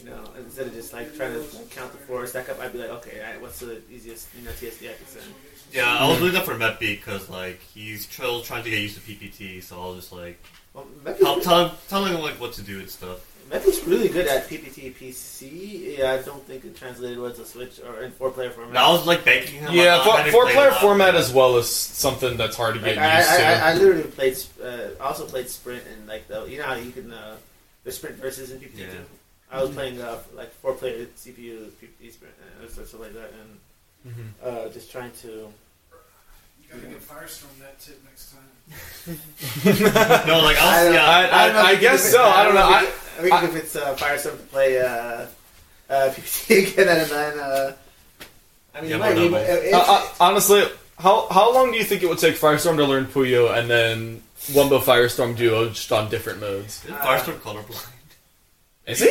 S12: you know, instead of just like trying to count the four stack up, I'd be like, okay, all right, what's the easiest you know TSD I can send?
S8: Yeah, I was doing that for Metbeat because like he's still trying to get used to PPT, so I'll just like
S12: Well, Metbeat's
S8: help
S12: really-
S8: tell, telling him like what to do and stuff.
S12: Methy's really good at PPT PC. Yeah, I don't think it translated well to Switch or in four player format.
S8: No, I was, like, banking him
S5: Yeah,
S8: on
S5: four,
S8: having
S5: four
S8: played
S5: player
S8: a lot.
S5: format as well is something that's hard to
S12: Like,
S5: get
S12: I,
S5: used to.
S12: I, I, I literally played. Uh, also played Sprint and like the you know how you can uh, the Sprint versus in PPT.
S8: Yeah.
S12: too? I was playing uh, like four player CPU PPT Sprint and stuff like that, and
S5: Mhm.
S12: uh, just trying to.
S2: You gotta get Firestorm that tip next time.
S8: no, like I'll,
S12: don't-
S8: yeah,
S12: don't know if
S5: I
S12: it's-
S5: guess so. I don't know.
S12: if it- I think if it's uh, Firestorm to play uh, uh, PPT again, and then uh, I mean,
S5: Yeah,
S12: you might
S5: we'll
S12: be-
S5: know.
S12: it-
S5: Uh, uh, honestly, how how long do you think it would take Firestorm to learn Puyo and then Wumbo Firestorm Duo just on different modes?
S8: Isn't Firestorm colorblind?
S5: Is he?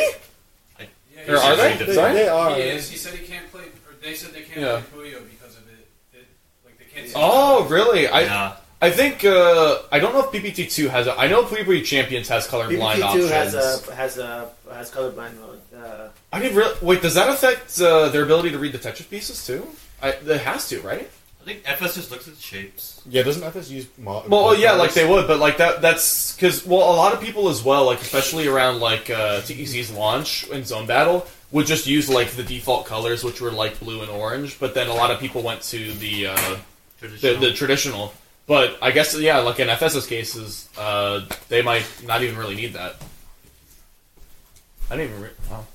S8: I-
S5: or are they?
S8: They-
S5: Sorry?
S2: He is. He said he can't play. Or they said they can't
S5: Yeah.
S2: play Puyo because of it. it like they can't.
S5: Oh, really? I
S8: Yeah.
S5: I think uh, I don't know if PPT two has. A, I know PPT Champions has colorblind
S12: BBQ two
S5: options.
S12: has a has a has colorblind mode. Uh,
S5: I didn't really wait. Does that affect uh, their ability to read the Tetris pieces too? I, it has to, right?
S8: I think FS just looks at shapes.
S3: Yeah, doesn't FS use mod?
S5: Well, oh, yeah, like they would, but like that. That's because well, a lot of people as well, like especially around like uh, TEC's launch and Zone Battle, would just use like the default colors, which were like blue and orange. But then a lot of people went to the uh,
S8: Traditional.
S5: The, the traditional. But I guess yeah, like in FS's cases, uh, they might not even really need that. I didn't even. Re- wow.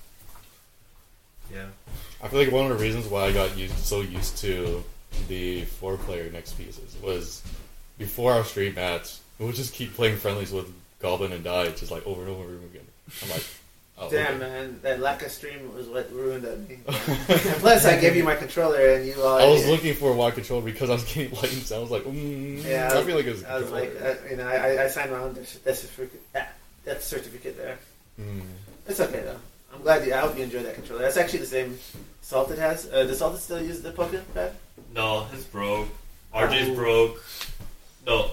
S8: Yeah.
S3: I feel like one of the reasons why I got used so used to the four player next pieces was before our street match, we would just keep playing friendlies with Goblin and Die just like over and over and over again. I'm like, oh,
S12: damn man, that lack of stream was what ruined that. Game. and plus, I gave you my controller, and you all.
S3: I was looking for a wide controller because I was getting light and sound. I was like, mm,
S12: Yeah,
S3: I feel like it was. a
S12: I was
S3: controller.
S12: like, uh, you know, I, I signed my own death certificate. ah, Death certificate there.
S3: Mm.
S12: It's okay though. I'm glad you. I hope you enjoy that controller. That's actually the same. Salted has. Uh, does Salted still use the Pokemon pad?
S8: No, his broke.
S12: Oh.
S8: RJ's broke. No.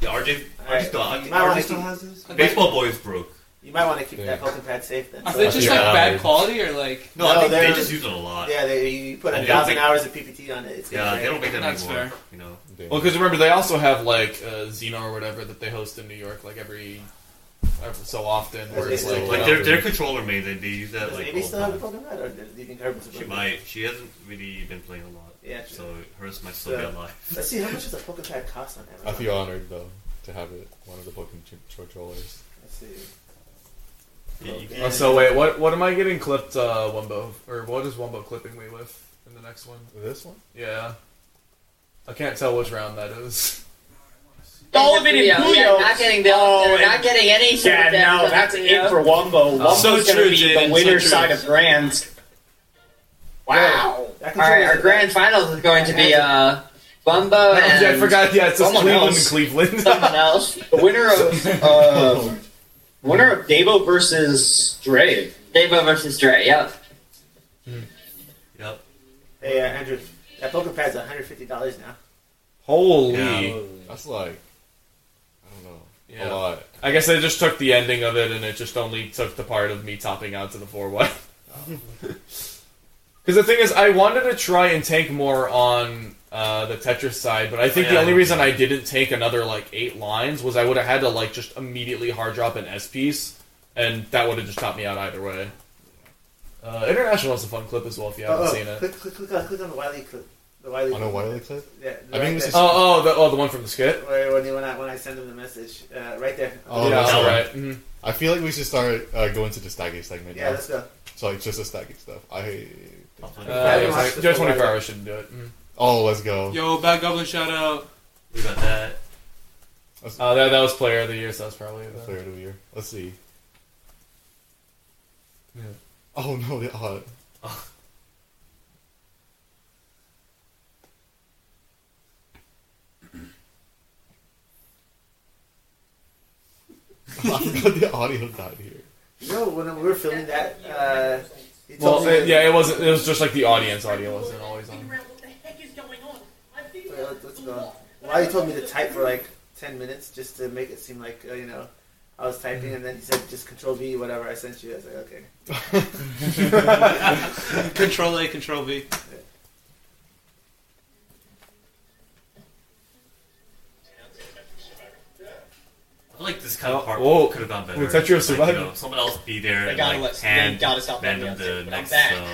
S8: Yeah, RJ. RJ still, I think
S12: Might wanna
S8: RJ still
S12: keep-
S8: has his. Baseball boy is broke.
S12: You might want to keep that Pokemon pad safe then.
S8: Is it just, like, Yeah. bad quality
S45: or like?
S8: No, I think they
S12: they're-
S8: just use it a lot.
S12: Yeah, they you put
S8: And
S12: a
S8: they don't
S12: thousand
S8: make-
S12: hours of PPT on it. It's gonna
S8: Yeah,
S12: break.
S8: they don't make that anymore. You know.
S5: Well, because remember they also have like uh, Xeno or whatever that they host in New York, like every, every so often. Where it's like,
S8: like their, their controller made it. They use that
S12: Does
S8: like.
S12: Amy
S8: all
S12: still
S8: the
S12: have the
S8: time.
S12: Pokemon pad, or do you think Herb?
S8: She might. She hasn't really been playing a lot.
S12: Yeah, true.
S8: So hers might still be alive.
S12: Let's see how much does a Pokemon pad cost on Amazon.
S3: I uh, feel honored though to have it one of the Pokemon ch- controllers.
S12: Let's see.
S5: Oh, so wait, what what am I getting clipped, uh, Wumbo? Or what is Wumbo clipping me with in the next one?
S3: This one?
S5: Yeah. I can't tell which round that is.
S38: Dolvin and Puyo. Yeah, not getting the, oh, not getting any. sort of
S5: Yeah, no,
S38: benefit,
S5: that's
S38: you
S5: it
S38: know?
S5: for Wumbo.
S38: Uh,
S5: Oh, So
S38: Wumbo's gonna
S5: true,
S38: be
S5: Jaden,
S38: the
S5: so
S38: winner
S5: true.
S38: side of Grand. Wow.
S12: That
S38: All right, our grand finals is going to be uh, Bumbo and
S5: yeah, I forgot. Yeah, it's just
S38: someone
S5: Cleveland
S38: else.
S5: and Cleveland.
S38: someone else. The winner of uh, winner of Davo versus Dre. Davo versus Dre. Yep.
S8: Yep.
S12: Hey, uh, Andrew, that Pokemon pad's one hundred fifty dollars now.
S5: Holy.
S3: That's like, I don't know,
S5: Yeah.
S3: a lot.
S5: I guess they just took the ending of it, and it just only took the part of me topping out to the four one. Because the thing is, I wanted to try and tank more on uh, the Tetris side, but I think the
S8: Yeah.
S5: only reason I didn't tank another like eight lines was I would have had to like just immediately hard drop an S piece, and that would have just topped me out either way. Uh, International is a fun clip as well if you haven't
S12: oh,
S5: seen it.
S12: Click, click, click, on, click on the Wiley clip. The Wiley
S3: On a Wily clip?
S12: Yeah.
S3: I think this is-
S5: Oh, oh, the, oh, the one from the skit.
S12: Where, when, you- when, I, when I send him the message, uh, right there.
S3: Oh,
S5: Yeah,
S3: that's
S5: all
S3: one.
S5: right, mhm.
S3: I feel like we should start uh, going to the staggy segment.
S12: Yeah,
S3: now.
S12: let's go.
S3: So like just the staggy stuff. I.
S5: Uh, yeah, like, Joe 24 hours shouldn't do it. Mhm.
S3: Oh, let's go.
S45: Yo, Bad Goblin, shout out.
S8: We got that.
S5: Uh, that, that was player of the year, so that's probably the
S3: Player of the year. Let's see. Oh no! the- Uh, I forgot the audio died here.
S12: No, when we were filming that, uh, he told
S5: Well,
S12: me.
S5: it, yeah, it wasn't. It was just like the audience audio wasn't always on.
S12: Wait, let- let's go. Wiley told me to type for like ten minutes just to make it seem like uh, you know I was typing, and then he said just Control V, whatever I sent you. I was like, okay.
S45: Control A, Control V.
S8: I feel like this kind of part
S5: Oh,
S8: could have gone better.
S5: we touch your
S8: Like,
S5: survival.
S8: you know, someone else be there
S5: They
S8: and
S5: gotta
S8: like
S5: let- they
S8: hand
S5: gotta stop
S8: random
S5: the
S8: the
S5: I'm
S8: next
S5: back.
S8: uh,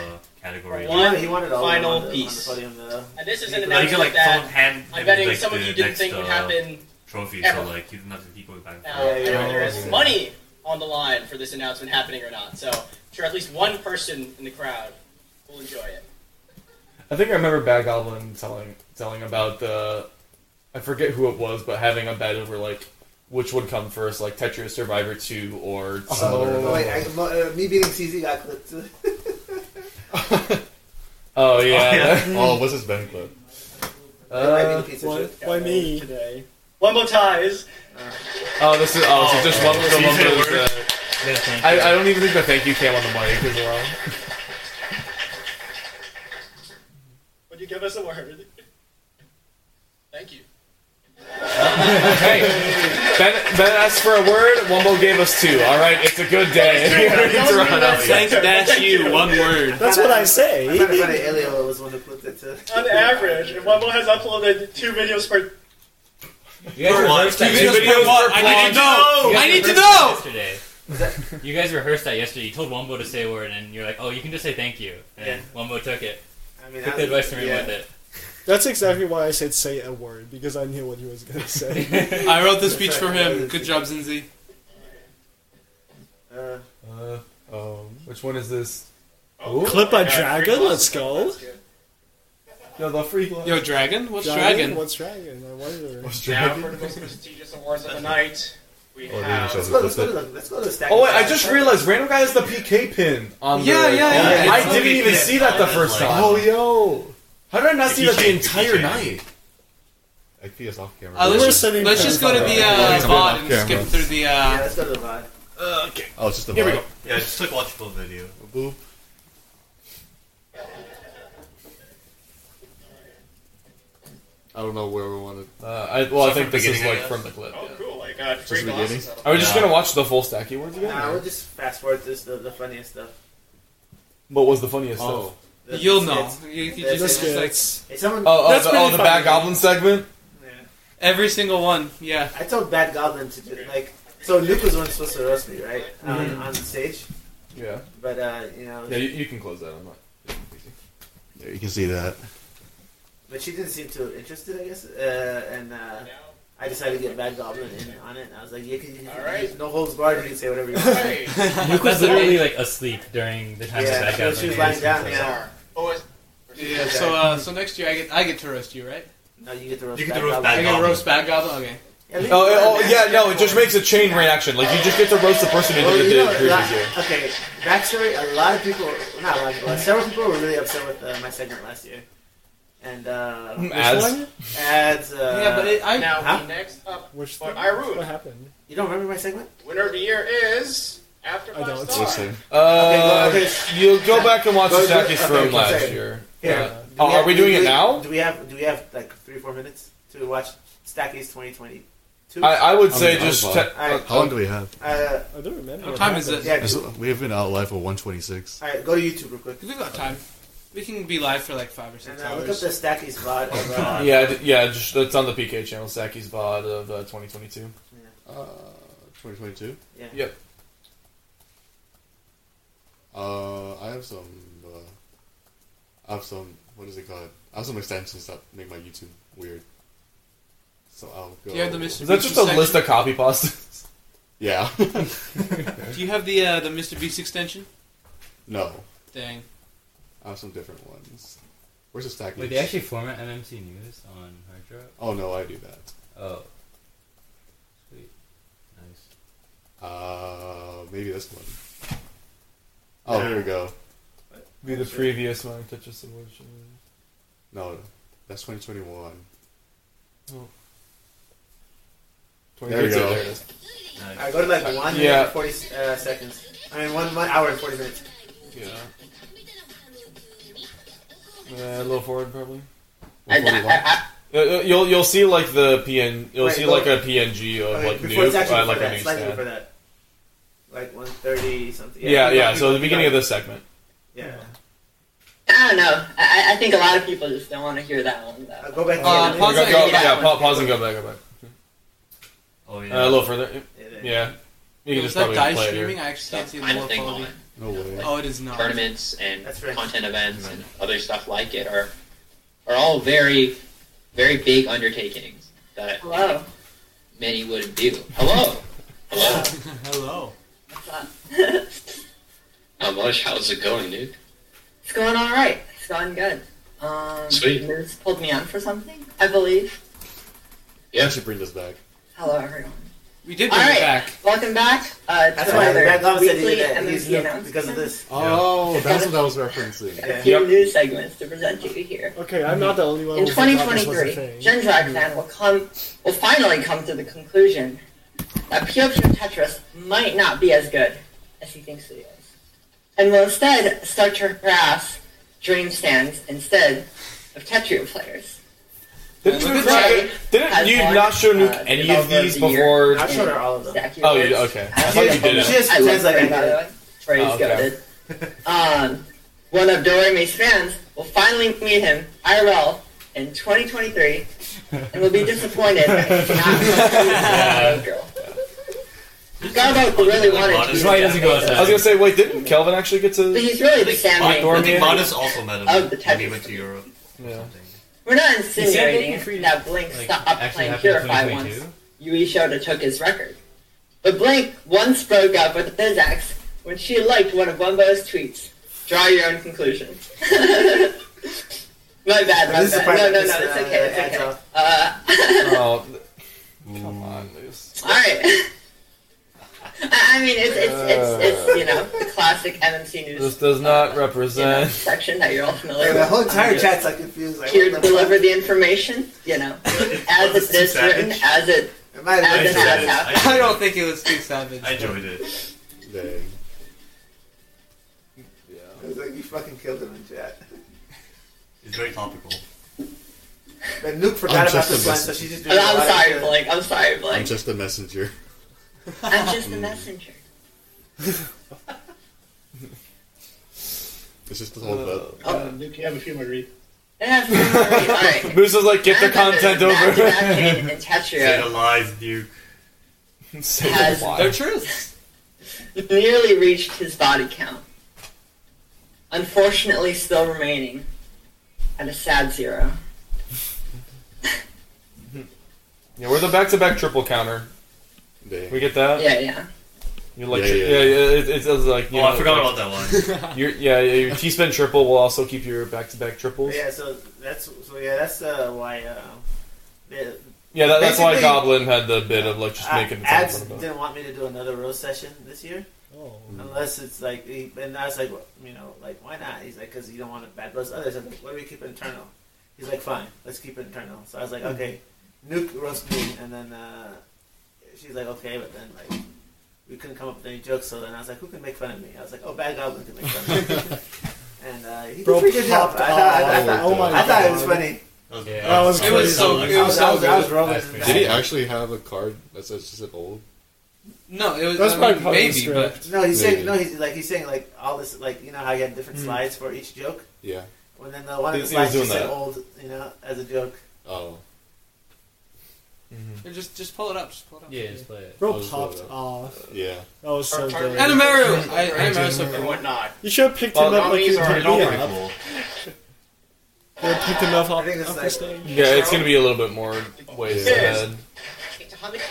S8: category.
S12: One
S8: he
S12: wanted all of them
S10: final
S12: on the- on the
S10: piece.
S12: podium, though.
S10: And this is an
S8: like, you
S10: announcement
S8: like someone
S10: that
S8: hand
S10: I'm
S8: him,
S10: betting
S8: like,
S10: some of
S8: the
S10: you didn't
S8: next,
S10: think would
S8: uh,
S10: happen
S8: Trophy,
S10: ever.
S8: so like you didn't have to keep going back. and
S10: uh,
S8: forth.
S10: and there
S1: Oh,
S10: is money on the line for this announcement happening or not. So, sure, at least one person in the crowd will enjoy it.
S5: I think I remember Bad Goblin telling telling about the, I forget who it was, but having a bet over like which would come first, like Tetris Survivor Two or some
S12: Oh,
S5: other.
S12: wait, I, mo- uh, me beating CZ got clipped.
S5: oh yeah.
S3: Oh, what's this Ben clip?
S5: Uh,
S12: might be the piece of
S45: why,
S12: shit
S45: why me?
S12: today.
S45: One more ties.
S5: Oh, this is oh, so just
S8: Oh,
S5: one of the
S8: you said
S5: one of
S8: word.
S5: those.
S8: Yeah,
S5: Uh,
S8: thank
S5: I,
S8: you.
S5: I don't even think the thank you came on the money because we're on.
S45: Would you give us a word? Thank you.
S46: hey, Ben, ben asked for a word. Wombo gave us two. All right, it's a good day. It's Toronto.
S12: Thank dash you, one
S46: word.
S12: That's what I say. I thought everybody Elio was one who put it to.
S47: On average, and Wumble has uploaded two videos per.
S1: You guys rehearsed that.
S47: Two videos
S1: yesterday.
S47: for I need to know. I need to
S1: You guys rehearsed that Yesterday. You guys rehearsed that yesterday. You told Wumbo to say a word, and you're like, "Oh, you can just say thank you." And Wumbo took it. I
S12: mean,
S1: took
S12: I
S1: the
S12: was-
S1: advice and ran
S12: yeah.
S1: with it.
S7: That's exactly why I said say a word because I knew what he was gonna say.
S2: I wrote the speech for him. Good job, Zinzi.
S12: Uh,
S5: Uh, um, which one is this?
S47: Oh,
S7: Clip a dragon. Let's go.
S5: No, the free.
S2: Yo, dragon? What's dragon?
S7: What's dragon? I wonder.
S5: What's
S47: Now for the most prestigious awards of the night, we
S5: Or do
S47: have.
S5: each other's
S12: the- Oh, let's go to the stack.
S5: Oh wait! I just realized Random Guy has the PK pin on.
S47: Yeah,
S5: the,
S47: yeah, yeah.
S5: I
S47: It's
S5: didn't
S47: okay.
S5: even see that the
S47: Yeah.
S5: first time.
S47: Oh,
S5: yo! How did I not
S47: The
S5: see that the
S47: keychain, the
S5: entire
S47: keychain.
S5: night? I see us off camera.
S2: Uh, let's just, let's just go to the uh, VOD and skip through the. Uh,
S12: yeah, let's go to the VOD.
S2: Uh, okay.
S5: Oh, it's just a
S2: Here we
S5: VOD.
S2: go.
S5: Yeah, just
S8: click watch full video.
S5: Boop. I don't know where we wanted. Uh, I, well, I
S46: So
S5: think
S46: from
S5: this is
S46: beginning,
S5: like
S46: yeah.
S5: from the clip.
S47: Oh,
S5: yeah.
S47: cool! I got
S5: Just
S47: free
S5: the beginning.
S47: glasses.
S5: Are we just gonna
S46: watch the full Stacky words again?
S12: Nah, we'll just fast forward this the, the funniest stuff.
S5: What was the funniest
S46: Oh.
S5: stuff?
S12: The-
S2: You'll
S12: the
S2: know.
S12: skits.
S2: You, you
S12: The-
S2: just,
S12: the
S2: it's just like,
S12: skits. Hey, someone,
S5: Oh, oh, the, oh, the Bad Goblin segment.
S2: Every single one, yeah.
S12: I told Bad Goblin to do like. So Luke was the one supposed to roast me, right?
S5: Mhm.
S12: On, on stage.
S5: Yeah.
S12: But uh, you know,
S5: Yeah, you, you can close that. I'm not.
S3: Yeah, you can see that.
S12: but she didn't seem too interested, I guess. Uh, and uh, I decided to get Bad Goblin in on it. And I was like, yeah, cause you,
S47: Alright.
S12: no holds barred, you can say whatever you want.
S1: Luke was literally like asleep during the time
S12: Yeah,
S1: that
S12: she
S1: guy
S12: was- she was lying down. Yeah.
S2: Yeah, so uh, so next year I get I get to roast you, right?
S12: No, you get to roast.
S2: You
S12: get to Bad roast Goblin. Bad
S2: I get to
S12: Goblin.
S2: roast Bad Goblin. Okay.
S12: Yeah, Luke-
S5: Oh, oh, yeah, no, it just makes a chain reaction. Like, you just get to roast the person who
S12: Well,
S5: did it
S12: you
S5: the
S12: know,
S5: previous
S12: like-
S5: year.
S12: okay, backstory. A lot of people, not a lot of people, several people were really upset with uh, my segment last year. And uh,
S5: Hmm, ads?
S12: ads. Uh,
S47: Yeah, but it- I-
S12: now
S47: Now,
S12: huh?
S47: next up
S7: Which
S47: for Irun. What
S7: happened?
S12: You don't remember my segment?
S47: Winner of the year is after
S7: I
S47: five
S7: don't.
S47: stars.
S5: Uh, you'll go back and watch
S12: Go-
S5: the
S12: go-
S5: Saki's
S12: okay,
S5: room
S12: one
S5: last
S12: second.
S5: year.
S12: Here.
S5: Uh,
S12: Do
S5: oh,
S12: have-
S5: are we
S12: do
S5: doing it now?
S12: Do we have do we have like three four minutes to watch Stacky's 2022?
S5: I- I would say
S3: just te-
S12: Alright.
S3: How long do we have?
S12: Uh,
S7: I don't remember.
S2: What time is it?
S12: Yeah,
S3: It's- We have been out live for 126.
S12: all right, go to YouTube real quick.
S2: We've got time. We can be live for like five or
S12: And
S2: six
S12: uh, look up
S2: hours.
S12: the Stacky's VOD of uh,
S5: Yeah, d- yeah, just that's on the PK channel, Saki's VOD of uh, 2022.
S12: Yeah.
S5: Uh, 2022?
S12: Yeah.
S5: Yep.
S3: Uh, I have some. Uh, I have some. What is it called? I have some extensions that make my YouTube weird. So I'll go.
S2: Do you have the
S5: Is
S2: Mr.
S5: that just a
S2: section?
S5: list of copy pastas?
S3: Yeah.
S2: Do you have the uh, the Mr. Beast extension?
S3: no,
S2: Dang.
S3: I have some different ones. Where's the stack?
S48: Wait, they actually format MMC News on Hard Drive?
S3: Oh no, I do that.
S48: Oh. Sweet. Nice.
S3: Uh, maybe this one. Oh, here we go.
S5: Be the previous one, Touch of Subversion.
S3: No, that's 2021.
S5: Oh.
S3: There we
S5: 2022,
S3: go.
S5: there it is.
S12: All right, go to like one minute
S5: Yeah.
S12: and forty uh, seconds. I mean, one, one hour and forty minutes.
S5: Yeah. Uh, a little forward, probably.
S38: I- I-
S5: Uh, uh, You'll you'll see like the PN you'll
S12: Wait,
S5: see
S12: go-
S5: like a PNG of
S12: Okay,
S5: like
S12: before
S5: nuke
S12: it's actually
S5: uh,
S12: before
S5: like
S12: that,
S5: a
S12: slightly
S5: newsstand.
S12: before that, like one thirty something.
S5: Yeah,
S12: keep
S5: yeah.
S12: going,
S5: So the
S12: keep
S5: beginning of
S12: going.
S5: this segment.
S12: Yeah.
S49: I don't know. I, I- I think a lot of people just don't want to hear that one. Though.
S12: go back.
S38: Uh,
S5: Go- go- yeah, pa- pause and go back. Go back.
S1: Oh
S5: Uh, a little further. Yeah. You can
S2: Is
S5: just
S2: that
S5: probably
S2: die
S5: play it here.
S2: streaming? I actually can't see the
S49: Kind
S2: low
S49: of thing
S2: quality.
S3: No way.
S2: Oh, it is not.
S49: Tournaments and content events and other stuff like it are are all very, very big undertakings that
S38: Hello.
S49: many wouldn't do. Hello. Hello.
S2: Hello.
S49: How much? How's it going, dude?
S38: It's going all right. It's going good. Um,
S3: Sweet.
S38: Liz pulled me on for something, I believe.
S3: Yeah, I should bring this back.
S38: Hello, everyone.
S2: We did
S38: All
S2: bring it
S38: right,
S2: back.
S38: welcome back. Uh,
S12: That's
S38: to
S12: why
S38: another
S12: Bad Goblin said he
S38: weekly
S12: did that. He's
S38: MMC
S12: new
S38: announcement.
S12: because of this.
S3: Oh, that's what I was referencing.
S38: A few news segments to present to you here.
S7: Okay, I'm not the only one.
S38: In
S7: who forgot this was a
S38: 2023,
S7: thing.
S38: Gen Dragonan will come will finally come to the conclusion that POQ Tetris might not be as good as he thinks it is, and will instead start to harass dream stands instead of Tetrio players.
S5: Didn't,
S38: Look
S5: you,
S38: at Jay.
S5: didn't you not show Nuke any of these before?
S38: I showed her all of them.
S5: Oh, you, okay. I thought you did it.
S38: I love Trey, by the way. Trey's
S5: Oh, okay.
S38: goated. Um, one of Doreme's fans will finally meet him IRL in 2023 and will be disappointed that he cannot come to the girl. Garbo really wanted to.
S5: That's why he doesn't go outside. I was gonna say, wait, didn't Kelvin actually get to?
S38: But he's really the Sam
S5: Hot
S38: Maiden.
S5: Dormier?
S38: I think Modest
S5: also met him
S38: Of the
S5: when he went to Europe. Yeah.
S38: We're not
S5: said
S38: insinuating
S5: they
S38: that Blink stopped
S5: actually
S38: playing
S5: happened in
S38: Purify once
S5: 2022?
S38: Yui Shota took his record. But Blink once broke up with his ex when she liked one of Wumbo's tweets. Draw your own conclusion. my bad, my
S12: This is
S38: bad.
S12: part
S38: No,
S12: of
S38: no,
S12: this,
S38: no, it's
S12: uh,
S38: okay, it's
S12: agile.
S38: okay. Uh,
S5: Oh, th- come on, Luce.
S38: Alright. I I mean, it's, it's, it's, it's, you know, the classic MMC news
S5: This does
S38: Uh,
S5: not represent.
S38: section that you're all
S12: Yeah,
S38: familiar with.
S12: the whole entire
S38: Just
S12: chat's like confused, like,
S38: here
S12: what
S38: to
S12: the
S38: deliver the information, you know, as it is written, as it,
S12: might have
S38: as
S12: been
S38: it
S12: too
S38: has
S12: savage.
S38: happened.
S2: I don't think it was too savage.
S8: I enjoyed it.
S12: It was like you fucking killed him in chat.
S8: It's very topical.
S12: But Nuke forgot
S3: I'm
S12: about
S3: just
S12: this
S3: a
S12: one, so
S3: messenger.
S12: she just
S38: And
S12: did
S38: I'm sorry, Blake. I'm sorry,
S3: I'm
S38: Blake.
S3: just a messenger.
S38: I'm just the messenger.
S3: It's just the whole bit.
S5: Oh.
S38: Oh.
S50: Uh, Nick, you have a few more to read.
S38: Yes, all right.
S5: Moose is like, get the content over.
S38: Kane and
S8: Say the
S38: Tetrio
S8: lies, Duke.
S5: Say
S38: Has-
S5: why.
S38: They're
S2: truths.
S38: nearly reached his body count. Unfortunately, still remaining at a sad zero.
S5: Yeah, we're the back-to-back triple counter. We get that.
S38: Yeah, yeah.
S5: You're like, yeah,
S8: Yeah,
S5: yeah,
S8: yeah,
S5: it, it's it's like. You
S8: Oh,
S5: know,
S8: I forgot
S5: like-
S8: about that one.
S5: your, yeah, yeah, your T-spin triple will also keep your back-to-back triples.
S12: But yeah, so that's so yeah, that's uh, why. Uh, the-
S5: Yeah, that, that's why
S12: basically,
S5: Goblin had the bit of like just
S12: uh,
S5: making
S12: Ads
S5: fun of it.
S12: didn't want me to do another roast session this year.
S7: Oh.
S12: Unless it's like, he- and I was like, well, you know, like why not? He's like, because you don't want it bad blood. Others, I'm like, what do we keep it internal? He's like, fine, let's keep it internal. So I was like,
S5: Hmm.
S7: Mhm.
S12: okay, nuke roast me, and then uh, she's like, okay, but then like. We couldn't come up with any jokes, so then I was like, "Who can make fun of me?" I was like, "Oh, Bad Goblin can make fun of me." and uh, he
S7: Bro
S12: did a pretty good job.
S7: popped
S12: I thought, I,
S7: off.
S12: thought,
S7: Oh my
S12: I thought it was
S7: God.
S12: funny.
S7: Yeah. That was It was crazy. so- it was
S12: I was, I was
S7: so
S12: rolling.
S7: good.
S12: in
S3: Did he
S12: that.
S3: actually have a card that says just an old?
S2: No, it was
S7: That's
S2: I
S7: probably
S2: mean,
S7: part of the
S2: maybe,
S7: script.
S2: but
S12: No, he's
S3: Maybe.
S12: saying no. He's like he's saying like all this like you know how he had different
S3: Hmm.
S12: slides for each joke.
S3: Yeah.
S12: Well, then the one of
S3: He-
S12: the
S3: he
S12: slides
S3: was
S12: just
S3: doing
S12: said
S3: that.
S12: old, you know, as a joke.
S3: Oh.
S2: just just pull it up. Just pull it up.
S51: Yeah, just play it.
S7: Bro
S5: uh,
S7: popped off.
S3: Yeah.
S7: That was so good.
S2: Animaru, I, Animaru, so
S7: Animaru.
S2: cool.
S7: whatnot. You should have picked him up like you did me up. They picked him up off,
S12: think it's
S7: off the
S12: like-
S7: stage.
S5: Yeah, it's gonna be a little bit more ways ahead.
S8: No, I think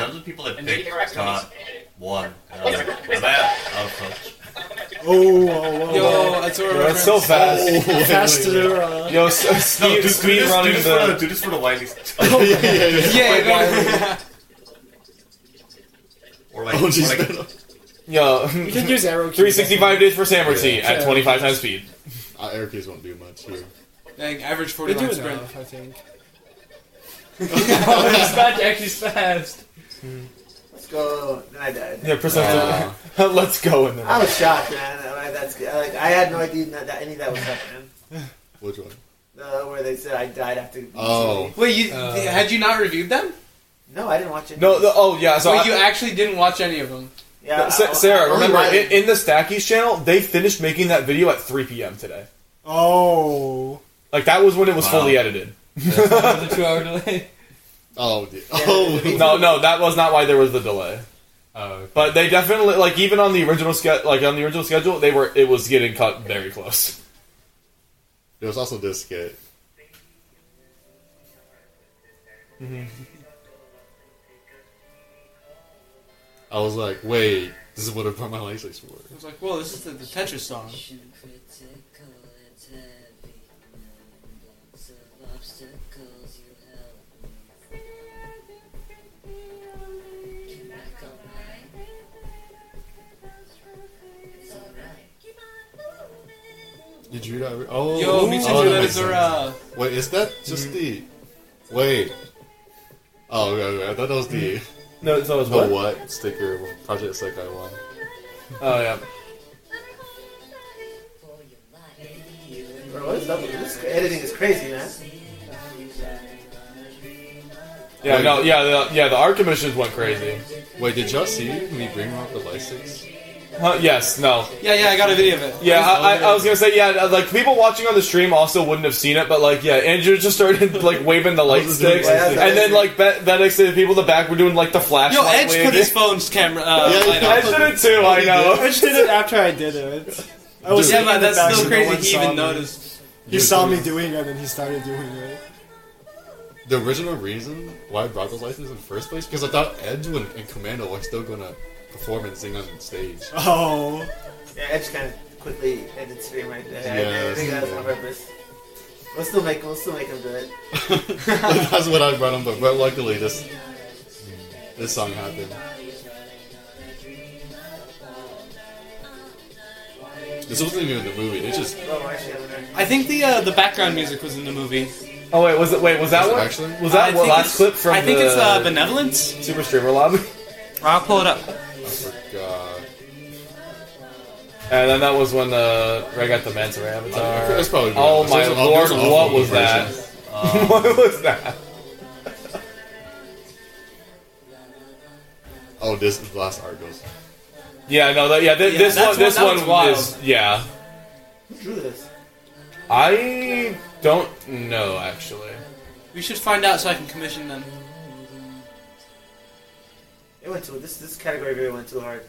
S8: none of the people that picked got one. And I was like, I'm out. I'm fucked.
S7: Oh, oh, oh.
S2: Yo, that's what I
S5: Yo, that's so
S2: referenced.
S5: fast.
S7: Oh, wait, Faster, wait, wait. uh,
S5: Yo, s- speed,
S8: do- do
S5: speed
S8: this- do
S5: running
S8: this for
S5: the.
S8: the- do this for the Wileys.
S5: yeah, yeah, yeah.
S2: Yeah,
S5: Like,
S2: yeah.
S8: Or
S5: why-
S8: like,
S5: Oh, jeez.
S8: or like
S5: Yo,
S7: You can use arrow keys.
S5: 365 days for Samur T
S3: Yeah.
S5: at 25 times speed.
S3: Uh, arrow keys won't do much here.
S2: Like, average forty
S7: They do
S2: line
S7: it
S2: sprint.
S7: enough, I think.
S52: it's not actually fast.
S12: Let's go. Then I died.
S5: Yeah, precisely. Let's go in
S12: I
S5: there.
S12: was shocked, man. I- I- That's good. like I had no idea that, that any of that was happening.
S3: Which one?
S12: Uh, where they said I died after.
S3: Oh.
S2: Wait, you
S5: Uh,
S2: had you not reviewed them?
S12: No, I didn't watch it.
S5: No, the, oh yeah. So
S2: Wait,
S5: I-
S2: you actually didn't watch any of them.
S12: Yeah.
S5: Sa-
S12: I-
S5: Sarah,
S12: only
S5: remember
S12: one.
S5: in, in the Stackies channel, they finished making that video at 3 p.m. today.
S7: Oh.
S5: Like that was when it was fully edited.
S52: That was a two-hour delay.
S3: Oh, d- oh, wait.
S5: no, no, that was not why there was the delay. Uh,
S52: Oh,
S5: But they definitely like even on the original ske- like on the original schedule, they were it was getting cut very close.
S3: There was also this skit. I was like, wait, this is what I brought my license for.
S2: I was like, whoa, this is the, the Tetris song.
S3: Did you not? Re- oh,
S2: Yo, Mitsuki
S3: oh, that makes
S2: Zora.
S3: sense. Wait, is that just the? Wait. Oh, okay, okay, I thought that was the.
S5: No, it's always
S3: the what, sticker? Project Sekai one.
S5: Oh yeah.
S12: Bro, what is up with this? Editing is crazy, man.
S5: Yeah, no, yeah, the, yeah. The art commissions went crazy.
S3: Wait, did y'all see me bring up the license?
S5: Huh, yes, no.
S45: Yeah, yeah, I got a video of it.
S5: Yeah, I, I, I was gonna say yeah. uh, Like people watching on the stream also wouldn't have seen it, but like yeah, Andrew just started like waving the light sticks,
S45: Yeah, that's-
S5: and then like that, that next day, the people in the back were doing like the flashlight.
S45: Yo, Edge put
S5: waving.
S45: his phone's camera. Uh,
S5: Yeah,
S45: light
S5: Edge
S45: up.
S5: did it too. I know.
S7: I just did it after I did it. I was
S45: yeah,
S7: sitting in
S45: man,
S7: the
S45: that's
S7: back,
S45: still
S7: so no
S45: crazy.
S7: one
S45: he
S7: saw
S45: even
S7: me.
S45: noticed.
S7: He saw me doing it, and he started doing it.
S3: The original reason why I brought the license in the first place because I thought Edge and, and Commando were still gonna perform and sing on stage.
S7: Oh.
S12: Yeah, Edge kind of quickly ended stream right there. I, I
S3: Yes.
S12: think that's on purpose. We'll still make, we'll still make him do it.
S3: That's what I brought him, but, but luckily this this song happened. This wasn't even in the movie. They just
S12: Oh,
S45: I think the uh, the background music was in the movie.
S5: Oh wait, was it? Wait, was that
S45: Was it
S5: one?
S45: actually?
S5: Was that
S45: I
S5: one
S45: think
S5: last
S45: it's-
S5: clip from?
S45: I think
S5: the
S45: it's, uh, Benevolence?
S5: Super Streamer Lobby.
S45: I'll pull it up.
S3: I forgot.
S5: And then that was when uh, Ray got the Manta
S3: Uh,
S5: Avatar.
S3: that's probably good.
S5: oh
S3: There's
S5: my
S3: a- there's
S5: lord,
S3: an awful
S5: what was that?
S3: version. Um,
S5: what was that?
S3: Oh, this is the last Argos.
S5: Yeah, no, that, yeah, thi-
S3: Yeah, that's
S5: this one,
S3: one-
S5: this
S3: that
S5: one
S3: one's wild.
S5: is, yeah.
S12: Who drew this?
S5: I don't know actually.
S45: We should find out so I can commission them.
S12: It went too. This this category really went too hard.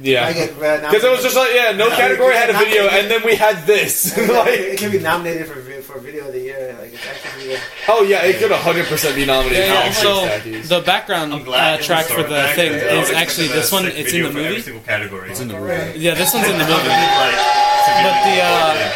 S5: Yeah,
S12: I get, uh,
S5: because it was just like, yeah, no
S12: nominated-
S5: category had a
S12: nominated-
S5: video, and then we had this.
S12: It can-
S5: like,
S12: it can be nominated for vi- for video of the year. Like it's actually. a-
S5: oh yeah, it could 100 percent be nominated.
S45: Yeah, yeah,
S5: for
S45: so
S5: Jack Stackies.
S45: the background uh, track for the thing is actually this one. It's in the
S8: Every
S45: movie.
S8: single category. It's in the
S45: movie. Yeah, this one's in the movie. But the uh,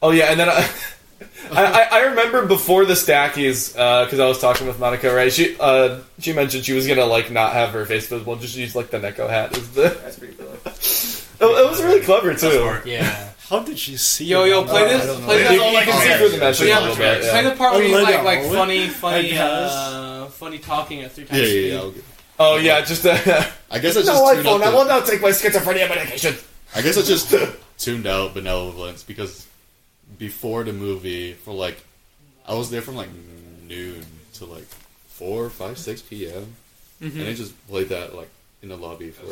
S5: Oh yeah, and then I, I, I- I remember before the stackies because I was talking with Monica. Right, she uh, she mentioned she was gonna like not have her face visible, just use like the Neko hat. Is the
S12: that's pretty cool.
S5: it, it was really clever too.
S53: Yeah.
S7: How did she see?
S45: yo yo play this play this.
S5: You, you can see through the mesh a little bit.
S45: play the
S5: Yeah.
S45: part where he's like
S7: Lego,
S45: like
S7: what?
S45: funny
S7: I
S45: funny
S7: guess.
S45: uh, funny talking at three
S5: Yeah,
S45: times.
S5: yeah,
S45: speed.
S5: yeah, I'll get- Oh yeah, just uh,
S3: I guess I
S5: no
S3: just tuned
S5: iPhone.
S3: up
S5: I
S3: the-
S5: will not take my schizophrenia medication.
S3: I guess I just tuned out Benevolence because before the movie, for like, I was there from like noon to like 4, 5, 6 p.m.
S54: Mm-hmm.
S45: Mhm.
S3: And I just played that like in the lobby for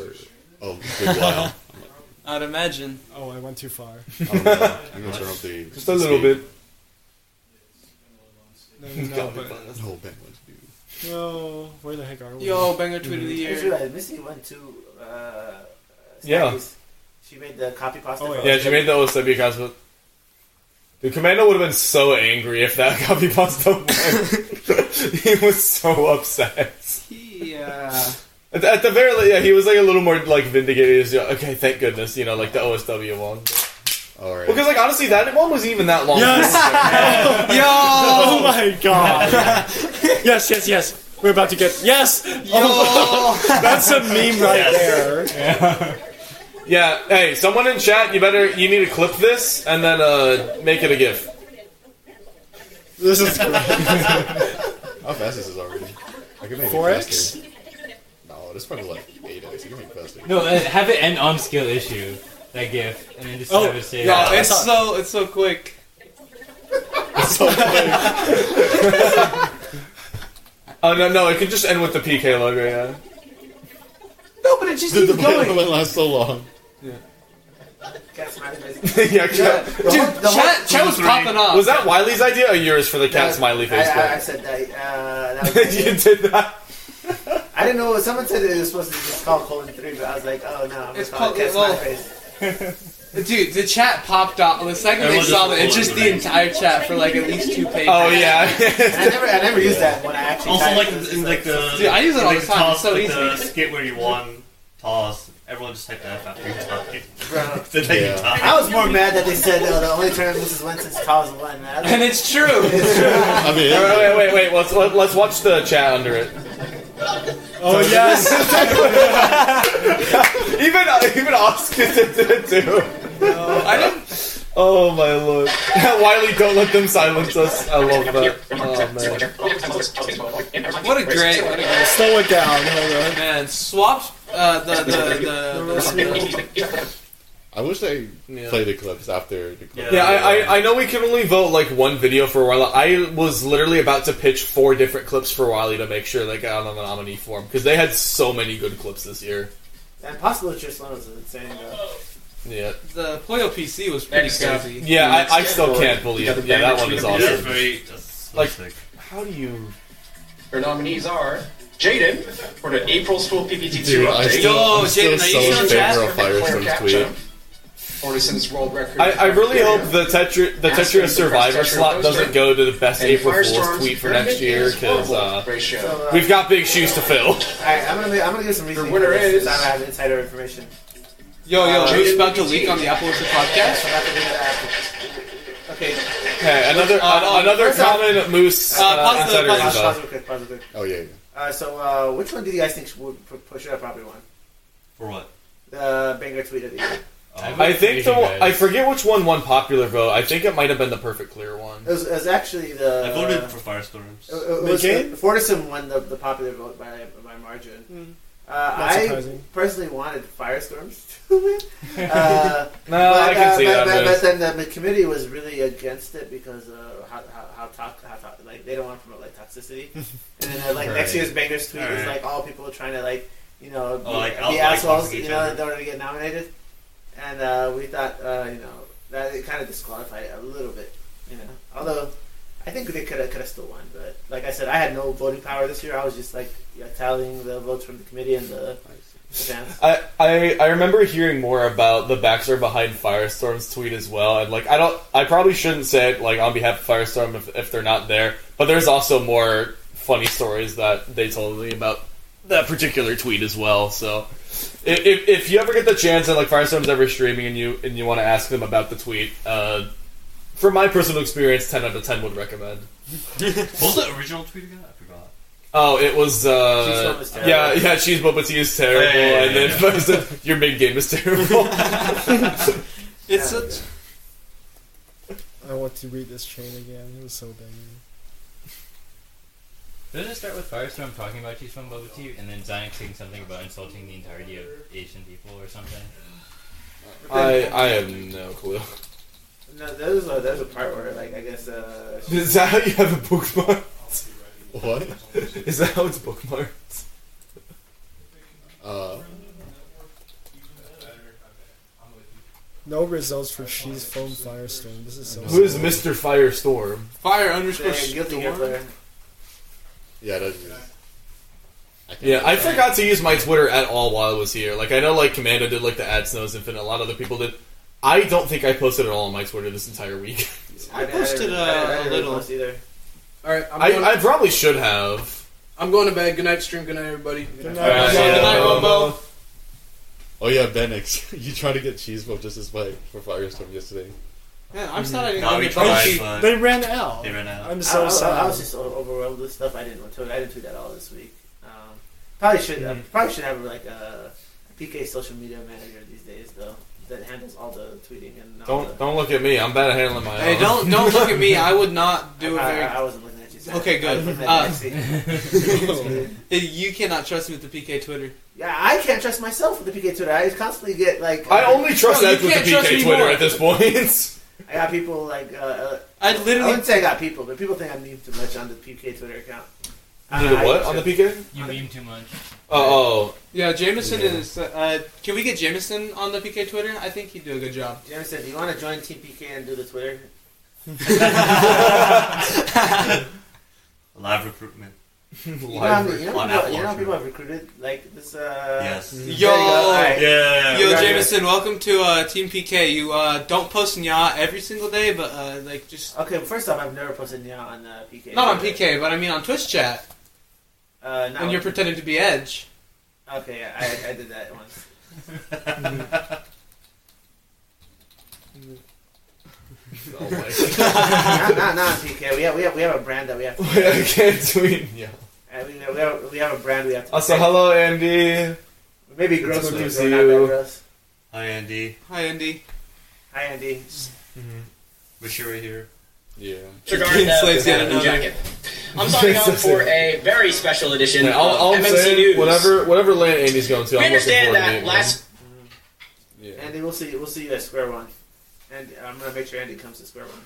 S3: a good while. I'm like,
S45: I'd imagine.
S7: Oh, I went too far.
S3: I don't know. I'm gonna turn up the.
S5: Just a little bit.
S7: No, no, no, but-
S3: No, Ben was dude.
S7: No, where the heck are we? Mm-hmm.
S45: Yo, banger tweet
S5: Mm-hmm.
S45: of the
S12: I just
S45: year.
S12: realized Missy went to. Uh, uh,
S5: Yeah.
S12: Stacky's. She made the copy pasta.
S45: Oh,
S12: for
S5: Yeah,
S12: us.
S5: she made the Osebia Cosmo. Dude, Commando would have been so angry if that copy pasta won. he was so upset.
S45: Yeah.
S5: At the, at the very least, yeah, he was like a little more like vindicated. He was, like, okay, thank goodness, you know, like the OSW one.
S3: All right.
S5: Because like honestly, that one was even that long.
S7: Yes!
S45: Yo!
S7: Oh my god. yes, yes, yes. We're about to get. Yes! Oh, that's a meme right there.
S5: yeah. Hey, someone in chat, you better you need to clip this and then uh make it a gif.
S7: This is great.
S3: How fast is this already? I can make
S7: Four
S3: it
S7: X?
S3: faster. No, this probably like 8x. You can make it faster.
S54: No, uh, have it end on skill issue. That gift, and then just have it say.
S45: yo, Oh, it's so it's so quick.
S5: Oh no, no, it could just end with the PK logo. Yeah.
S45: No, but it just
S3: Dude, the
S45: keeps
S3: video
S45: going.
S3: went last so long.
S12: Cat's mad at Missy.
S5: yeah, cat-
S12: The whole- the whole-
S5: Was that Wiley's idea or yours for the cat smiley face?
S12: I, I, I
S5: clip?
S12: said that. Uh, that was
S5: you did that.
S12: I didn't know. Someone said it was supposed to be just called colon three, but I was like, oh no, I'm
S45: It's
S12: just called
S45: called-
S12: cat's
S45: well-
S12: mad face.
S45: Dude, the chat popped off the second
S12: Everyone
S45: they
S12: just
S45: saw that. It's
S12: pulled
S45: just
S12: it.
S45: the entire chat for like at least two pages.
S5: Oh yeah.
S12: And I never, I never used that when I actually.
S8: Also,
S12: typed
S8: like
S12: it. It's
S8: in
S12: just
S8: like the
S45: Dude, I use it
S8: in,
S45: all
S8: like,
S45: the time, it's so
S8: like,
S45: easy.
S8: The skit where you won toss. Everyone just typed F after you toss.
S12: Bro.
S8: Then they
S12: Yeah.
S8: toss.
S12: I was more mad that they said oh, the only term Mrs. Winston's calls one. Man. I was
S45: And
S12: like,
S45: it's true.
S5: I mean, wait, wait, wait, wait. Let's let, let's watch the chat under it.
S7: Oh yes!
S5: even even Oscar did it too.
S45: I didn't.
S5: Oh my lord, Wiley, don't let them silence us. I love that. Oh man.
S45: What a great, what a great.
S7: Slow it down. Hold on.
S45: Man, swapped uh, the the the, the, the,
S4: I wish they
S5: Yeah.
S4: play the clips after the clip.
S5: Yeah, I, I, I know we can only vote like one video for a while. I was literally about to pitch four different clips for Wiley to make sure they got on the nominee form because they had so many good clips this year.
S12: And Possible Tristan was insane, though.
S5: Yeah.
S45: The Pollo PC was pretty
S5: Next up.
S45: crazy.
S5: Yeah, I, I still can't believe it. Yeah, that one is awesome.
S45: Like,
S5: how do you?
S55: Our nominees are Jaden for the April School PPT2
S4: Dude, I
S55: update.
S4: still- I'm still so in favor of Firestorm's tweet.
S55: For the Sims World Record.
S5: I, I really hope the Tetra the
S55: Ask
S5: Tetra
S55: me the
S5: Survivor
S55: best Tetra
S5: slot
S55: poster.
S5: doesn't go to the best
S55: And
S5: April Fool's
S55: Firestorm's
S5: tweet for
S55: Urban
S5: next year
S55: is
S5: because
S55: horrible
S5: uh,
S55: ratio.
S5: we've got big shoes to fill.
S12: Alright, I'm gonna, I'm gonna give some reasoning.
S55: winner
S12: for this,
S55: is-
S12: since I don't have insider information.
S45: Yo, yo,
S12: Uh,
S45: who's about to leak on the Apple Orchard podcast?
S12: I'm about to do that.
S45: Okay.
S5: Okay, another
S45: Uh,
S5: another
S45: first off-
S5: common moose.
S45: Uh, pause the-
S5: insider
S45: pause the-
S5: info.
S12: Pause real quick, pause real quick.
S4: Oh yeah, yeah.
S12: Uh, so, uh, which one do you guys think would pu- push it up? Probably one.
S8: For what?
S12: The banger tweet of the year.
S5: I think the one, I forget which one won popular vote. I think it might have been the perfect clear one.
S12: It was, it was actually the.
S5: I voted for Firestorms.
S12: It, it
S5: The
S12: was
S5: game?
S12: the, Fortisum won the, the popular vote by by margin. Uh,
S7: Not
S12: I
S7: surprising.
S12: personally wanted Firestorms to win. Uh,
S5: No, I can see
S12: but,
S5: that
S12: But,
S5: move.
S12: but then the committee was really against it because uh, how how how, talk, how talk, like they don't want to promote like toxicity. and then uh, like next
S8: Right.
S12: year's bangers tweet is
S8: Alright.
S12: like all people trying to like you know be,
S8: Oh, like,
S12: be
S8: out- like
S12: assholes
S8: toxic
S12: you
S8: each
S12: know
S8: other.
S12: in order to get nominated. And uh, we thought uh, you know that it kind of disqualified it a little bit. You know, although I think they could have could have still won, but like I said, I had no voting power this year. I was just like yeah, tallying the votes from the committee and the, the fans.
S5: I, I I remember hearing more about the backstory behind Firestorm's tweet as well, and like I don't, I probably shouldn't say it like on behalf of Firestorm if, if they're not there, but there's also more funny stories that they told me about that particular tweet as well. So if, if, if you ever get the chance and like Firestorm's ever streaming and you and you want to ask them about the tweet, uh, from my personal experience, ten out of ten would recommend.
S8: What was the original tweet again? I forgot.
S5: Oh, it was
S8: Cheese
S5: uh,
S8: Boba is terrible.
S5: yeah, yeah. Cheese boba tea is terrible,
S8: Yeah, yeah, yeah,
S5: and then
S8: yeah.
S5: Boba said, your mid game is terrible.
S45: It's such.
S7: I want to read this train again. It was so banging.
S8: Doesn't it start with Firestorm talking about Chisman Boba Tea and then Zion saying something about insulting the entirety of Asian people or something?
S5: I I have no clue.
S12: No, there was a, there was a part where like I guess uh,
S5: Is that how you have a bookmark?
S4: What?
S5: Is that how it's bookmarked?
S4: Uh,
S7: No results for She's Foam Firestorm. This is so.
S5: Who is
S7: sad.
S5: Mr. Firestorm?
S45: Fire underscore
S12: Yeah, guilty
S45: storm?
S12: Hitler.
S4: yeah, that's. I can't-
S5: Yeah, I forgot to use my Twitter at all while I was here. Like I know, like Commando did, like the ad snows infinite. A lot of other people did. I don't think I posted at all on my Twitter this entire week.
S45: I posted
S12: I didn't- I
S45: uh,
S12: didn't
S45: a
S12: really
S45: little.
S12: post either.
S45: All right, I'm
S5: I,
S45: going,
S5: I probably should have.
S45: I'm going to bed. Good night, stream. Good night, everybody. Good
S5: night. All right.
S45: Good night, Wumbo.
S4: Oh yeah, Benix, you tried to get cheese bob just as bad for Firestorm yesterday.
S45: Yeah, I'm sad I didn't
S8: No,
S45: get
S8: we
S45: the
S8: tried,
S45: bunchy.
S8: but-
S7: They ran out.
S8: They ran out.
S7: I'm
S12: I,
S7: so
S12: I-
S7: sad.
S12: I was just o- overwhelmed with stuff. I didn't want to. I didn't tweet at all this week. Um, probably should. I probably should have like a PK social media manager these days though that handles all the tweeting and all
S5: Don't don't look at me. I'm bad at handling my.
S45: Hey,
S5: own.
S45: don't don't look at me. I would not do it.
S12: I-
S45: Very...
S12: I wasn't looking at you, sorry.
S45: Okay,
S12: I was
S45: good.
S12: looking
S45: Uh,
S12: at
S45: you cannot trust me with the PK Twitter.
S12: the. Yeah, I can't trust myself with the PK Twitter. I constantly get like. uh,
S5: I only trust
S45: No, you
S5: Ed with the
S45: can't trust
S5: PK
S45: me
S5: Twitter
S45: more.
S5: at this point.
S12: I got people like. Uh, uh,
S45: I literally-
S12: I wouldn't say I got people, but people think I meme too much on the PK Twitter account.
S5: You did what on the PK?
S8: You meme too much.
S5: Oh, oh.
S45: Yeah, Jameson
S5: Yeah.
S45: is. Uh, can we get Jameson on the PK Twitter? I think he'd do a good job.
S12: Jameson, do you want to join Team PK and do the Twitter?
S8: Live recruitment.
S12: You know, how many- you know,
S8: on
S12: people,
S8: Apple
S12: you know how
S8: Orchard.
S12: people have recruited like this. Uh,
S8: Yes.
S12: there you
S45: Yo,
S12: go. All right.
S45: yo,
S12: Right.
S45: Jameson, welcome to uh, Team PK. You uh, don't post Nya every single day, but uh, like just
S12: Okay, first off, I've never posted Nya on uh, PK.
S45: not on PK, but I mean on Twitch chat.
S12: Uh, not
S45: And you're
S12: on-
S45: pretending to be Edge.
S12: Okay, yeah, I, I did that once.
S5: Mm-hmm. Oh
S12: not,
S5: my
S12: not, not on PK. We have, we have we have a brand that we have. To
S5: I can't tweet. Yeah.
S12: I mean, we have we have a brand we have to.
S5: Also, hello, Andy.
S12: Maybe
S5: It's
S12: gross
S5: good to
S12: moves
S5: see
S12: or not that
S5: you.
S12: gross.
S8: Hi, Andy. Mm-hmm.
S45: Hi, Andy.
S12: Hi, Andy.
S8: Wish you were here.
S4: Yeah.
S8: Regarding
S5: Oh, It's like
S8: the-
S5: yet another-
S8: jacket.
S10: I'm signing on
S5: It's
S10: for
S5: like-
S10: a very special edition
S5: Yeah, I'll, I'll
S10: of MMC
S5: say
S10: News.
S5: whatever whatever land Andy's going to.
S10: we
S5: I'm looking
S10: understand
S5: forward to
S10: that
S5: meeting
S10: last
S5: him.
S12: And Mm. Andy, we'll see. We'll see you at square one. And I'm gonna make sure Andy comes to square one.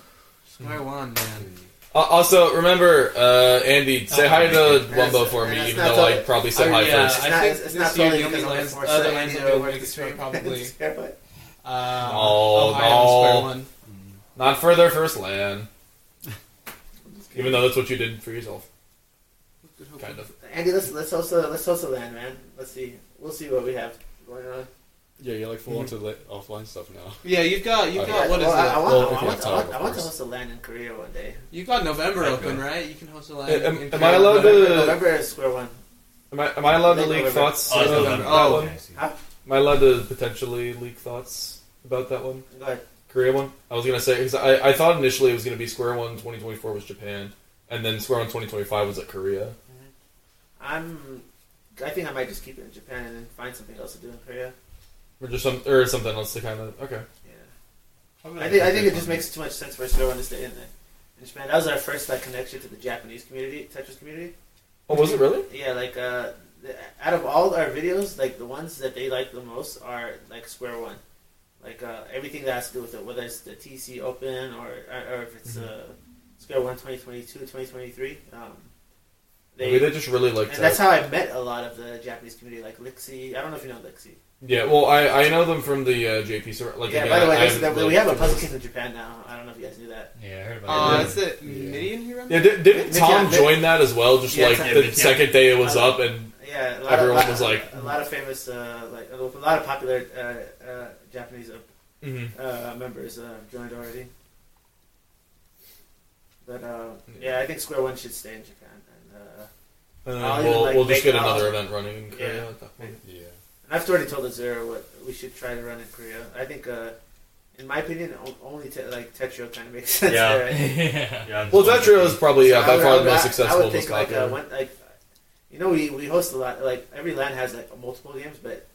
S45: Square one, man.
S5: Al- Uh, Also, remember, uh, Andy,
S45: Oh,
S5: say hi to Wumbo for me, even though I probably said hi
S45: yeah,
S5: first.
S45: I uh, think it's, not year the only lands, other lands that will be square probably.
S10: Uh,
S45: Um,
S5: Oh,
S45: Ohio and Square
S5: no. Not for their first land. Even though that's what you did for yourself. Kind of.
S12: Andy, let's let's host a let's host a land, man. Let's see. We'll see what we have going on.
S4: Yeah, you're like full onto li- offline stuff now.
S45: Yeah, you've got- you've
S4: Okay.
S45: got- what is
S12: Well, I,
S45: it?
S12: I want,
S45: Well,
S12: I,
S45: if you
S12: want,
S45: have
S12: I, want,
S45: time,
S12: I
S45: of
S12: want to
S45: course.
S12: host a land in Korea one day.
S45: You got November
S12: Okay.
S45: open, right? You can host a live.
S5: Am,
S45: in
S5: am I
S45: Korea.
S5: allowed to?
S12: November is square one.
S5: Am I, am I allowed to
S12: Late
S5: leak
S12: November.
S5: thoughts?
S12: Oh, it's
S5: about
S12: November.
S5: that
S12: Oh,
S5: one?
S12: okay, I see. Huh?
S5: Am I allowed to potentially leak thoughts about that one?
S12: Go ahead.
S5: Korea one. I was gonna say because I, I thought initially it was gonna be Square One 2024 was Japan, and then Square One 2025 was at Korea.
S12: I'm. I think I might just keep it in Japan and then find something else to do in Korea.
S5: Or just some or something else to kind of okay.
S12: I think I think it just makes too much sense for us to want to stay in there. In Japan, eh? that was our first like connection to the Japanese community, Tetris community.
S5: Oh, was it really?
S12: Yeah, like uh, the- out of all our videos, like the ones that they like the most are like Square One, like uh, everything that has to do with it, whether it's the TC Open or or, or if it's
S5: Mm-hmm.
S12: uh, Square One 2022, 2023. Um,
S5: Maybe they just really liked
S12: and
S5: that.
S12: that's how I met a lot of the Japanese community, like Lixie. I don't know if you know Lixie.
S5: Yeah, well, I, I know them from the uh, JP server. Like,
S12: yeah,
S5: again,
S12: by the way,
S5: I-
S12: there's-
S5: I'm,
S12: there-
S5: like,
S12: we have a puzzle kit in Japan now. I don't know if you guys knew that.
S5: Yeah, I heard
S45: Uh,
S5: Yeah.
S45: it's the Midian Hero.
S5: Yeah, did, didn't
S12: Mid-
S5: Tom
S12: mid-
S5: join that as well? Just
S12: Yeah,
S5: like
S12: Tom-
S5: the
S12: yeah.
S5: second day it was
S12: A lot-
S5: up, and
S12: yeah, a lot of-
S5: everyone
S12: lot-
S5: was like,
S12: a lot of famous, uh, like a lot of popular uh, uh, Japanese uh,
S5: Mhm.
S12: uh, members uh, have joined already. But uh, yeah, I think Square One should stay in Japan, and,
S5: And
S12: uh, I'll
S5: then
S12: even,
S5: we'll- we'll just
S12: make-
S5: get another
S12: I'll-
S5: event running in Korea
S12: Yeah.
S5: at that point.
S4: Yeah.
S12: And I've already told Azura what we should try to run in Korea. I think, uh, in my opinion, o- only te- like Tetra kind of makes sense.
S5: Yeah.
S12: there, right?
S5: Yeah, I'm Well, just- Tetra is probably, yeah,
S12: I
S5: by
S12: would-
S5: far
S12: I
S5: the most
S12: would- I- I
S5: successful,
S12: would
S5: most
S12: think like, uh,
S5: popular.
S12: one, like, you know, we, we host a lot. Like every land has like multiple games, but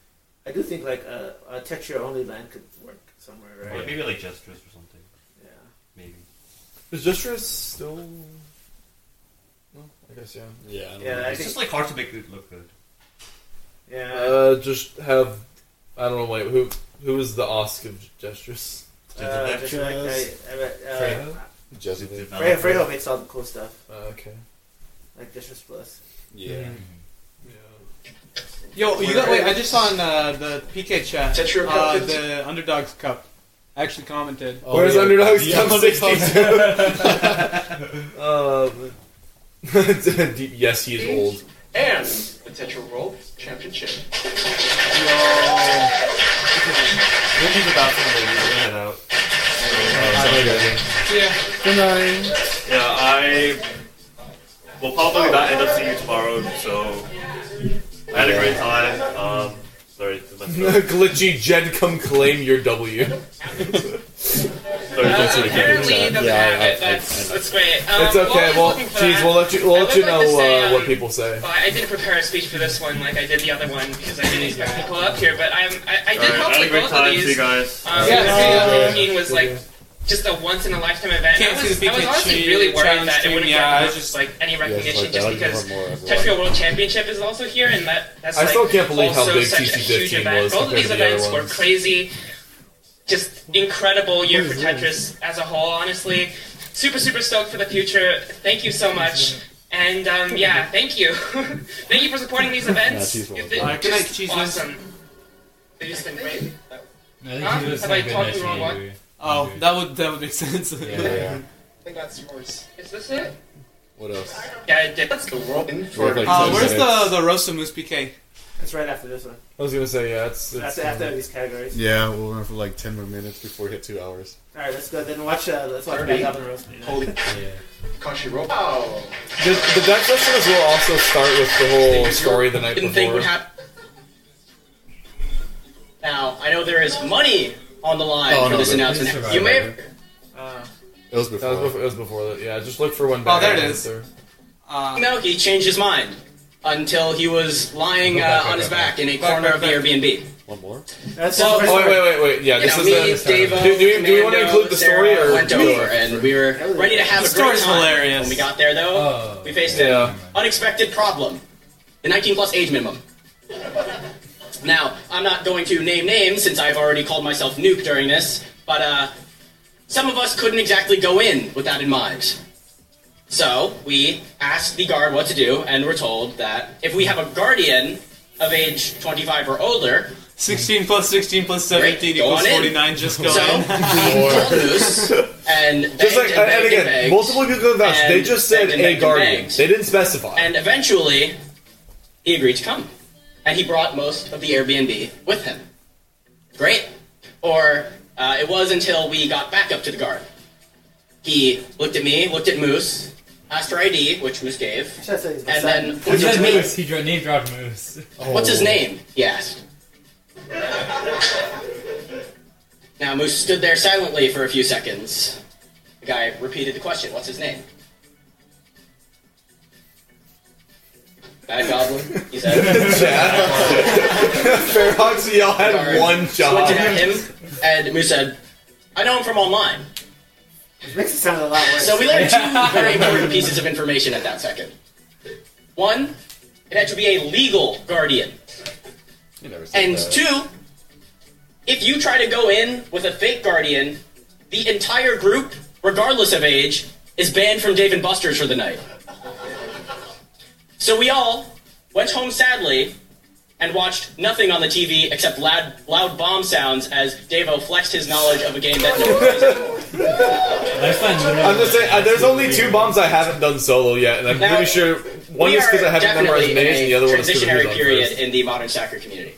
S12: I do think like a, a Tetra only land could work somewhere, right?
S8: Or maybe like Jestrus or something.
S12: Yeah.
S8: Maybe.
S5: Is Justress still? No, I guess yeah.
S8: Yeah, I don't
S12: Yeah, know. I
S8: it's
S12: think-
S8: just like hard to make it look good.
S12: Yeah.
S5: Uh, just have I don't know. Wait, who who is the Osk of Justress?
S12: Uh, just like I- I bet, uh,
S5: Freya?
S4: Jesse
S12: Freya, Freya makes all the cool stuff.
S5: okay.
S12: Like Distress Plus.
S4: Oh, Yeah.
S45: Yo, you got wait. I just saw in uh, the PK chat
S12: Is that your
S45: uh,
S12: cup?
S45: the Underdogs Cup. I actually commented.
S5: Oh, Where's yeah. Underdogs The Cup Underdogs 62? Oh, D- yes, he is old.
S56: And the Tetra World Championship.
S8: Maybe about something we can edit out.
S45: Yeah.
S8: Good night. Yeah, I will probably not end up seeing you tomorrow, so I had a great time. Um, sorry, this is my
S5: Glitchy Jed, come claim your W.
S8: Apparently,
S5: Yeah, I- I-
S10: That's, that's great. Um,
S5: it's okay.
S10: well,
S5: Well, geez, we'll let you we'll let you know uh, what people say.
S10: um, I I did prepare a speech for this one, like I did the other one, because I didn't expect people up here. But I'm, I, I did
S8: Alright,
S10: help
S8: had a
S10: with
S8: great
S10: both
S8: time.
S10: of these.
S8: See you guys.
S10: Um,
S8: Yeah, see ya.
S10: the meeting was like just a once in a lifetime event.
S45: Can't
S10: I
S45: see
S10: was,
S45: the
S10: I was
S45: PKG
S10: honestly really worried
S45: challenge
S10: that it
S45: team,
S10: wouldn't
S45: yeah,
S10: get
S45: I
S10: enough,
S45: just-
S10: like any recognition,
S4: like that,
S10: just
S4: I'll give
S10: because
S4: her more as well.
S10: Tokyo World Championship is also here, and that that's
S5: I
S10: like
S5: still can't believe how
S10: also
S5: big
S10: such a
S5: TC15
S10: huge event.
S5: was
S10: Both of
S5: compared
S10: these
S5: to the other
S10: events were
S5: ones.
S10: crazy, just incredible year for Tetris as a whole. Honestly, super super stoked for the future. Thank you so much. And um, yeah, thank you, thank you for supporting these events.
S4: Yeah, cheese rolls.
S10: You've been
S45: Alright, good night,
S10: just
S45: cheese rolls.
S10: awesome. They've just been great.
S53: I think
S10: Huh?
S53: he was
S10: Have I
S53: saying goodnight
S10: talked the wrong
S53: to
S10: one?
S53: you.
S45: Oh, that would that would make sense.
S4: yeah.
S10: I think that's yours. Is this it?
S4: What else?
S10: Yeah, it did. That's the world.
S4: for- like
S45: uh,
S4: ten
S45: where's
S4: minutes.
S45: the the roast of moose PK?
S12: That's right after this one.
S5: I was gonna say yeah. It's,
S12: That's
S5: it's
S12: after these categories.
S4: Yeah, we'll run for like ten more minutes before we hit two hours.
S12: All right, let's go. Then watch. Uh, let's watch
S10: Thirty.
S12: Back Up and Roast. Me.
S4: Holy-
S10: Country roll. Oh.
S5: The, the deck sessions will also start with the whole story the night
S10: Didn't think
S5: before.
S10: would happen. Now I know there is money on the line
S5: Oh,
S10: for
S5: no,
S10: this
S5: but
S10: announcement.
S5: please
S10: You may have
S5: Uh,
S4: It was before.
S5: That was before, it was before that. Yeah, just look for one.
S10: Oh,
S5: back
S10: there it
S5: up
S10: is.
S5: there.
S10: no, uh, he changed his mind until he was lying
S5: Go
S10: uh,
S5: back,
S10: on
S5: back,
S10: his
S5: back.
S10: back in a
S5: Back,
S10: corner
S5: back,
S10: of the
S5: back.
S10: Airbnb.
S4: One more.
S12: That's
S10: so,
S5: oh, wait, wait, wait, wait. Yeah,
S10: You
S5: this
S10: know,
S5: is
S10: me,
S5: the.
S10: Davo,
S5: do, do we, do we want
S10: Commando,
S5: to include the story
S10: Sarah
S5: or
S10: went
S5: do
S10: over, and we were ready to have The a great story's time.
S45: hilarious.
S10: When we got there, though,
S57: Oh.
S10: we faced an unexpected problem: the 19 plus age minimum. Now, I'm not going to name names since I've already called myself Nuke during this, but uh, some of us couldn't exactly go in with that in mind. So, we asked the guard what to do, and were told that if we have a guardian of age 25 or older,
S57: 16 plus 16 plus 17
S10: Great, go
S57: equals
S10: on in.
S57: 49. Just go
S10: So,
S57: in.
S10: and
S5: Just like,
S10: begged
S5: and,
S10: begged
S5: again,
S10: begged.
S5: multiple people have asked. They
S10: and
S5: just said
S10: begged and
S5: a
S10: begged and
S5: guardian.
S10: begged.
S5: They didn't specify.
S10: And eventually, he agreed to come. And he brought most of the Airbnb with him. Great. Or uh, it was until we got back up to the guard. He looked at me, looked at Moose, asked for ID, which Moose gave,
S12: should say he's my son.
S10: and then
S2: He
S10: looked at
S2: said
S10: me.
S2: Moose. He dro- name dropped Moose.
S10: Oh. What's his name? He asked. Now Moose stood there silently for a few seconds. The guy repeated the question. What's his name? Bad Goblin. He said.
S5: Fairhawks, y'all had one job.
S10: Squinted at him, and Moose said, "I know him from online."
S12: makes it sound a lot worse.
S10: So we learned two very important pieces of information at that second. One, it had to be a legal guardian. And two, if you try to go in with a fake guardian, the entire group, regardless of age, is banned from Dave and Buster's for the night. So we all went home sadly and watched nothing on the TV except loud, loud bomb sounds as Davo flexed his knowledge of a game that no one plays anymore.
S5: I'm just saying, uh, there's only two bombs I haven't done solo yet, and I'm
S10: Now,
S5: pretty sure one
S10: we
S5: is because
S10: are
S5: I haven't memorized
S10: definitely in
S5: names,
S10: a
S5: and the other one is because
S10: transitionary
S5: of
S10: period in the modern soccer community.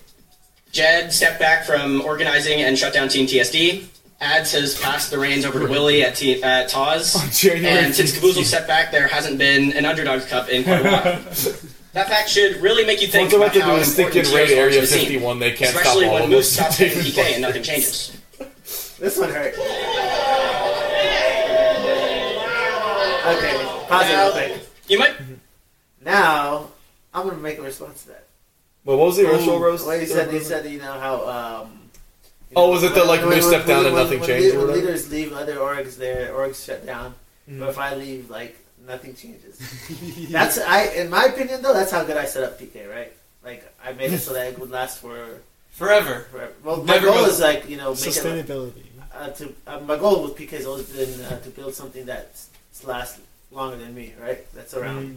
S10: Jed stepped back from organizing and shut down Team TSD. Ads has passed the reins over to Willie at, T- at Taz.
S5: January
S10: and since Kaboozle stepped back, there hasn't been an Underdogs Cup in quite a while. that fact should really make you think
S5: What
S10: about
S5: about to do
S10: how
S5: is stick
S10: important TSD
S5: in Raid
S10: are to
S5: Area
S10: the scene,
S5: 51. They can't
S10: especially
S5: stop all
S10: when
S5: of
S10: Moose
S5: us.
S10: stops taking PK and nothing changes.
S12: This one hurt. Okay, pause it real quick.
S10: You might.
S12: Mm-hmm. Now, I'm gonna make a response to that.
S5: Well, what was the original
S12: Ooh,
S5: roast?
S12: Well, he said he said you know how. Um, you
S5: Oh,
S12: know,
S5: was it that, like, Moose stepped down and nothing
S12: when
S5: changed
S12: lea-
S5: or
S12: When
S5: whatever?
S12: leaders leave, other orgs their orgs shut down.
S5: Mhm.
S12: But if I leave, like nothing changes. that's I, in my opinion, though. That's how good I set up PK, right? Like I made it so that it would last for
S58: Forever.
S12: Forever. Well,
S58: Never
S12: my goal
S58: goes-
S12: is like you know make it like-
S59: Sustainability.
S12: uh, to uh, my goal with PK has always been uh, to build something that's lasts longer than me, right? That's around,
S59: Mm.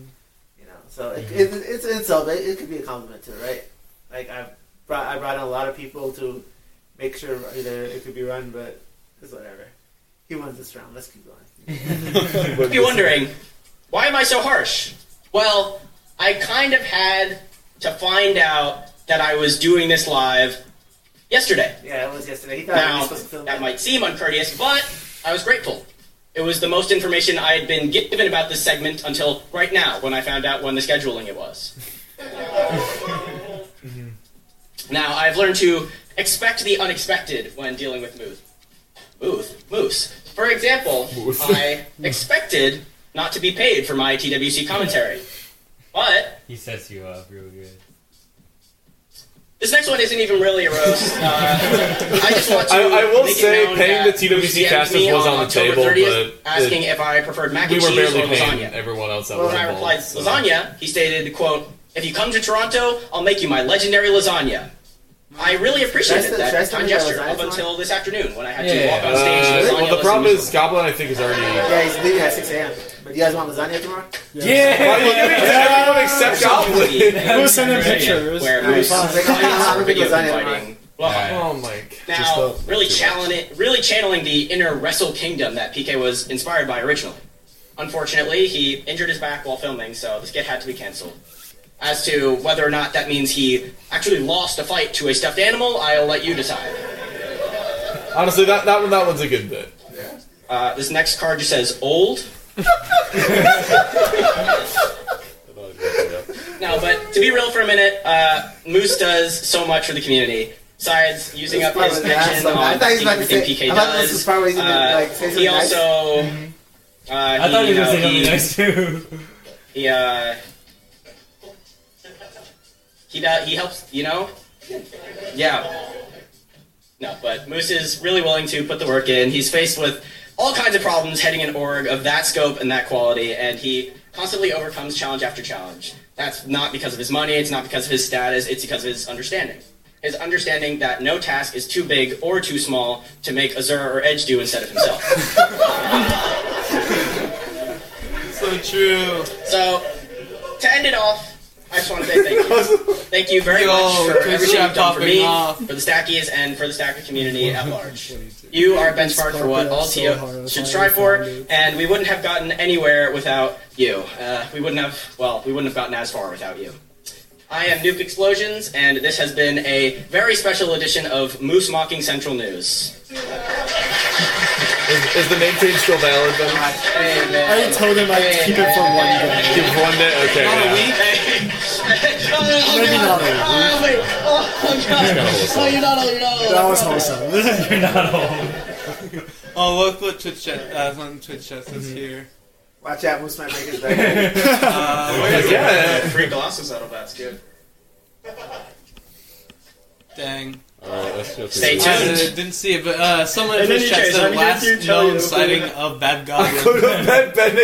S12: you know. So it, it, it's an insult, but it could be a compliment too, right? Like I brought I brought in a lot of people to make sure either it could be run, but it's whatever. He wins this round. Let's keep going.
S10: if you're wondering, why am I so harsh? Well, I kind of had to find out that I was doing this live yesterday.
S12: Yeah, it was yesterday. He thought we were
S10: Now,
S12: supposed to film.
S10: that might seem uncourteous, but I was grateful. It was the most information I had been given about this segment until right now, when I found out when the scheduling it was. Now, I've learned to expect the unexpected when dealing with Moose. Moose? Moose. For example, I expected not to be paid for my TWC commentary. But
S2: He sets you up real good.
S10: this next one isn't even really a roast. Uh, I just want to.
S2: I- I will
S10: make it
S2: say
S10: known
S2: paying
S10: that
S2: the TWC
S10: Moose DM'd
S2: casters
S10: me
S2: was
S10: on
S2: on the
S10: October
S2: table,
S10: 30th,
S2: but
S10: asking
S2: the-
S10: if I preferred mac
S2: we
S10: and
S2: were
S10: cheese
S2: barely
S10: or
S2: paying
S10: lasagna.
S2: everyone else that
S10: Well,
S2: was
S10: when I
S2: involved,
S10: replied
S2: so-
S10: lasagna, he stated, "quote If you come to Toronto, I'll make you my legendary lasagna." I really appreciated
S5: Should I-
S10: that
S5: should I still
S10: time
S5: make my
S10: gesture
S5: lasagna
S10: up until this afternoon when I had to walk on stage.
S5: Uh,
S10: and lasagna
S5: well, the
S10: was
S5: problem
S10: in-
S5: is Goblin. I think is already.
S12: yeah, he's leaving at 6 a.m. But you guys want lasagna tomorrow?
S5: Yeah. Yeah. Why are you giving it to everyone except Goblin?
S59: We'll send him pictures.
S10: Where
S59: Alright,
S10: Moose
S59: fine.
S10: finds some video
S59: Lasagna tomorrow.
S10: inviting. Well,
S5: Oh my.
S10: Now, really channeling, really channeling the inner Wrestle Kingdom that PK was inspired by originally. Unfortunately, he injured his back while filming, so this get had to be canceled. As to whether or not that means he actually lost a fight to a stuffed animal, I'll let you decide.
S5: Honestly, that that one that one's a good bit.
S10: Uh, this next card just says old. no, but to be real for a minute, uh, Moose does so much for the community. Besides using up his
S12: Probably not,
S10: pension
S12: so- I
S10: on
S12: thought he was
S10: seeing
S12: about to
S10: everything
S12: say-
S10: PK
S12: I thought this was
S10: does,
S12: probably he's gonna,
S10: uh,
S12: like, say something
S10: he
S12: nice.
S10: also. Uh,
S2: I thought he was
S10: know,
S2: going to say
S10: he-
S2: something nice too.
S10: he uh, he does, he helps. You know, yeah. No, but Moose is really willing to put the work in. He's faced with all kinds of problems heading an org of that scope and that quality, and he constantly overcomes challenge after challenge. That's not because of his money. It's not because of his status. It's because of his understanding. is understanding that no task is too big or too small to make Azura or Edge do instead of himself.
S60: so true.
S10: So, to end it off, I just want to say thank you. Thank you very
S38: Yo,
S10: much for
S38: good
S10: everything
S38: job
S10: you've done for
S38: popping
S10: me,
S38: off.
S10: for the Stackies, and for the Stacker community at large. You are a benchmark for what all TO should strive for, and we wouldn't have gotten anywhere without you. Uh, we wouldn't have, well, we wouldn't have gotten as far without you. I am Nuke Explosions, and this has been a very special edition of Moose Mocking Central News.
S5: Is, is the main page still valid, though?
S8: I told him I'd keep it for one day.
S5: Give one day? Okay.
S8: Not a
S5: yeah.
S8: Maybe not a week.
S10: Oh,
S8: You're not wholesome.
S10: No, you're not old, you're not old.
S8: That was wholesome. You're not
S38: Oh, look what Twitch chat, uh, on Twitch chat says
S2: Mm-hmm.
S38: here.
S12: Watch out, Moose might make his
S38: back. Uh, where is it? Yeah.
S61: Free glasses out of that's good.
S38: Dang.
S3: Alright, let's go through
S38: Stay
S3: this.
S38: tuned. I uh, didn't see it, but uh, someone in
S3: And
S38: Twitch
S3: then
S38: chat
S3: you
S38: said
S3: guys,
S38: last
S3: I'm here to tell
S38: known
S3: you.
S38: sighting of Bab
S5: I could
S38: Goblin.
S5: have met Ben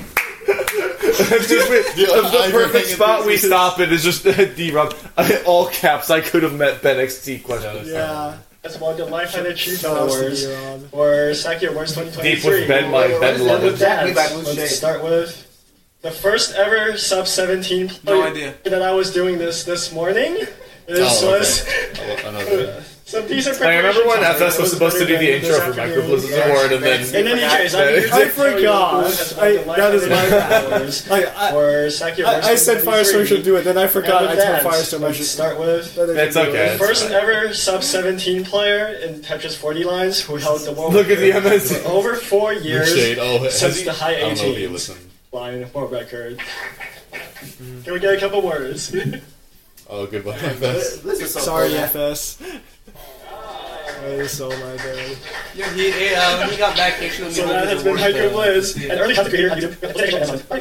S3: Oh,
S5: Just wait, the, the perfect spot we stop in is just D Rob. All caps. I could have met Ben XT question.
S8: Yeah.
S7: That's about the life and
S8: That
S7: achievement
S8: was the
S7: awards
S8: year on.
S7: for Sakya Awards 2023.
S5: Deep with Ben, my Ben
S7: Let's
S5: love.
S7: end with that.
S5: Exactly by Blue Shade.
S7: Let's start with the first ever sub 17 play
S38: No idea.
S7: that I was doing this this morning. This
S5: Oh, okay.
S7: was some piece of
S5: I remember when
S7: preparation time.
S5: FS was
S7: It
S5: supposed to do
S7: very
S5: the
S7: good
S5: intro for
S7: this afternoon.
S5: Microblizzard's Award, and then
S7: In any case, I
S5: Yeah.
S7: needed to
S8: I
S7: tell you
S8: forgot.
S7: that's about
S8: I-
S7: the life
S8: that is
S7: and
S8: my
S7: achievement
S8: bad.
S7: awards
S8: Like, I-
S7: For Sakya Awards
S8: I, I said
S7: 2023.
S8: Firestorm should do it, then I forgot
S7: And
S8: I
S7: with
S8: told
S7: that,
S8: Firestorm I
S7: let's
S8: should
S7: start with.
S5: It's okay. it's
S7: First
S5: fine.
S7: ever sub 17 player in Tetris 40 lines who held the world
S5: Look at the
S7: record
S5: MSC.
S7: for over four years
S5: shade, oh, has
S7: since
S5: he-
S7: the high
S5: I don't know if he
S7: 18
S5: listened.
S7: line world record. Can we get a couple words?
S3: Oh, good one.
S8: Sorry, FS. That is so my bad.
S38: Yo, he, hey, uh, when he got back, he actually
S7: So
S38: made
S7: that
S38: his
S7: has been
S38: award
S7: Hyper
S38: thing.
S7: Blizz, an early contributor.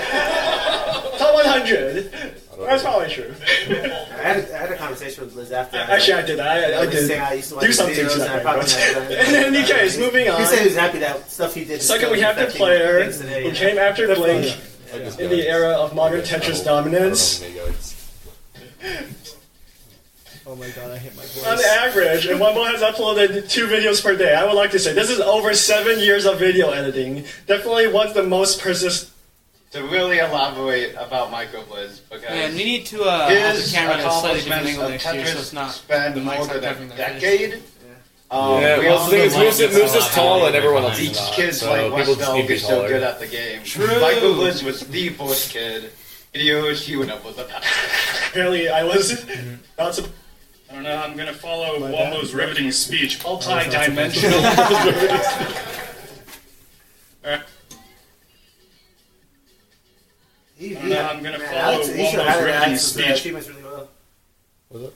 S7: Top 100. That's probably true.
S12: I had, a, I had a conversation with Liz after.
S7: Actually, I did. I, I, I
S12: was
S7: did.
S12: saying I used to watch
S7: do
S12: his
S7: something
S12: videos
S7: to
S12: and I
S7: that.
S12: probably
S7: record.
S12: never done
S7: In
S12: it.
S7: any case, moving on.
S12: He said he was happy that stuff he did.
S7: Second, we have the player who came after Blink in the era of modern Tetris dominance.
S8: Oh my god, I hit my voice.
S7: On average, and Wumbo has uploaded two videos per day. I would like to say this is over seven years of video editing. Definitely one's the most persistent.
S2: To really elaborate about Microblizz, because
S38: Man, we need to uh, have the
S2: his
S38: camera at a slightly different
S2: accomplishments of
S38: angle next year, so
S2: Tetris
S38: it's not
S2: span
S38: the
S2: more
S38: mic's not
S2: than a
S38: covering their face.
S2: decade. Um,
S5: Yeah,
S2: we
S5: well,
S2: all
S5: the thing is,
S2: know
S5: Moose,
S2: that
S5: Moose is tall and everyone else
S2: Each
S5: is not.
S2: kid's
S5: so
S2: like
S5: people
S2: West
S5: just need to
S2: Dog
S5: be
S2: is still
S5: taller.
S2: good at the game.
S7: True.
S2: Microblizz was the first kid. Hideyoshi went up with the
S7: Apparently, I was
S8: Mm-hmm.
S7: not supposed.
S61: I don't know. I'm gonna follow
S7: My bad.
S61: Wombo's riveting speech.
S7: Multi-dimensional.
S61: Alright.
S12: He,
S61: I don't know, I'm gonna follow
S12: Alex, he should
S61: Wombo's
S12: have highlighted
S61: riveting
S12: Alex's uh,
S61: speech.
S12: achievements really well.
S3: Was it?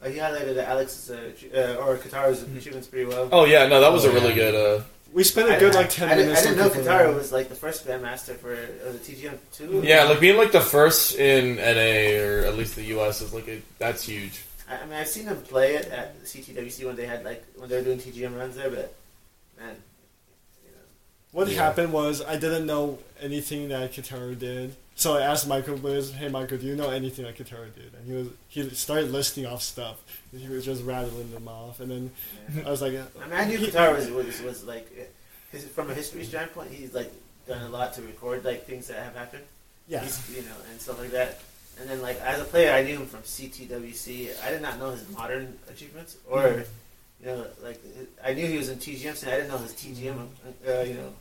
S12: Uh, he highlighted Alex's uh, ach- uh, or Katara's achievements pretty well.
S5: Oh yeah, no, that was a really good. Uh,
S8: We spent
S12: I
S8: a good
S12: didn't-
S8: like 10
S12: I didn't,
S8: minutes
S12: I didn't know
S8: looking for
S12: Katara
S8: that.
S12: was like the first bandmaster for uh, the TGM two.
S5: yeah, like being like the first in NA or at least the US is like a, that's huge.
S12: I, I mean, I've seen them play it at CTWC when they had like when they were doing TGM runs there, but man,
S8: What
S12: Yeah.
S8: happened was I didn't know anything that Kitaru did. So I asked Michael Blizz, "Hey Michael, do you know anything that Kitaru did?" And he was he started listing off stuff. And he was just rattling them off, and then I was like, uh,
S12: I mean, I knew
S8: he-
S12: Katara was, was, was like, uh, his, from a history standpoint, he's like done a lot to record like things that have happened.
S8: Yeah.
S12: He's, you know, and stuff like that. And then like as a player, I knew him from CTWC. I did not know his modern achievements or,
S8: Mhm.
S12: you know, like I knew he was in TGM, so I didn't know his TGM, uh, you know,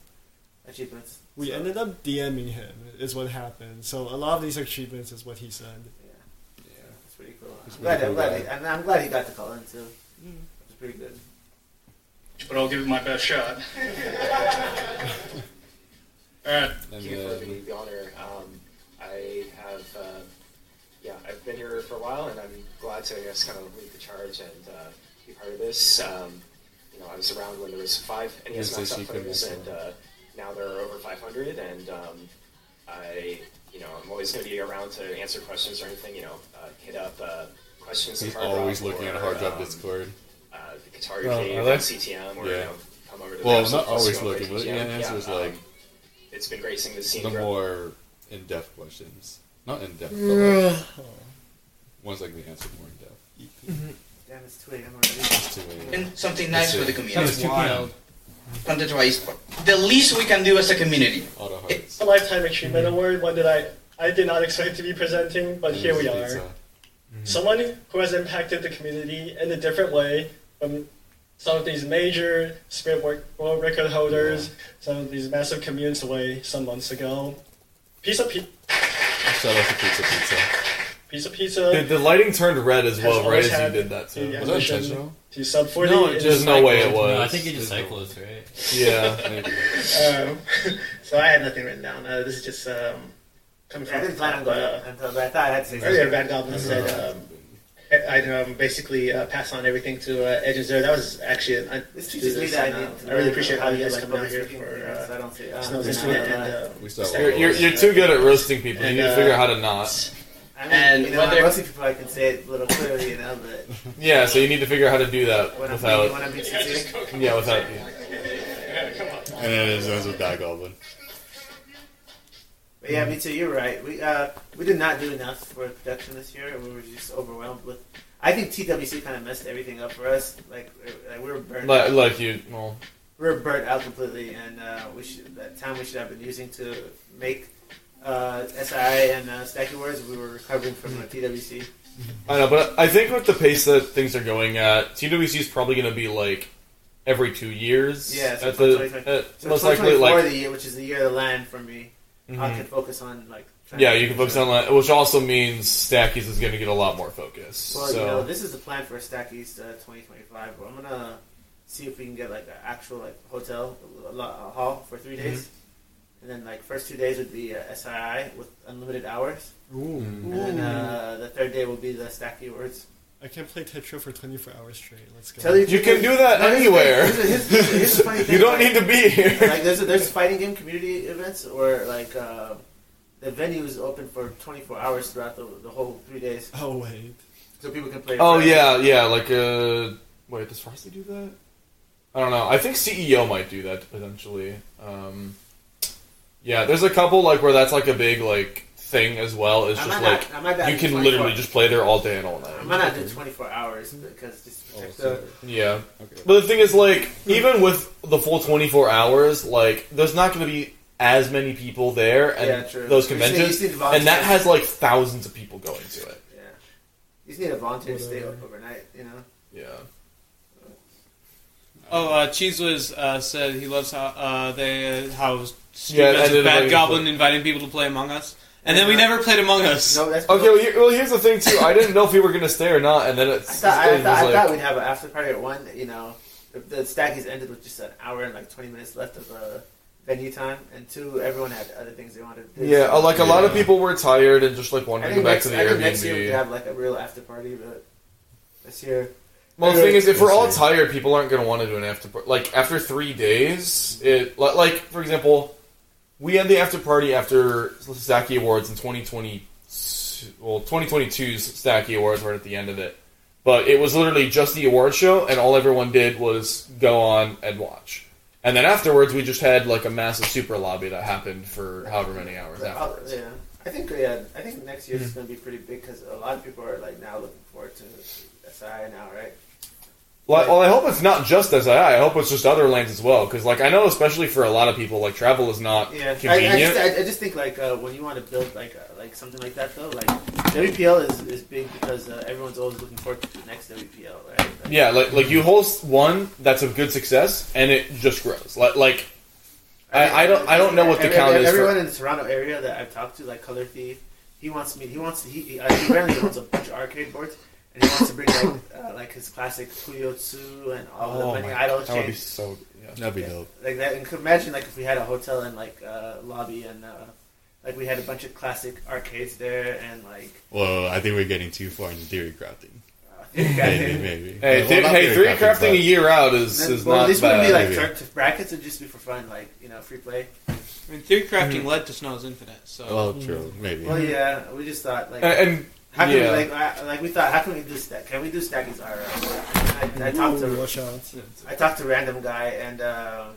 S12: achievements.
S8: We
S12: So-
S8: ended up DMing him. Is what happened. So a lot of these achievements is what he said.
S12: It's pretty cool.
S8: He's
S12: I'm
S8: a
S12: glad,
S8: pretty
S12: I'm,
S8: cool
S12: glad
S8: guy.
S12: he, I'm, I'm glad he got to call in too. It's pretty good.
S61: But I'll give it my best shot. Alright.
S2: Thank you for the, the honor. Um, I have, uh, yeah, I've been here for a while, and I'm glad to, I guess, kind of lead the charge and uh, be part of this. Um, you know, I was around when there was five NES
S3: Yes, I
S2: Max
S3: see
S2: Up players,
S3: Connect.
S2: and uh, now there are over 500. And um, I, you know, I'm always going to be around to answer questions or anything. You know, uh, hit up uh, questions.
S3: He's
S2: at Hard Rock
S3: always looking
S2: or,
S3: at Hard Drive
S2: um,
S3: Discord.
S2: Uh, the Guitar
S3: Oh,
S2: Cave,
S3: are they?
S2: CTM, or you
S3: Yeah.
S2: know, come over to
S3: Well,
S2: the
S3: not always
S2: Let's go over
S3: looking,
S2: to
S3: but
S2: TTM.
S3: yeah, answers
S2: um,
S3: like-
S2: it's been great seeing the scene
S3: the
S2: grow.
S3: more in-depth questions. Not in depth, but
S12: Ugh.
S3: like, ones like we answered more in depth.
S8: Mm-hmm.
S12: Damn, it's two a.m. already.
S10: And something nice for the community.
S3: That was too
S10: wild. Content wise, the least we can do as a community.
S7: It's a lifetime achievement award, one that I, I did not expect to be presenting,
S2: Oh,
S7: but here we are. Someone who has impacted the community in a different way from some of these major spirit work, world record holders, some of these massive communes away some months ago. Piece of pi-
S3: Shout out to Pizza Pizza.
S7: piece of pizza.
S5: The, the lighting turned red as
S7: has
S5: well right
S7: always
S5: as you
S7: had
S5: did that too.
S7: the ambition To sub 40.
S5: No,
S7: It
S5: there's
S7: is
S5: no way it
S7: cycled.
S5: was.
S62: No, I think it just cycles, right?
S5: Yeah, maybe.
S63: Um, so I had nothing written down. Uh, this is just um, coming from.
S12: I didn't plan on going
S63: uh,
S12: until, but I thought I had to say
S63: Earlier,
S12: something.
S63: Bad Goblin said
S5: Uh-huh.
S63: um, I- I'd um, basically uh, pass on everything to uh, Edge and Zero. That was actually an, I,
S12: This
S63: to
S12: teaches me
S63: this,
S12: that
S63: and,
S12: I
S63: uh,
S12: need to
S63: I really
S12: learn
S63: appreciate
S12: how
S63: all
S12: to
S63: you guys
S12: like
S63: coming out
S12: public
S63: here
S12: speaking
S63: for
S12: things. I don't see-
S63: uh,
S12: I
S63: Snow
S12: don't
S63: this
S12: see
S63: minute
S12: that.
S63: and uh,
S12: We still
S63: Stack
S5: You're, you're,
S63: Overflow.
S5: you're too good at roasting people. You need to figure out
S12: uh,
S5: how to not.
S12: I mean,
S63: And
S12: you know,
S63: whether-
S12: most people I can say it a little clearly, you know, but
S5: Yeah, so you need to figure out how to do that
S12: when I'm being, when I'm
S5: without.
S12: being sincere.
S5: Yeah, without.
S3: And then it ends with Bad Goblin.
S12: But
S5: Mm.
S12: yeah, me too. You're right. We uh, we did not do enough for production this year. We were just overwhelmed with. I think TWC kind of messed everything up for us. Like, we- like we were burnt.
S5: Like, like you, well,
S12: we were burnt out completely, and uh, we should that time we should have been using to make uh, SI and uh, Stacky Words. We were recovering from uh,
S5: Mm.
S12: TWC.
S5: I know, but I think with the pace that things are going at, TWC is probably going to be like every two years.
S12: Yeah, so
S5: at the
S12: 2020
S5: at
S12: so
S5: most likely
S12: 2024
S5: like
S12: the year, which is the year of the land for me. I
S5: Mhm.
S12: could focus on like. trying
S5: yeah,
S12: to-
S5: you can focus on that, which also means Stackies is going to get a lot more focus.
S12: Well,
S5: so
S12: you know, this is the plan for Stack East uh, 2025. But I'm gonna see if we can get like an actual like hotel a lo- a hall for three days,
S5: Mm-hmm.
S12: and then like first two days would be uh, SII with unlimited hours,
S64: Ooh.
S5: Mm.
S12: and then
S64: Ooh.
S12: uh, the third day will be the Stack E Words.
S64: I can't play Tetra for 24 hours straight. Let's go.
S12: Tell you,
S5: You can do that
S12: No, here's the thing.
S5: anywhere.
S12: Here's the- here's the- here's the funny
S5: You
S12: thing,
S5: don't
S12: like-
S5: need to be here.
S12: Like there's there's fighting game community events or like uh, the venue is open for 24 hours throughout the, the whole three days.
S64: Oh wait.
S12: So people can play.
S5: Oh
S12: forever.
S5: yeah, yeah. Like uh, wait, does Frosty do that? I don't know. I think CEO might do that potentially. Um, yeah, there's a couple like where that's like a big like thing as well. Is
S12: I
S5: just
S12: might
S5: like
S12: not- I might not
S5: you
S12: do
S5: can
S12: 24.
S5: literally just play there all day and all
S12: I
S5: night.
S12: might not do 24 hours because just
S5: Oh,
S12: to protect the.
S5: Yeah. But the thing is, like, even with the full 24 hours, like, there's not going to be as many people there and
S12: Yeah, true.
S5: those
S12: You just need- you
S5: conventions.
S12: just need to
S5: and that
S12: volunteer.
S5: has, like, thousands of people going to it.
S12: Yeah. You just need a volunteer to stay up overnight, you know?
S5: Yeah.
S2: Oh, uh, Cheese was uh, said he loves how uh, they uh, how
S5: Yeah,
S2: stupid
S5: I did
S2: yeah, Bad
S5: like-
S2: Goblin inviting people to play Among Us, and then we never played Among Us.
S12: No, that's
S5: Okay, well, here, well, here's the thing, too. I didn't know if we were going to stay or not, and then it's.
S12: I thought, I,
S5: it was
S12: thought, I
S5: like-
S12: thought we'd have an after party at 1, you know? The, the stackies ended with just an hour and like 20 minutes left of uh, venue time, and two, everyone had other things they wanted to do.
S5: yeah, uh, like, a lot of
S3: Yeah.
S5: people were tired and just, like,
S12: I
S5: wanted to
S12: think
S5: go back
S12: next-
S5: to the
S12: I
S5: Airbnb.
S12: think next year we could have like a real after party, but this year.
S5: Well, the
S12: Anyway,
S5: thing is, if
S12: we'll
S5: we're all
S12: see.
S5: tired, people aren't going to want to do an after party. Like after three days, it li- like for example, we had the after party after Stacky Awards in 2020, well 2022's Stacky Awards right at the end of it, but it was literally just the award show, and all everyone did was go on and watch. And then afterwards, we just had like a massive super lobby that happened for however many hours
S12: But I'll-
S5: after.
S12: Oh, yeah, I think yeah, I think next year's is
S5: Hmm.
S12: going to be pretty big because a lot of people are like now looking forward to SI now, right?
S5: Well, well, I hope it's not just SII. I hope it's just other lanes as well, because like I know, especially for a lot of people, like travel is not
S12: Yeah, I, I,
S5: convenient.
S12: just, I, I just think like uh, when you want to build like uh, like something like that though, like WPL is, is big because uh, everyone's always looking forward to the next WPL, right? Like,
S5: Yeah, like like you host one that's a good success, and it just grows. Like like I, I don't I don't know what the
S12: every-
S5: count is.
S12: Everyone
S5: For,
S12: in the Toronto area that I've talked to, like Color Thief, he wants me. He wants he he, uh, he randomly owns a bunch of arcade boards, and he wants to bring like, uh, like his classic Kuyotsu and all
S5: Oh
S12: the many
S5: my-
S12: idol
S5: that would be
S12: chains.
S5: so- yeah.
S3: That'd be dope.
S12: Like that, and could imagine like if we had a hotel and like uh, lobby and uh, like we had a bunch of classic arcades there and like.
S3: Well, I think we're getting too far into theory crafting.
S12: crafting.
S3: maybe, maybe.
S5: Hey,
S3: Well,
S5: thi-
S3: not
S5: hey,
S3: theory
S5: theory crafting a
S3: but-
S5: year out is-
S12: Then-
S5: is
S12: well,
S5: not
S12: this wouldn't be
S5: bad.
S12: like
S5: Maybe.
S12: tur- brackets; it'd just be for fun, like you know, free play.
S2: I mean, theory crafting led to Snow's Infinite, so
S3: Mm. Well, true, maybe.
S12: Well, yeah, we just thought like,
S5: And- and-
S12: how can
S5: yeah.
S12: we, like, I, like we thought, how can we do stack? Can we do stackies IRL? I, I talked to
S64: Ooh, watch out.
S12: I talked to random guy, and um,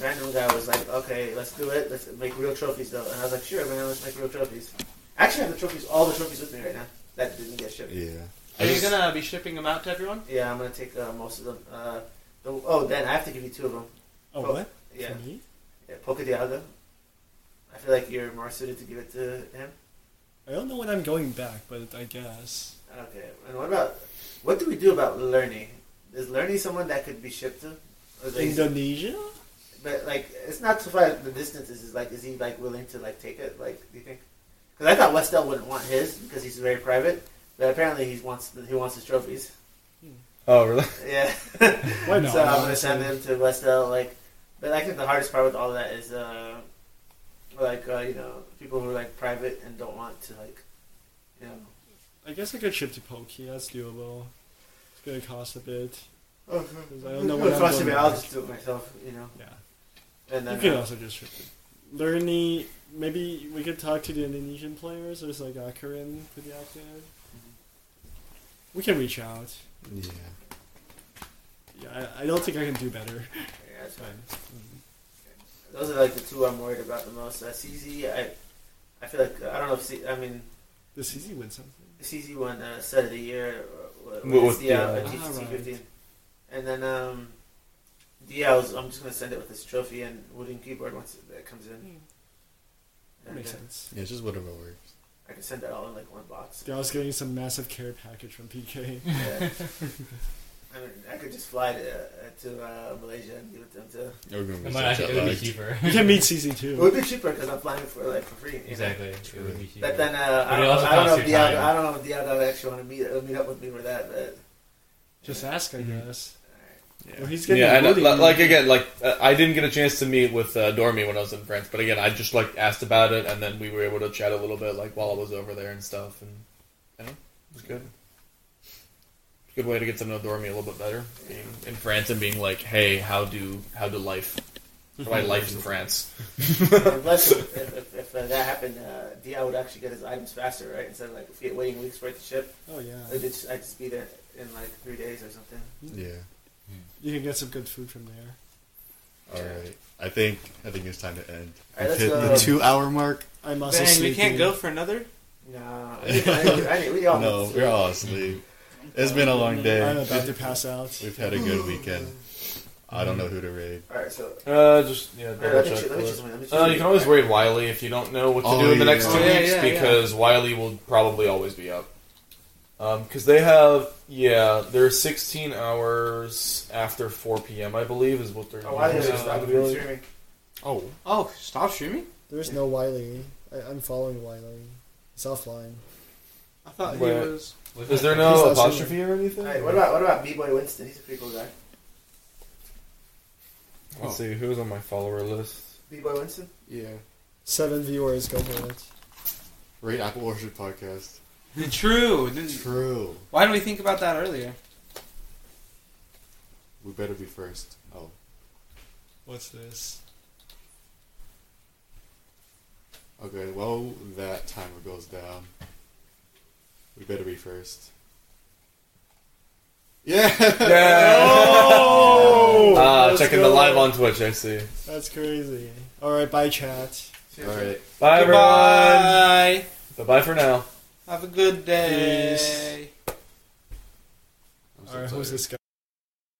S12: random guy was like, "Okay, let's do it. Let's make real trophies, though." And I was like, "Sure, man, let's make real trophies." I actually have the trophies, all the trophies with me right now that didn't get shipped.
S3: Yeah.
S2: Are you gonna be shipping them out to everyone?
S12: Yeah, I'm gonna take uh, most of them. Uh, the, oh, Dan, I have to give you two of them.
S7: Oh, what?
S12: Yeah.
S7: For me?
S12: Yeah, Poca Diago. I feel like you're more suited to give it to him.
S7: I don't know when I'm going back, but I guess.
S12: Okay. And what about what do we do about Lerny? Is Lerny someone that could be shipped to? Or is he-
S7: Indonesia?
S12: But like, it's not so far the distance is. Is like, is he like willing to like take it? Like, do you think? Because I thought Westell wouldn't want his because he's very private, but apparently he wants he wants his trophies.
S65: Oh, really?
S12: Yeah.
S65: Why not?
S12: So I'm gonna send them to Westell. Like, but I think the hardest part with all that is, uh, like, uh, you know, people who are like private and don't want to like, you know.
S7: I guess I could ship to Pokey. That's doable. It's gonna cost a bit.
S12: Oh,
S7: 'Cause I
S12: I
S7: don't know
S12: do
S7: when I'm going
S12: I'll
S7: back.
S12: just do it myself. You know.
S7: Mm-hmm. Yeah.
S12: And then
S7: you can
S12: uh,
S7: also just ship it. Lerny, maybe we could talk to the Indonesian players. There's like Akarin could be out there. We can reach out.
S3: Yeah.
S7: Yeah, I, I don't think I can do better. Mm-hmm.
S12: Yeah, that's fine. Those are like the two I'm worried about the most. Uh, CZ, I, I feel like I don't know if C, I mean
S7: The CZ win something.
S12: CZ won uh, set of the year uh,
S7: With-
S12: with
S7: with
S12: the uh,
S7: Diao.
S12: Batista
S7: Ah, right.
S12: 215, and then um, Diaz. I'm just gonna send it with this trophy and wooden keyboard once it, that comes in.
S7: That makes
S12: then
S7: sense.
S3: Yeah, it's just whatever works.
S12: I can send that all in like one box.
S7: I was getting some massive care package from PK.
S12: Yeah. I mean, I could just fly to, uh, to uh, Malaysia and give it to them too.
S3: Yeah, we're gonna be
S66: It
S3: so
S66: might actually- it would be
S3: jet-lagged.
S66: cheaper.
S7: You can meet CZ too.
S12: It would be cheaper because I'm flying for like for free. you know?
S66: Exactly, it would be cheaper.
S12: But then uh, I,
S66: But it
S12: don't,
S66: also
S12: I don't know
S66: costs
S12: if
S66: you
S12: Diago,
S66: time.
S12: I don't know if Diago actually want to meet uh, meet up with me for that. But
S7: Just ask, I guess. Well, he's getting
S5: Mm-hmm. Yeah, and uh,
S7: bullied.
S5: li- like again, like uh, I didn't get a chance to meet with uh, Dormy when I was in France, but again, I just like asked about it, and then we were able to chat a little bit, like while I was over there and stuff, and you know, it was good. It's a Good way to get to know Dormy a little bit better, being in France and being like, hey, how do how do life, how do I life in France?
S12: unless if, if, if uh, that happened, uh, Diago would actually get his items faster, right? Instead of like if you're waiting weeks for it to ship.
S7: Oh, yeah.
S12: I'd just, I'd just be there in like three days or something.
S3: Yeah.
S7: You can get some good food from there.
S3: All right. I think I think it's time to end.
S12: Hmm. All right,
S3: We've
S12: let's go.
S3: hit the two hour mark.
S7: I'm also
S2: Bang, we can't
S7: sleeping.
S2: go for another?
S12: No. we all
S3: no, we're all asleep. It's been a long day.
S7: I'm about to pass out.
S3: We've had a good weekend. I don't know who to raid.
S12: All right, so
S5: Uh, just yeah,
S12: All right,
S5: double
S12: let me
S5: check.
S12: choose- let me
S5: the-
S12: choose one, let me choose
S5: Uh, you
S12: one.
S5: can always raid Wiley if you don't know what to
S3: Oh,
S5: do in the
S3: yeah.
S5: next two
S3: Oh, yeah,
S5: weeks
S3: yeah, yeah.
S5: because Wiley will probably always be up. Because they have yeah, they're 16 hours after 4 p.m. I believe is what they're.
S12: Oh, Wiley
S5: using.
S12: has stopped from streaming.
S5: Oh,
S2: Oh, stop streaming?
S7: There's no Wiley. I, I'm following Wiley. It's offline.
S2: I thought
S5: Wait.
S2: he was.
S5: Is there no
S7: He's not
S5: apostrophe
S7: streaming.
S5: or anything?
S12: All right, what about what about B Boy Winston? He's a pretty cool guy.
S5: Let's see who's on my follower list.
S12: B Boy Winston.
S3: Yeah.
S7: Seven viewers, go for it.
S3: Raid Apple Orchard podcast.
S2: True. didn't-
S3: True.
S2: Why didn't we think about that earlier?
S3: We better be first. Oh.
S7: What's this?
S3: Okay, well, that timer goes down. We better be first. Yeah!
S5: Yeah.
S7: Oh!
S5: Ah, checking the live on Twitch. I see.
S7: That's crazy. All right, bye, chat.
S3: Alright.
S2: Goodbye.
S5: Bye everyone. Bye bye for now.
S2: Have a good day.
S7: All right, who's this guy?